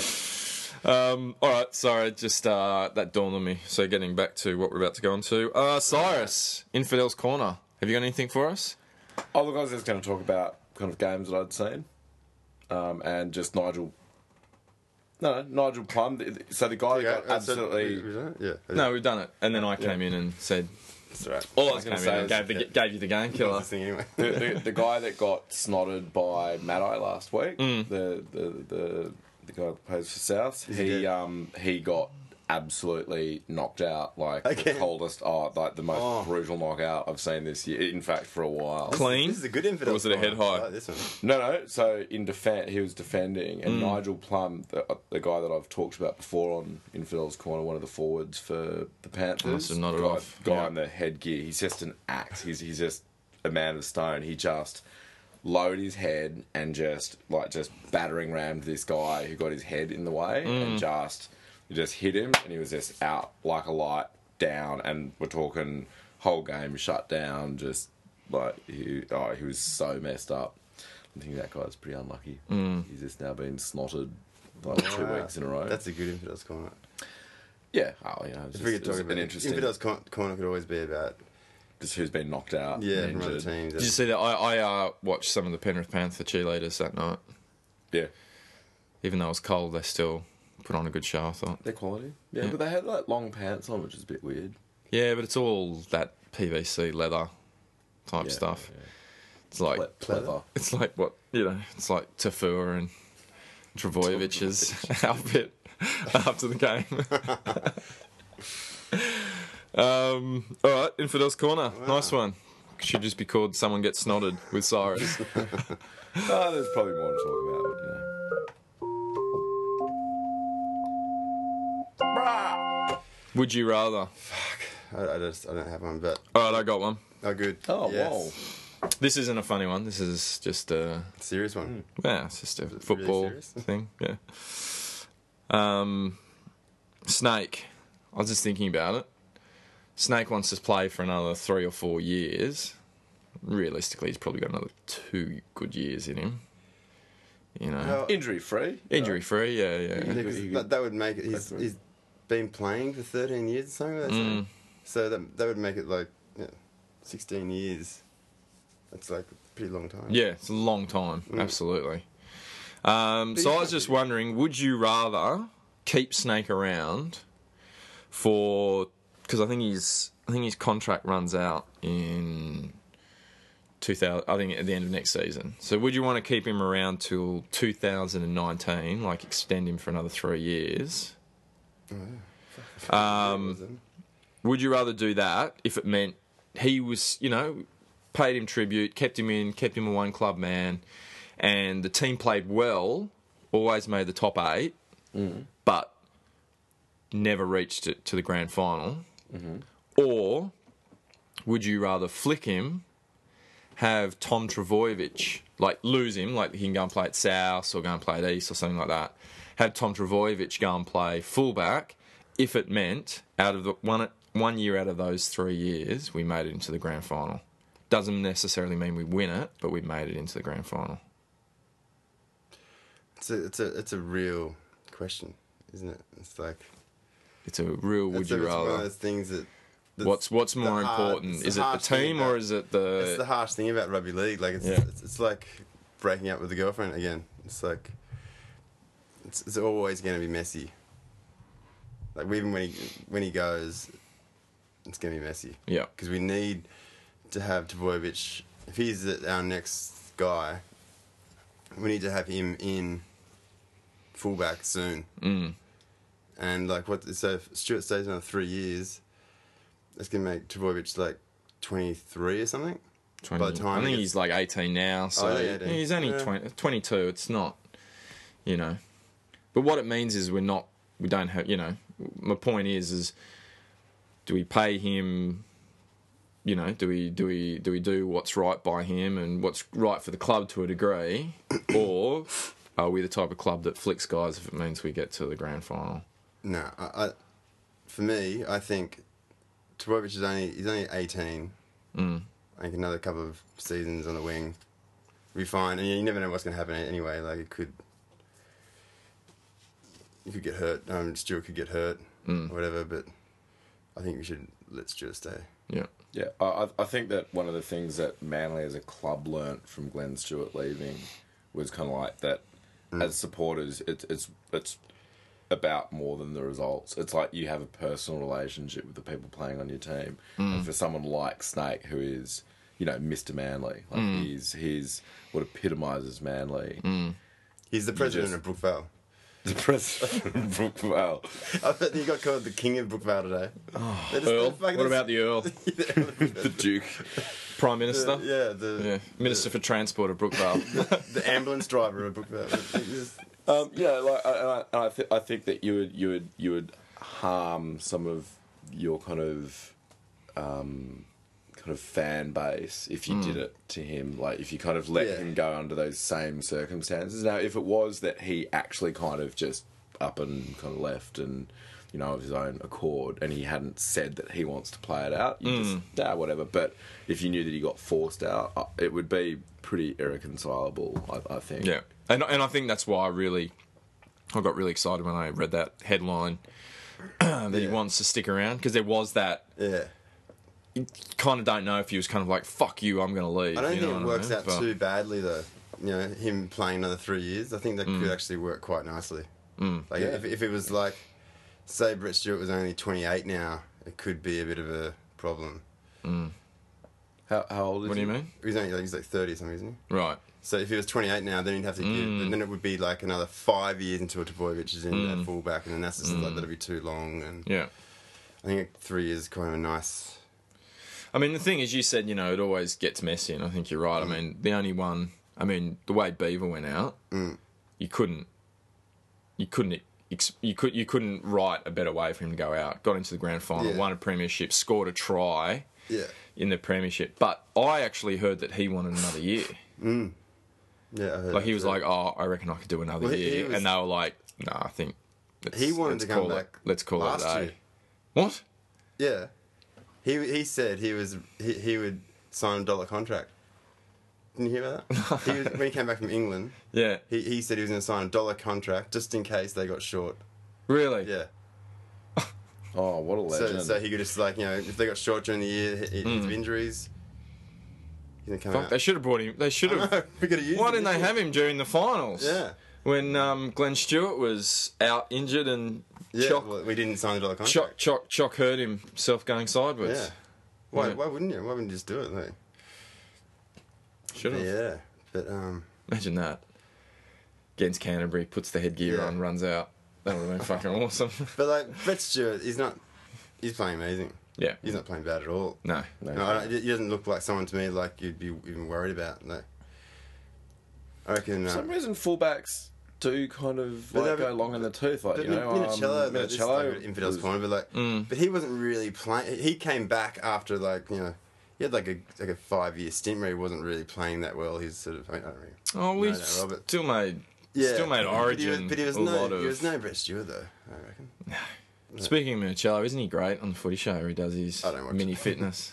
[SPEAKER 2] Um, all right, sorry, just uh, that dawned on me. So getting back to what we're about to go on to, uh, Cyrus, Infidel's Corner. Have you got anything for us?
[SPEAKER 3] Oh, look, I was just going to talk about kind of games that I'd seen, um, and just Nigel. No, no, Nigel Plum. th- th- So the guy that got
[SPEAKER 1] Yeah, uh, so-
[SPEAKER 3] absolutely.
[SPEAKER 1] was that- Yeah.
[SPEAKER 2] No, we've done it, and then I came in and said,
[SPEAKER 1] That's right.
[SPEAKER 2] "All I was
[SPEAKER 3] gonna
[SPEAKER 2] going to
[SPEAKER 3] say
[SPEAKER 2] say,"
[SPEAKER 3] is-
[SPEAKER 2] gave, the, gave you the game killer.
[SPEAKER 1] This thing anyway.
[SPEAKER 3] The, the, the guy that got snotted by Mad Eye last
[SPEAKER 2] Mm.
[SPEAKER 3] week, the, the the the guy that plays for South,
[SPEAKER 1] he
[SPEAKER 3] he
[SPEAKER 1] dead?
[SPEAKER 3] um he got absolutely knocked out, like
[SPEAKER 1] Again.
[SPEAKER 3] the coldest, oh, like the most
[SPEAKER 1] Oh.
[SPEAKER 3] brutal knockout I've seen this year. In fact, for a while.
[SPEAKER 2] Clean.
[SPEAKER 1] This is a good infidel.
[SPEAKER 2] Or was it a head
[SPEAKER 1] spot. I
[SPEAKER 2] high?
[SPEAKER 1] like this one.
[SPEAKER 3] No, no. So in defense, he was defending,
[SPEAKER 2] Mm.
[SPEAKER 3] and Nigel Plum, the, uh, the guy that I've talked about before on Infidel's Corner, one of the forwards for the Panthers,
[SPEAKER 2] Must have nodded
[SPEAKER 3] guy,
[SPEAKER 2] off.
[SPEAKER 3] guy
[SPEAKER 2] Yeah.
[SPEAKER 3] in the headgear. He's just an axe. He's he's just a man of stone. He just lowered his head and just like just battering rammed this guy who got his head in the way and just he just hit him, and he was just out like a light down. And we're talking whole game shut down, just. Like he, oh, he was so messed up. I think that guy's pretty unlucky. He's just now been snotted like two
[SPEAKER 1] Wow.
[SPEAKER 3] weeks in a row.
[SPEAKER 1] That's a good infidels corner.
[SPEAKER 3] yeah. Oh, you know, it's
[SPEAKER 1] If
[SPEAKER 3] just,
[SPEAKER 1] we could
[SPEAKER 3] it's
[SPEAKER 1] talk
[SPEAKER 3] an
[SPEAKER 1] about
[SPEAKER 3] interesting.
[SPEAKER 1] infidels cor- corner could always be about
[SPEAKER 3] Just who's been knocked out.
[SPEAKER 1] yeah
[SPEAKER 3] and
[SPEAKER 1] from other
[SPEAKER 3] injured.
[SPEAKER 1] teams.
[SPEAKER 2] Did you see that? I, I uh, watched some of the Penrith Panther cheerleaders that night.
[SPEAKER 3] Yeah,
[SPEAKER 2] Even though it was cold, they still put on a good show, I thought.
[SPEAKER 3] their quality. Yeah, but they had like long pants on, which is a bit weird.
[SPEAKER 2] Yeah, but it's all that PVC leather type
[SPEAKER 3] Yeah,
[SPEAKER 2] stuff. It's like
[SPEAKER 3] Ple- pleather.
[SPEAKER 2] it's like what you know, it's like Tafua and Dravojevich's [LAUGHS] outfit after the game. [LAUGHS] um, all right, Infidel's Corner, nice one. Should just be called "Someone Gets Snotted" with Cyrus.
[SPEAKER 3] Oh, there's probably more to talk about. But, you know.
[SPEAKER 2] Would you rather?
[SPEAKER 1] I, I just I don't have one, but
[SPEAKER 2] All right, I got one.
[SPEAKER 1] oh good.
[SPEAKER 3] Oh,
[SPEAKER 1] Yes.
[SPEAKER 3] wow.
[SPEAKER 2] This isn't a funny one. This is just a
[SPEAKER 1] Serious one.
[SPEAKER 2] yeah, it's just a football
[SPEAKER 1] serious? [LAUGHS]
[SPEAKER 2] thing. Yeah. Um, Snake. I was just thinking about it. Snake wants to play for another three or four years. Realistically, he's probably got another two good years in him. You know,
[SPEAKER 1] Well,
[SPEAKER 3] Injury free.
[SPEAKER 2] injury free. Yeah, yeah.
[SPEAKER 1] yeah, 'cause that, that would make it. He's, he's been playing for thirteen years or something. That's
[SPEAKER 2] Mm.
[SPEAKER 1] So that that would make it like yeah, sixteen years. That's like a pretty long time.
[SPEAKER 2] Yeah, it's a long time. Absolutely. Um, so I was just wondering, would you rather keep Snake around for? Because I think he's, I think his contract runs out in. 2000, I think at the end of next season. So, would you want to keep him around till 2019, like extend him for another three years?
[SPEAKER 1] Um,
[SPEAKER 2] Would you rather do that if it meant he was, you know, paid him tribute, kept him in, kept him a one club man, and the team played well, always made the top eight, but never reached it to the grand final? Or would you rather flick him, have Tom Travojevic, like lose him, like he can go and play at South or go and play at East or something like that, have Tom Travojevic go and play fullback if it meant out of the one, one year out of those three years, we made it into the grand final? Doesn't necessarily mean we win it, but we made it into the grand final.
[SPEAKER 1] it's a it's a it's a real question, isn't it? It's like
[SPEAKER 2] It's a real would
[SPEAKER 1] it's,
[SPEAKER 2] you
[SPEAKER 1] it's one of
[SPEAKER 2] rather.
[SPEAKER 1] those things that. that's-
[SPEAKER 2] What's what's
[SPEAKER 1] the
[SPEAKER 2] more
[SPEAKER 1] hard-
[SPEAKER 2] important?
[SPEAKER 1] it's
[SPEAKER 2] Is it the
[SPEAKER 1] hard thing
[SPEAKER 2] team or
[SPEAKER 1] about-
[SPEAKER 2] is it
[SPEAKER 1] It's the harsh thing about rugby league. Like it's,
[SPEAKER 2] Yeah.
[SPEAKER 1] it's it's like breaking up with a girlfriend again. It's like it's, it's always going to be messy. Like even when he when he goes, it's going to be messy.
[SPEAKER 2] Yeah.
[SPEAKER 1] Because we need to have Tavojevic. If he's the- our next guy, we need to have him in fullback soon.
[SPEAKER 2] Mm.
[SPEAKER 1] And like what? So if Stuart stays another three years, that's gonna make Tavojevic like twenty three or something.
[SPEAKER 2] 20,
[SPEAKER 1] By the time
[SPEAKER 2] I
[SPEAKER 1] he
[SPEAKER 2] think
[SPEAKER 1] gets-
[SPEAKER 2] he's like 18 now, so
[SPEAKER 1] yeah, yeah,
[SPEAKER 2] yeah, he's only
[SPEAKER 1] yeah.
[SPEAKER 2] 20, 22. It's not, you know. But what it means is we're not, we don't have, you know. My point is, is do we pay him? You know, do we do we do we do what's right by him and what's right for the club to a degree, [COUGHS] or are we the type of club that flicks guys if it means we get to the grand final?
[SPEAKER 1] No, I, I, for me, I think Tavojevic is only he's only eighteen.
[SPEAKER 2] Mm.
[SPEAKER 1] I think another couple of seasons on the wing, we find, and you never know what's gonna happen anyway. Like it could, you could get hurt. Um, Stuart could get hurt,
[SPEAKER 2] Mm.
[SPEAKER 1] or whatever. But I think we should let Stuart stay.
[SPEAKER 2] Yeah,
[SPEAKER 3] Yeah, I, I- I think that one of the things that Manly as a club learnt from Glenn Stewart leaving was kind of like that.
[SPEAKER 2] Mm.
[SPEAKER 3] As supporters, it's it's it's about more than the results. It's like you have a personal relationship with the people playing on your team.
[SPEAKER 2] Mm.
[SPEAKER 3] And for someone like Snake, who is you know Mr. Manly, like
[SPEAKER 2] Mm.
[SPEAKER 3] he's he's what epitomizes Manly.
[SPEAKER 1] He's the president
[SPEAKER 3] just-
[SPEAKER 1] of Brookvale. [LAUGHS]
[SPEAKER 3] the president of [LAUGHS] Brookvale.
[SPEAKER 1] I bet you got called the king of Brookvale today. They're just-
[SPEAKER 2] Oh, Earl.
[SPEAKER 1] they're fucking-
[SPEAKER 2] What about the Earl?
[SPEAKER 3] The Duke.
[SPEAKER 2] Prime Minister?
[SPEAKER 1] [LAUGHS] Yeah, the
[SPEAKER 2] Yeah. Minister for Transport
[SPEAKER 1] [LAUGHS]
[SPEAKER 2] of Brookvale.
[SPEAKER 1] the ambulance driver of Brookvale.
[SPEAKER 2] [LAUGHS]
[SPEAKER 3] Um, yeah, like I, and I, and I, th- I think that you would you would you would harm some of your kind of um, kind of fan base if you
[SPEAKER 2] Hmm.
[SPEAKER 3] did it to him. Like if you kind of let
[SPEAKER 1] Yeah.
[SPEAKER 3] him go under those same circumstances. Now, if it was that he actually kind of just up and kind of left and you know of his own accord, and he hadn't said that he wants to play it out, you
[SPEAKER 2] Hmm.
[SPEAKER 3] just nah, whatever. But if you knew that he got forced out, uh, it would be pretty irreconcilable. I, I think.
[SPEAKER 2] yeah. And, and I think that's why I really, I got really excited when I read that headline [CLEARS THROAT] that he wants to stick around because there was that
[SPEAKER 1] yeah.
[SPEAKER 2] kind of don't know if he was kind of like fuck you, I'm going to leave.
[SPEAKER 1] I don't
[SPEAKER 2] you know
[SPEAKER 1] think it
[SPEAKER 2] what I
[SPEAKER 1] works
[SPEAKER 2] mean?
[SPEAKER 1] out
[SPEAKER 2] But-
[SPEAKER 1] too badly though. You know, him playing another three years. I think that
[SPEAKER 2] Mm.
[SPEAKER 1] could actually work quite nicely. Like if, if it was like, say Brett Stewart was only 28 now, it could be a bit of a problem.
[SPEAKER 3] How, how old is
[SPEAKER 2] What do
[SPEAKER 3] he?
[SPEAKER 2] you mean?
[SPEAKER 1] He's only like, he's like 30 or something, isn't he?
[SPEAKER 2] Right.
[SPEAKER 1] So if he was 28 now, then he'd have to give,
[SPEAKER 2] Mm.
[SPEAKER 1] and then it would be like another five years until Tavoyevich is in at fullback, and then that's just
[SPEAKER 2] Mm.
[SPEAKER 1] like that'd be too long. And
[SPEAKER 2] Yeah.
[SPEAKER 1] I think three years is kind of a nice.
[SPEAKER 2] I mean, the thing is, you said, you know, it always gets messy, and I think you're
[SPEAKER 1] Mm.
[SPEAKER 2] right. I mean, the only one, I mean, the way Beaver went out,
[SPEAKER 1] Mm.
[SPEAKER 2] you couldn't, you couldn't, ex- you could, you couldn't write a better way for him to go out. Got into the grand final,
[SPEAKER 1] Yeah.
[SPEAKER 2] won a premiership, scored a try
[SPEAKER 1] Yeah,
[SPEAKER 2] in the premiership. But I actually heard that he wanted
[SPEAKER 1] [SIGHS]
[SPEAKER 2] another year.
[SPEAKER 1] yeah. I heard
[SPEAKER 2] Like he
[SPEAKER 1] that
[SPEAKER 2] was
[SPEAKER 1] too.
[SPEAKER 2] like, oh, I reckon I could do another
[SPEAKER 1] Well, he-
[SPEAKER 2] year,
[SPEAKER 1] he was-
[SPEAKER 2] and they were like, no, I think let's-
[SPEAKER 1] He wanted
[SPEAKER 2] let's
[SPEAKER 1] to come
[SPEAKER 2] call it-
[SPEAKER 1] back
[SPEAKER 2] let's call it
[SPEAKER 1] last
[SPEAKER 2] a
[SPEAKER 1] year.
[SPEAKER 2] day. What?
[SPEAKER 1] yeah. He he said he was he, he would sign a dollar contract. Didn't you hear about that?
[SPEAKER 2] [LAUGHS]
[SPEAKER 1] he was, when he came back from England,
[SPEAKER 2] Yeah.
[SPEAKER 1] he, he said he was going to sign a dollar contract just in case they got short.
[SPEAKER 2] Really?
[SPEAKER 1] Yeah.
[SPEAKER 3] Oh, what a
[SPEAKER 1] So,
[SPEAKER 3] legend!
[SPEAKER 1] so he could just like you know if they got short during the year he, he- with injuries, he's gonna come
[SPEAKER 2] Mm. Fuck,
[SPEAKER 1] out.
[SPEAKER 2] they should have brought him. They
[SPEAKER 1] [LAUGHS]
[SPEAKER 2] should have.
[SPEAKER 1] we could have used
[SPEAKER 2] Why
[SPEAKER 1] him,
[SPEAKER 2] didn't they
[SPEAKER 1] we?
[SPEAKER 2] have him during the finals?
[SPEAKER 1] Yeah.
[SPEAKER 2] When um, Glenn Stewart was out injured and
[SPEAKER 1] Yeah,
[SPEAKER 2] Chock,
[SPEAKER 1] well, we didn't sign the dollar contract.
[SPEAKER 2] Chock, Chock, Chock hurt himself going sideways.
[SPEAKER 1] Yeah. Why,
[SPEAKER 2] Yeah.
[SPEAKER 1] why wouldn't you? Why wouldn't you just do it? Like,
[SPEAKER 2] Should have.
[SPEAKER 1] yeah. But um,
[SPEAKER 2] Imagine that. Against Canterbury, puts the headgear
[SPEAKER 1] Yeah.
[SPEAKER 2] on, runs out. That would have been fucking [LAUGHS] awesome.
[SPEAKER 1] but like Brett Stewart, he's not. He's playing amazing.
[SPEAKER 2] yeah.
[SPEAKER 1] He's not playing bad at all.
[SPEAKER 2] No.
[SPEAKER 1] No, I don't- he doesn't look like someone to me like you'd be even worried about. No. I reckon.
[SPEAKER 3] For
[SPEAKER 1] Uh,
[SPEAKER 3] some reason, fullbacks do kind kind of
[SPEAKER 1] But
[SPEAKER 3] like,
[SPEAKER 1] they-
[SPEAKER 3] go long in the tooth, like
[SPEAKER 1] but
[SPEAKER 3] you know, um,
[SPEAKER 1] Minicello, though, this is like
[SPEAKER 3] Minicello
[SPEAKER 1] an infidel's
[SPEAKER 3] was-
[SPEAKER 1] corner, but like,
[SPEAKER 2] Mm.
[SPEAKER 1] but he wasn't really playing. He came back after like you know, he had like a like a five year stint where he wasn't really playing that well. He's sort of I, mean, I don't know.
[SPEAKER 2] Oh, we
[SPEAKER 1] No, no, Robert.
[SPEAKER 2] still made.
[SPEAKER 1] Yeah,
[SPEAKER 2] Still
[SPEAKER 1] But
[SPEAKER 2] made
[SPEAKER 1] he was-
[SPEAKER 2] Origin
[SPEAKER 1] But he was,
[SPEAKER 2] a
[SPEAKER 1] no,
[SPEAKER 2] lot of.
[SPEAKER 1] he was no Brett Stewart though. I reckon. [LAUGHS]
[SPEAKER 2] Speaking of Minicello, isn't he great on the footy show? Where he does his
[SPEAKER 1] I don't watch
[SPEAKER 2] mini
[SPEAKER 1] it. [LAUGHS]
[SPEAKER 2] fitness.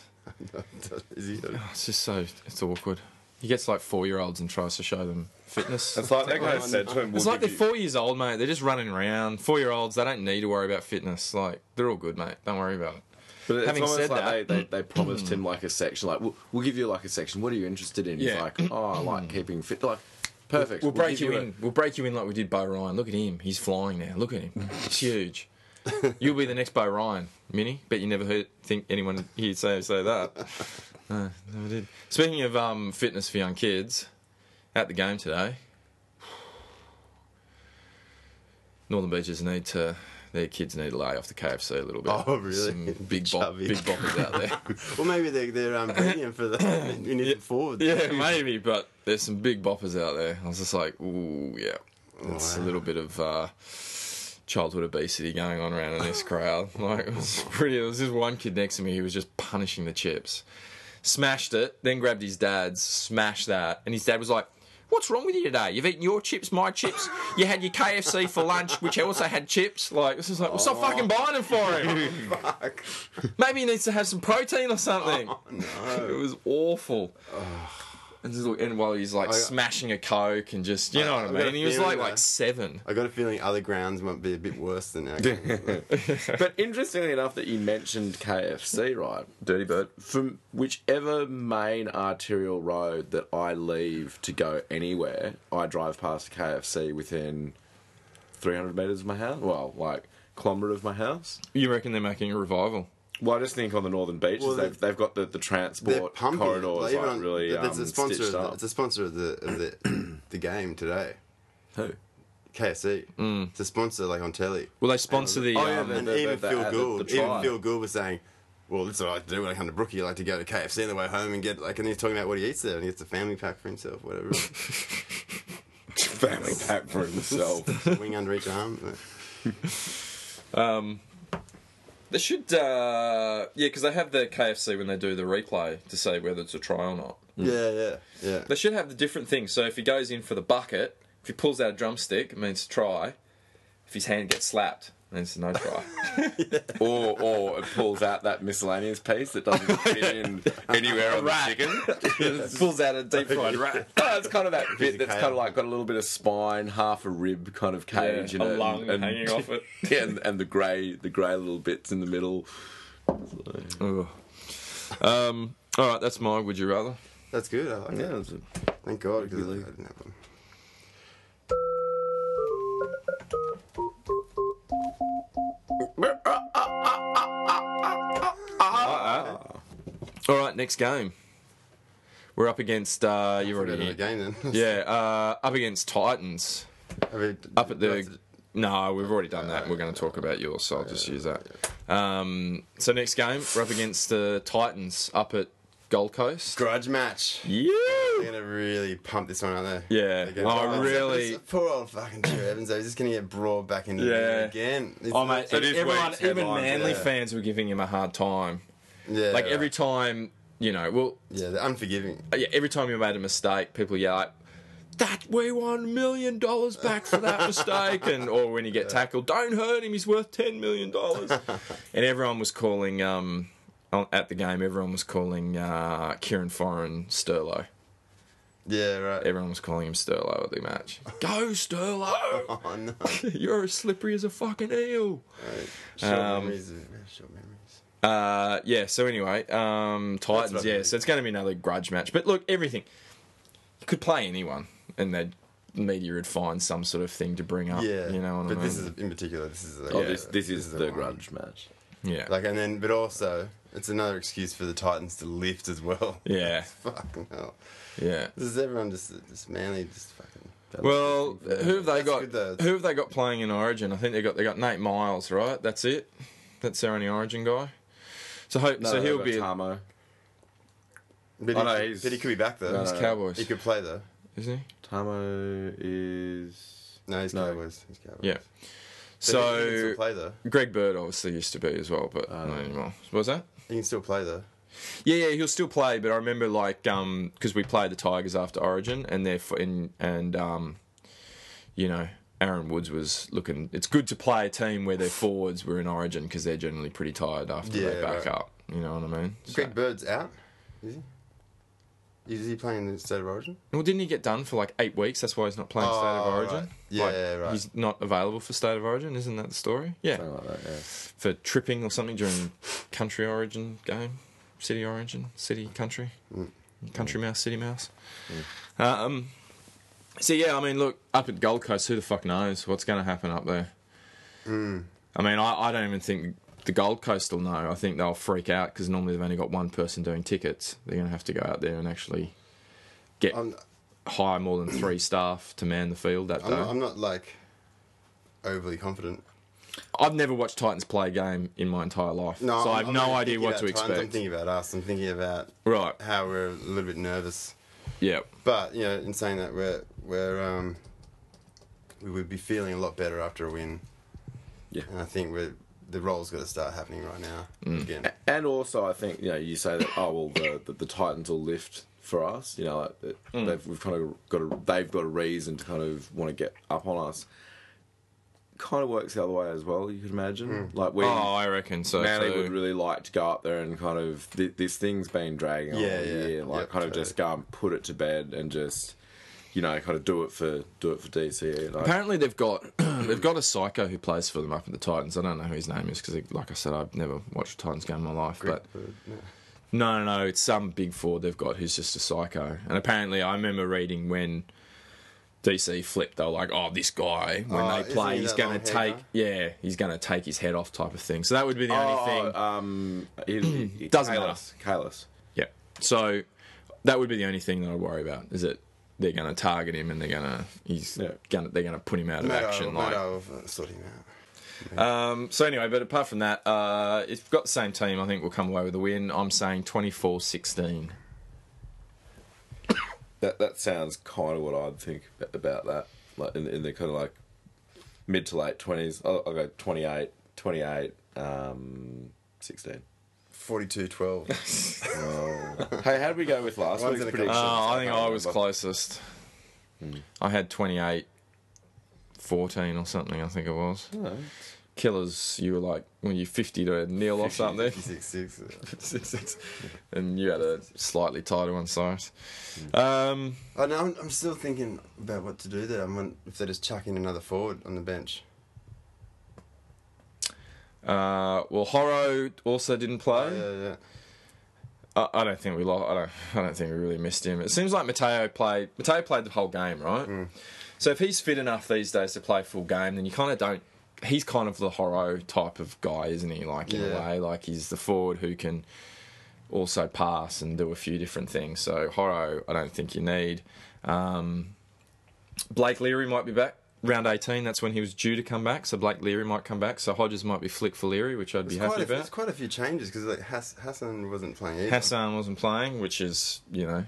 [SPEAKER 1] Is he?
[SPEAKER 2] It's just so it's awkward. He gets like four year olds and tries to show them fitness.
[SPEAKER 3] It's like that guy said to him, we'll
[SPEAKER 2] It's like they're
[SPEAKER 3] give you-
[SPEAKER 2] four years old, mate. They're just running around. Four year olds, they don't need to worry about fitness. Like they're all good, mate. Don't worry about it.
[SPEAKER 3] But it's
[SPEAKER 2] Having
[SPEAKER 3] almost
[SPEAKER 2] said
[SPEAKER 3] like
[SPEAKER 2] that-
[SPEAKER 3] they, they, they promised him like a section, like we'll, we'll give you like a section. What are you interested in?
[SPEAKER 2] Yeah.
[SPEAKER 3] He's like, oh, I like keeping fit. Like, perfect.
[SPEAKER 2] We'll break
[SPEAKER 3] give
[SPEAKER 2] you in. We'll break you in like we did Bo Ryan. Look at him. He's flying now. Look at him. He's huge. You'll be the next Bo Ryan, Minnie. Bet you never heard think anyone here say say that. No, never did. Speaking of um, fitness for young kids, at the game today, [SIGHS] Northern Beaches need to. Their kids need to lay off the KFC a little bit.
[SPEAKER 1] Oh, really?
[SPEAKER 2] Some big, bop,
[SPEAKER 1] Chubby.
[SPEAKER 2] big boppers out there.
[SPEAKER 1] Well, maybe they're they're um, breeding him
[SPEAKER 2] [COUGHS]
[SPEAKER 1] for the we need it forward.
[SPEAKER 2] Yeah, maybe, but there's some big boppers out there. I was just like, ooh, yeah. It's a
[SPEAKER 1] Wow.
[SPEAKER 2] little bit of uh, childhood obesity going on around in
[SPEAKER 1] [LAUGHS]
[SPEAKER 2] this crowd. Like, it was pretty. There was this one kid next to me, he was just punishing the chips. Smashed it, then grabbed his dad's, smashed that, and his dad was like, What's wrong with you today? You've eaten your chips, my chips. You had your KFC for lunch, which also had chips. Like, this is like, well,
[SPEAKER 1] Oh,
[SPEAKER 2] stop fucking buying it for
[SPEAKER 1] [LAUGHS]
[SPEAKER 2] him.
[SPEAKER 1] Fuck.
[SPEAKER 2] Maybe he needs to have some protein or something.
[SPEAKER 3] Oh,
[SPEAKER 2] [LAUGHS] It was awful. And, just look- and while he's like smashing a coke and just, you know
[SPEAKER 1] I've
[SPEAKER 2] what
[SPEAKER 1] got
[SPEAKER 2] I
[SPEAKER 1] a
[SPEAKER 2] mean? He was
[SPEAKER 1] feeling
[SPEAKER 2] like like
[SPEAKER 1] that-
[SPEAKER 2] seven.
[SPEAKER 1] I got a feeling other grounds might be a bit worse than our. grounds.
[SPEAKER 3] But interestingly enough, that you mentioned KFC, right?
[SPEAKER 2] Dirty bird.
[SPEAKER 3] From whichever main arterial road that I leave to go anywhere, I drive past KFC within 300 metres of my house. Well, like kilometre of my house.
[SPEAKER 2] You reckon they're making a revival?
[SPEAKER 3] Well, I just think on the northern beaches,
[SPEAKER 1] Well,
[SPEAKER 3] they've,
[SPEAKER 1] they-
[SPEAKER 3] they've got the, the
[SPEAKER 1] They're
[SPEAKER 3] transport
[SPEAKER 1] pumping it.
[SPEAKER 3] corridors like,
[SPEAKER 1] even on-
[SPEAKER 3] really
[SPEAKER 1] th-
[SPEAKER 3] um, [LAUGHS]
[SPEAKER 1] that's a sponsor. Of
[SPEAKER 3] stitched
[SPEAKER 1] the,
[SPEAKER 3] up. [CLEARS THROAT]
[SPEAKER 1] it's a sponsor of the of the, the game today.
[SPEAKER 3] Who?
[SPEAKER 1] KFC to sponsor like on telly.
[SPEAKER 2] Well, they sponsor the.
[SPEAKER 3] Oh, yeah,
[SPEAKER 2] um,
[SPEAKER 3] they-
[SPEAKER 1] and
[SPEAKER 3] the-
[SPEAKER 1] even
[SPEAKER 3] the-
[SPEAKER 1] Phil
[SPEAKER 3] the-
[SPEAKER 1] Gould,
[SPEAKER 3] the
[SPEAKER 1] even
[SPEAKER 3] trial.
[SPEAKER 1] Phil Gould was saying, "Well, this is what I like to do when I come to Brookie. I like to go to KFC on the way home and get like." And he's talking about what he eats there, and he gets a family pack for himself, whatever.
[SPEAKER 3] [LAUGHS] Family pack for himself.
[SPEAKER 1] Wing under each arm.
[SPEAKER 3] Mm.
[SPEAKER 2] They should, uh, yeah, because they have the KFC when they do the replay to say whether it's a try or not.
[SPEAKER 1] Yeah, yeah, yeah.
[SPEAKER 2] They should have the different things. So if he goes in for the bucket, if he pulls out a drumstick, it means try. If his hand gets slapped, it means no try.
[SPEAKER 3] [LAUGHS] or or it pulls out that miscellaneous piece that doesn't fit in anywhere on the chicken.
[SPEAKER 2] pulls out a deep fried rat.
[SPEAKER 3] Oh, it's kind of that bit that's
[SPEAKER 1] kale.
[SPEAKER 3] kind of like got a little bit of spine, half a rib kind of cage,
[SPEAKER 2] Yeah,
[SPEAKER 3] you
[SPEAKER 2] a
[SPEAKER 3] know,
[SPEAKER 2] lung hanging off it.
[SPEAKER 3] [LAUGHS] Yeah, and, and the grey, the grey little bits in the middle.
[SPEAKER 2] Ugh. Um, all right, that's my would you rather.
[SPEAKER 1] That's good. I like
[SPEAKER 3] Yeah,
[SPEAKER 1] that.
[SPEAKER 3] it's a-
[SPEAKER 1] Thank God, because I I didn't have one.
[SPEAKER 2] All right, next game. We're up against. Uh, you
[SPEAKER 1] Probably
[SPEAKER 2] already.
[SPEAKER 1] another game then.
[SPEAKER 2] Yeah, uh, up against Titans.
[SPEAKER 1] [LAUGHS] I mean, d-
[SPEAKER 2] Up at
[SPEAKER 1] that's-
[SPEAKER 2] the. No, we've already done that. We're going to talk about yours, so I'll just use that. Um, so next game, we're up against the Titans up at Gold Coast.
[SPEAKER 1] grudge match.
[SPEAKER 2] Yeah.
[SPEAKER 1] They're gonna really pump this one, aren't they?
[SPEAKER 2] Yeah.
[SPEAKER 1] They're gonna-
[SPEAKER 2] Oh,
[SPEAKER 1] it's-
[SPEAKER 2] really-
[SPEAKER 1] it's Poor old fucking Drew Evans. though. He's just gonna get brought back into
[SPEAKER 2] Yeah.
[SPEAKER 1] it again. It's-
[SPEAKER 2] Oh mate,
[SPEAKER 3] So this
[SPEAKER 2] everyone,
[SPEAKER 3] week's
[SPEAKER 2] even
[SPEAKER 3] headlines,
[SPEAKER 2] Manly
[SPEAKER 1] yeah.
[SPEAKER 2] fans were giving him a hard time.
[SPEAKER 1] yeah,
[SPEAKER 2] Like
[SPEAKER 1] right.
[SPEAKER 2] every time, you know, well,
[SPEAKER 1] yeah, they're unforgiving.
[SPEAKER 2] Uh, yeah, every time you made a mistake, people yell like, "That we won million dollars back for that mistake," and or when you get tackled, "Don't hurt him; he's worth ten million dollars." and everyone was calling um, on- at the game. Everyone was calling uh, Kieran Foran Sterlo.
[SPEAKER 1] Yeah, right.
[SPEAKER 2] Everyone was calling him Sterlo at the match.
[SPEAKER 1] [LAUGHS]
[SPEAKER 2] Go Sterlo!
[SPEAKER 1] [LAUGHS] oh no.
[SPEAKER 2] [LAUGHS] You're as slippery as a fucking eel.
[SPEAKER 1] Right. Short
[SPEAKER 2] Um,
[SPEAKER 1] memories, of, short memories.
[SPEAKER 2] Uh, yeah. So anyway, um,
[SPEAKER 1] That's
[SPEAKER 2] Titans.
[SPEAKER 1] what I
[SPEAKER 2] Yeah.
[SPEAKER 1] mean.
[SPEAKER 2] So it's going to be another grudge match. But look, everything you could play anyone, and the media would find some sort of thing to bring up.
[SPEAKER 1] Yeah,
[SPEAKER 2] You know. What
[SPEAKER 1] but
[SPEAKER 2] I mean?
[SPEAKER 1] this is in particular. This is like,
[SPEAKER 3] Oh,
[SPEAKER 1] yeah,
[SPEAKER 3] this this is
[SPEAKER 1] a
[SPEAKER 3] the
[SPEAKER 1] one.
[SPEAKER 3] grudge match.
[SPEAKER 2] yeah.
[SPEAKER 1] Like, and then, but also, it's another excuse for the Titans to lift as well. [LAUGHS]
[SPEAKER 2] yeah.
[SPEAKER 1] fucking hell.
[SPEAKER 2] Yeah.
[SPEAKER 1] [LAUGHS] This is everyone just, just manly, just fucking.
[SPEAKER 2] Well, who have they
[SPEAKER 1] That's
[SPEAKER 2] got?
[SPEAKER 1] good though.
[SPEAKER 2] Who have they got playing in Origin? I think they got they got Nate Miles, right? That's it. That's their only Origin guy. So hope so he'll be
[SPEAKER 3] Tamo.
[SPEAKER 1] But,
[SPEAKER 3] Oh,
[SPEAKER 1] he,
[SPEAKER 3] no,
[SPEAKER 1] could-
[SPEAKER 3] he's-
[SPEAKER 1] but he could be back though.
[SPEAKER 2] he's
[SPEAKER 3] no.
[SPEAKER 2] Cowboys,
[SPEAKER 1] uh, He could play though.
[SPEAKER 2] isn't he?
[SPEAKER 3] Tamo is
[SPEAKER 1] No, he's
[SPEAKER 3] No.
[SPEAKER 1] Cowboys. He's Cowboys.
[SPEAKER 2] Yeah.
[SPEAKER 1] But he- he can
[SPEAKER 2] So
[SPEAKER 1] still play Uh, though.
[SPEAKER 2] Greg Bird obviously used to be as well, but not anymore. What was that?
[SPEAKER 1] He can still play though.
[SPEAKER 2] Yeah, yeah, he'll still play. But I remember like um because we played the Tigers after Origin, and their fo- and and um, you know, Aaron Woods was looking. It's good to play a team where their forwards were in Origin because they're generally pretty tired after they
[SPEAKER 1] Yeah,
[SPEAKER 2] back
[SPEAKER 1] right.
[SPEAKER 2] up. You know what I mean? So-
[SPEAKER 1] Greg Bird's out. Is he? Is he playing the state of origin?
[SPEAKER 2] well, didn't he get done for like eight weeks? That's why he's not playing State of
[SPEAKER 1] Oh,
[SPEAKER 2] Origin.
[SPEAKER 1] right. Yeah,
[SPEAKER 2] Like,
[SPEAKER 1] yeah, right.
[SPEAKER 2] He's not available for State of Origin. Isn't that the story? Yeah,
[SPEAKER 3] something like that. Yeah.
[SPEAKER 2] for tripping or something during Country Origin game, City Origin, City Country,
[SPEAKER 1] Mm.
[SPEAKER 2] Country Mouse, City Mouse. Um, so yeah, I mean, look up at Gold Coast. Who the fuck knows what's going to happen up there?
[SPEAKER 1] Mm.
[SPEAKER 2] I mean, I, I don't even think the Gold Coast will know. I think they'll freak out because normally they've only got one person doing tickets. They're going to have to go out there and actually get
[SPEAKER 1] I'm,
[SPEAKER 2] hire more than three staff to man the field that
[SPEAKER 1] I'm,
[SPEAKER 2] day.
[SPEAKER 1] not, I'm not like overly confident.
[SPEAKER 2] I've never watched Titans play a game in my entire life,
[SPEAKER 1] No, I'm-
[SPEAKER 2] so I have
[SPEAKER 1] I'm
[SPEAKER 2] no
[SPEAKER 1] not
[SPEAKER 2] idea
[SPEAKER 1] thinking
[SPEAKER 2] what
[SPEAKER 1] about
[SPEAKER 2] to
[SPEAKER 1] Titans,
[SPEAKER 2] expect.
[SPEAKER 1] I'm thinking about us. I'm thinking about
[SPEAKER 2] right?
[SPEAKER 1] how we're a little bit nervous. [CLEARS THROAT]
[SPEAKER 2] Yep.
[SPEAKER 1] But you know, in saying that, we're we're um, we would be feeling a lot better after a win.
[SPEAKER 3] Yeah.
[SPEAKER 1] and I think we're the role's got to start happening right now
[SPEAKER 2] Mm.
[SPEAKER 1] again.
[SPEAKER 3] And also, I think you know, you say that oh well, the the, the Titans will lift for us. You know, like that
[SPEAKER 2] Mm.
[SPEAKER 3] they've we've kind of got a they've got a reason to kind of want to get up on us. Kind of works the other way as well. You could imagine,
[SPEAKER 1] Mm.
[SPEAKER 3] like we.
[SPEAKER 2] Oh, I reckon so.
[SPEAKER 3] Manly
[SPEAKER 2] too.
[SPEAKER 3] would really like to go up there and kind of th- this thing's been dragging on
[SPEAKER 1] Yeah,
[SPEAKER 3] all
[SPEAKER 1] yeah.
[SPEAKER 3] year, like
[SPEAKER 1] Yep,
[SPEAKER 3] kind of just go and put it to bed and just you know kind of do it for do it for DC. Like,
[SPEAKER 2] Apparently they've got [CLEARS THROAT] they've got a psycho who plays for them up at the Titans. I don't know who his name is because, like I said, I've never watched a Titans game in my life. But no, no, no, it's some big four they've got who's just a psycho. And apparently, I remember reading when DC flipped, they were like, "Oh, this guy when
[SPEAKER 1] Oh,
[SPEAKER 2] they
[SPEAKER 1] isn't
[SPEAKER 2] play,
[SPEAKER 1] he
[SPEAKER 2] he's
[SPEAKER 1] that
[SPEAKER 2] going to
[SPEAKER 1] long
[SPEAKER 2] take
[SPEAKER 1] hair
[SPEAKER 2] yeah, he's going to take his head off," type of thing. So that would be the only thing.
[SPEAKER 3] oh, um, he,
[SPEAKER 2] [CLEARS THROAT]
[SPEAKER 3] he,
[SPEAKER 2] Doesn't
[SPEAKER 3] Kalis, Kalis.
[SPEAKER 2] Yeah. So that would be the only thing that I'd worry about. Is it they're going to target him and they're going to he's
[SPEAKER 3] Yeah.
[SPEAKER 2] gonna they're going to put him out of
[SPEAKER 1] Maddow,
[SPEAKER 2] action. Like,
[SPEAKER 1] Maddow have uh, sorted him out.
[SPEAKER 2] um, so anyway, but apart from that, uh, if we've got the same team, I think we'll come away with a win. I'm saying 24-16.
[SPEAKER 3] That that sounds kind of what I'd think a- about that. Like in, in the kind of like mid to late twenties. I'll, I'll go 28, 28, um, 16.
[SPEAKER 2] [LAUGHS]
[SPEAKER 1] 42-12.
[SPEAKER 3] hey, how did we go with last
[SPEAKER 1] One's
[SPEAKER 3] week's
[SPEAKER 1] in a
[SPEAKER 3] prediction?
[SPEAKER 1] couple.
[SPEAKER 2] Uh, I think I was
[SPEAKER 3] remember.
[SPEAKER 2] closest. I had 28 14 or something, I think it was. Killers, you were like, well, you 50 to nil or something.
[SPEAKER 1] 56.
[SPEAKER 2] [LAUGHS] and you had a slightly tighter one, Cyrus. Um,
[SPEAKER 1] I know, Oh, I'm, I'm still thinking about what to do there. I'm wondering if they just chuck in another forward on the bench.
[SPEAKER 2] uh, well, Horro also didn't play.
[SPEAKER 1] Oh, Yeah, yeah.
[SPEAKER 2] I, I don't think we lost. I don't. I don't think we really missed him. It seems like Mateo played. Mateo played the whole game, right?
[SPEAKER 1] Mm.
[SPEAKER 2] So if he's fit enough these days to play full game, then you kind of don't. He's kind of the horror type of guy, isn't he? Like in a
[SPEAKER 1] Yeah.
[SPEAKER 2] way, like he's the forward who can also pass and do a few different things. So Horro, I don't think you need. Um, Blake Leary might be back. Round 18, that's when he was due to come back, so Blake Leary might come back. So Hodges might be flick for Leary, which I'd be
[SPEAKER 1] There's
[SPEAKER 2] happy
[SPEAKER 1] quite, a,
[SPEAKER 2] about.
[SPEAKER 1] there's quite a few changes because like Hass, Hassan wasn't playing either.
[SPEAKER 2] Hassan wasn't playing, which is, you know,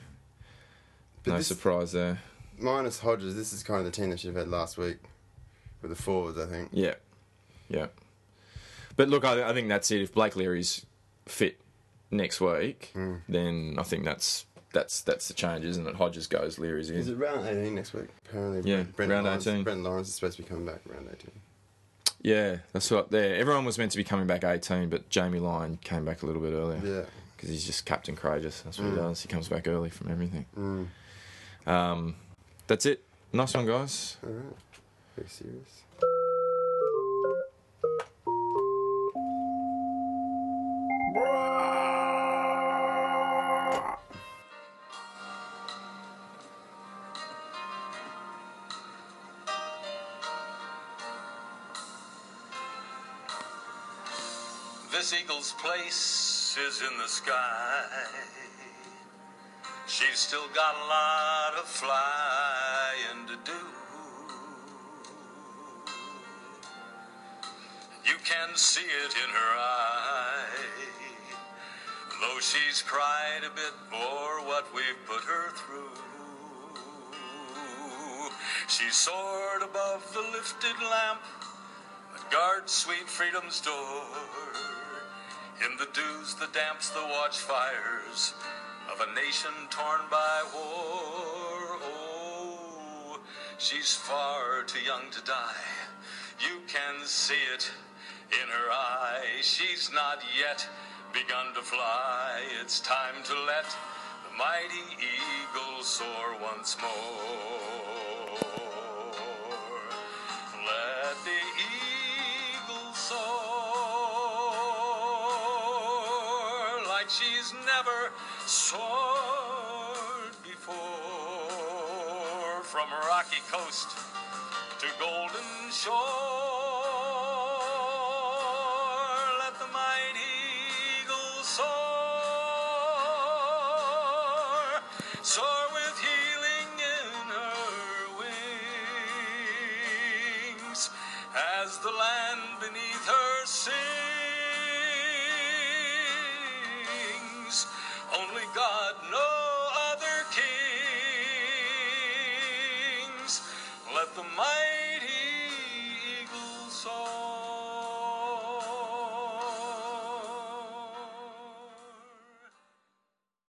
[SPEAKER 1] But
[SPEAKER 2] no
[SPEAKER 1] this-
[SPEAKER 2] surprise there.
[SPEAKER 1] Minus Hodges, this is kind of the team they should have had last week with the forwards, I think.
[SPEAKER 2] Yeah. Yeah. But look, I, I think that's it. If Blake Leary's fit next week,
[SPEAKER 1] Hmm.
[SPEAKER 2] then I think that's that's that's the change, isn't it? Hodges goes, Leary's
[SPEAKER 1] Is
[SPEAKER 2] in.
[SPEAKER 1] it round 18 next week? Apparently,
[SPEAKER 2] Yeah,
[SPEAKER 1] Brent, Brent
[SPEAKER 2] round
[SPEAKER 1] Lawrence,
[SPEAKER 2] 18.
[SPEAKER 1] Brent Lawrence is supposed to be coming back round 18.
[SPEAKER 2] Yeah, that's what there. Everyone was meant to be coming back 18, but Jamie Lyon came back a little bit earlier.
[SPEAKER 1] Yeah. Hmm.
[SPEAKER 2] because he's just captain courageous. That's what he does. He comes back early from everything. Um, that's it. Nice one, guys.
[SPEAKER 1] All right. Very serious.
[SPEAKER 6] This eagle's place is in the sky. She's still got a lot of flying to do. You can see it in her eye. Though she's cried a bit for what we've put her through. She soared above the lifted lamp that guards sweet freedom's door. In the dews, the damps, the watchfires of a nation torn by war. Oh, she's far too young to die. You can see it in her eye. She's not yet begun to fly. It's time to let the mighty eagle soar once more. Let the eagle soar like she's never soared before. From rocky coast to golden shore, let the mighty eagle soar, soar with healing in her wings as the land beneath her sings. Only God, no other kings. Let the mighty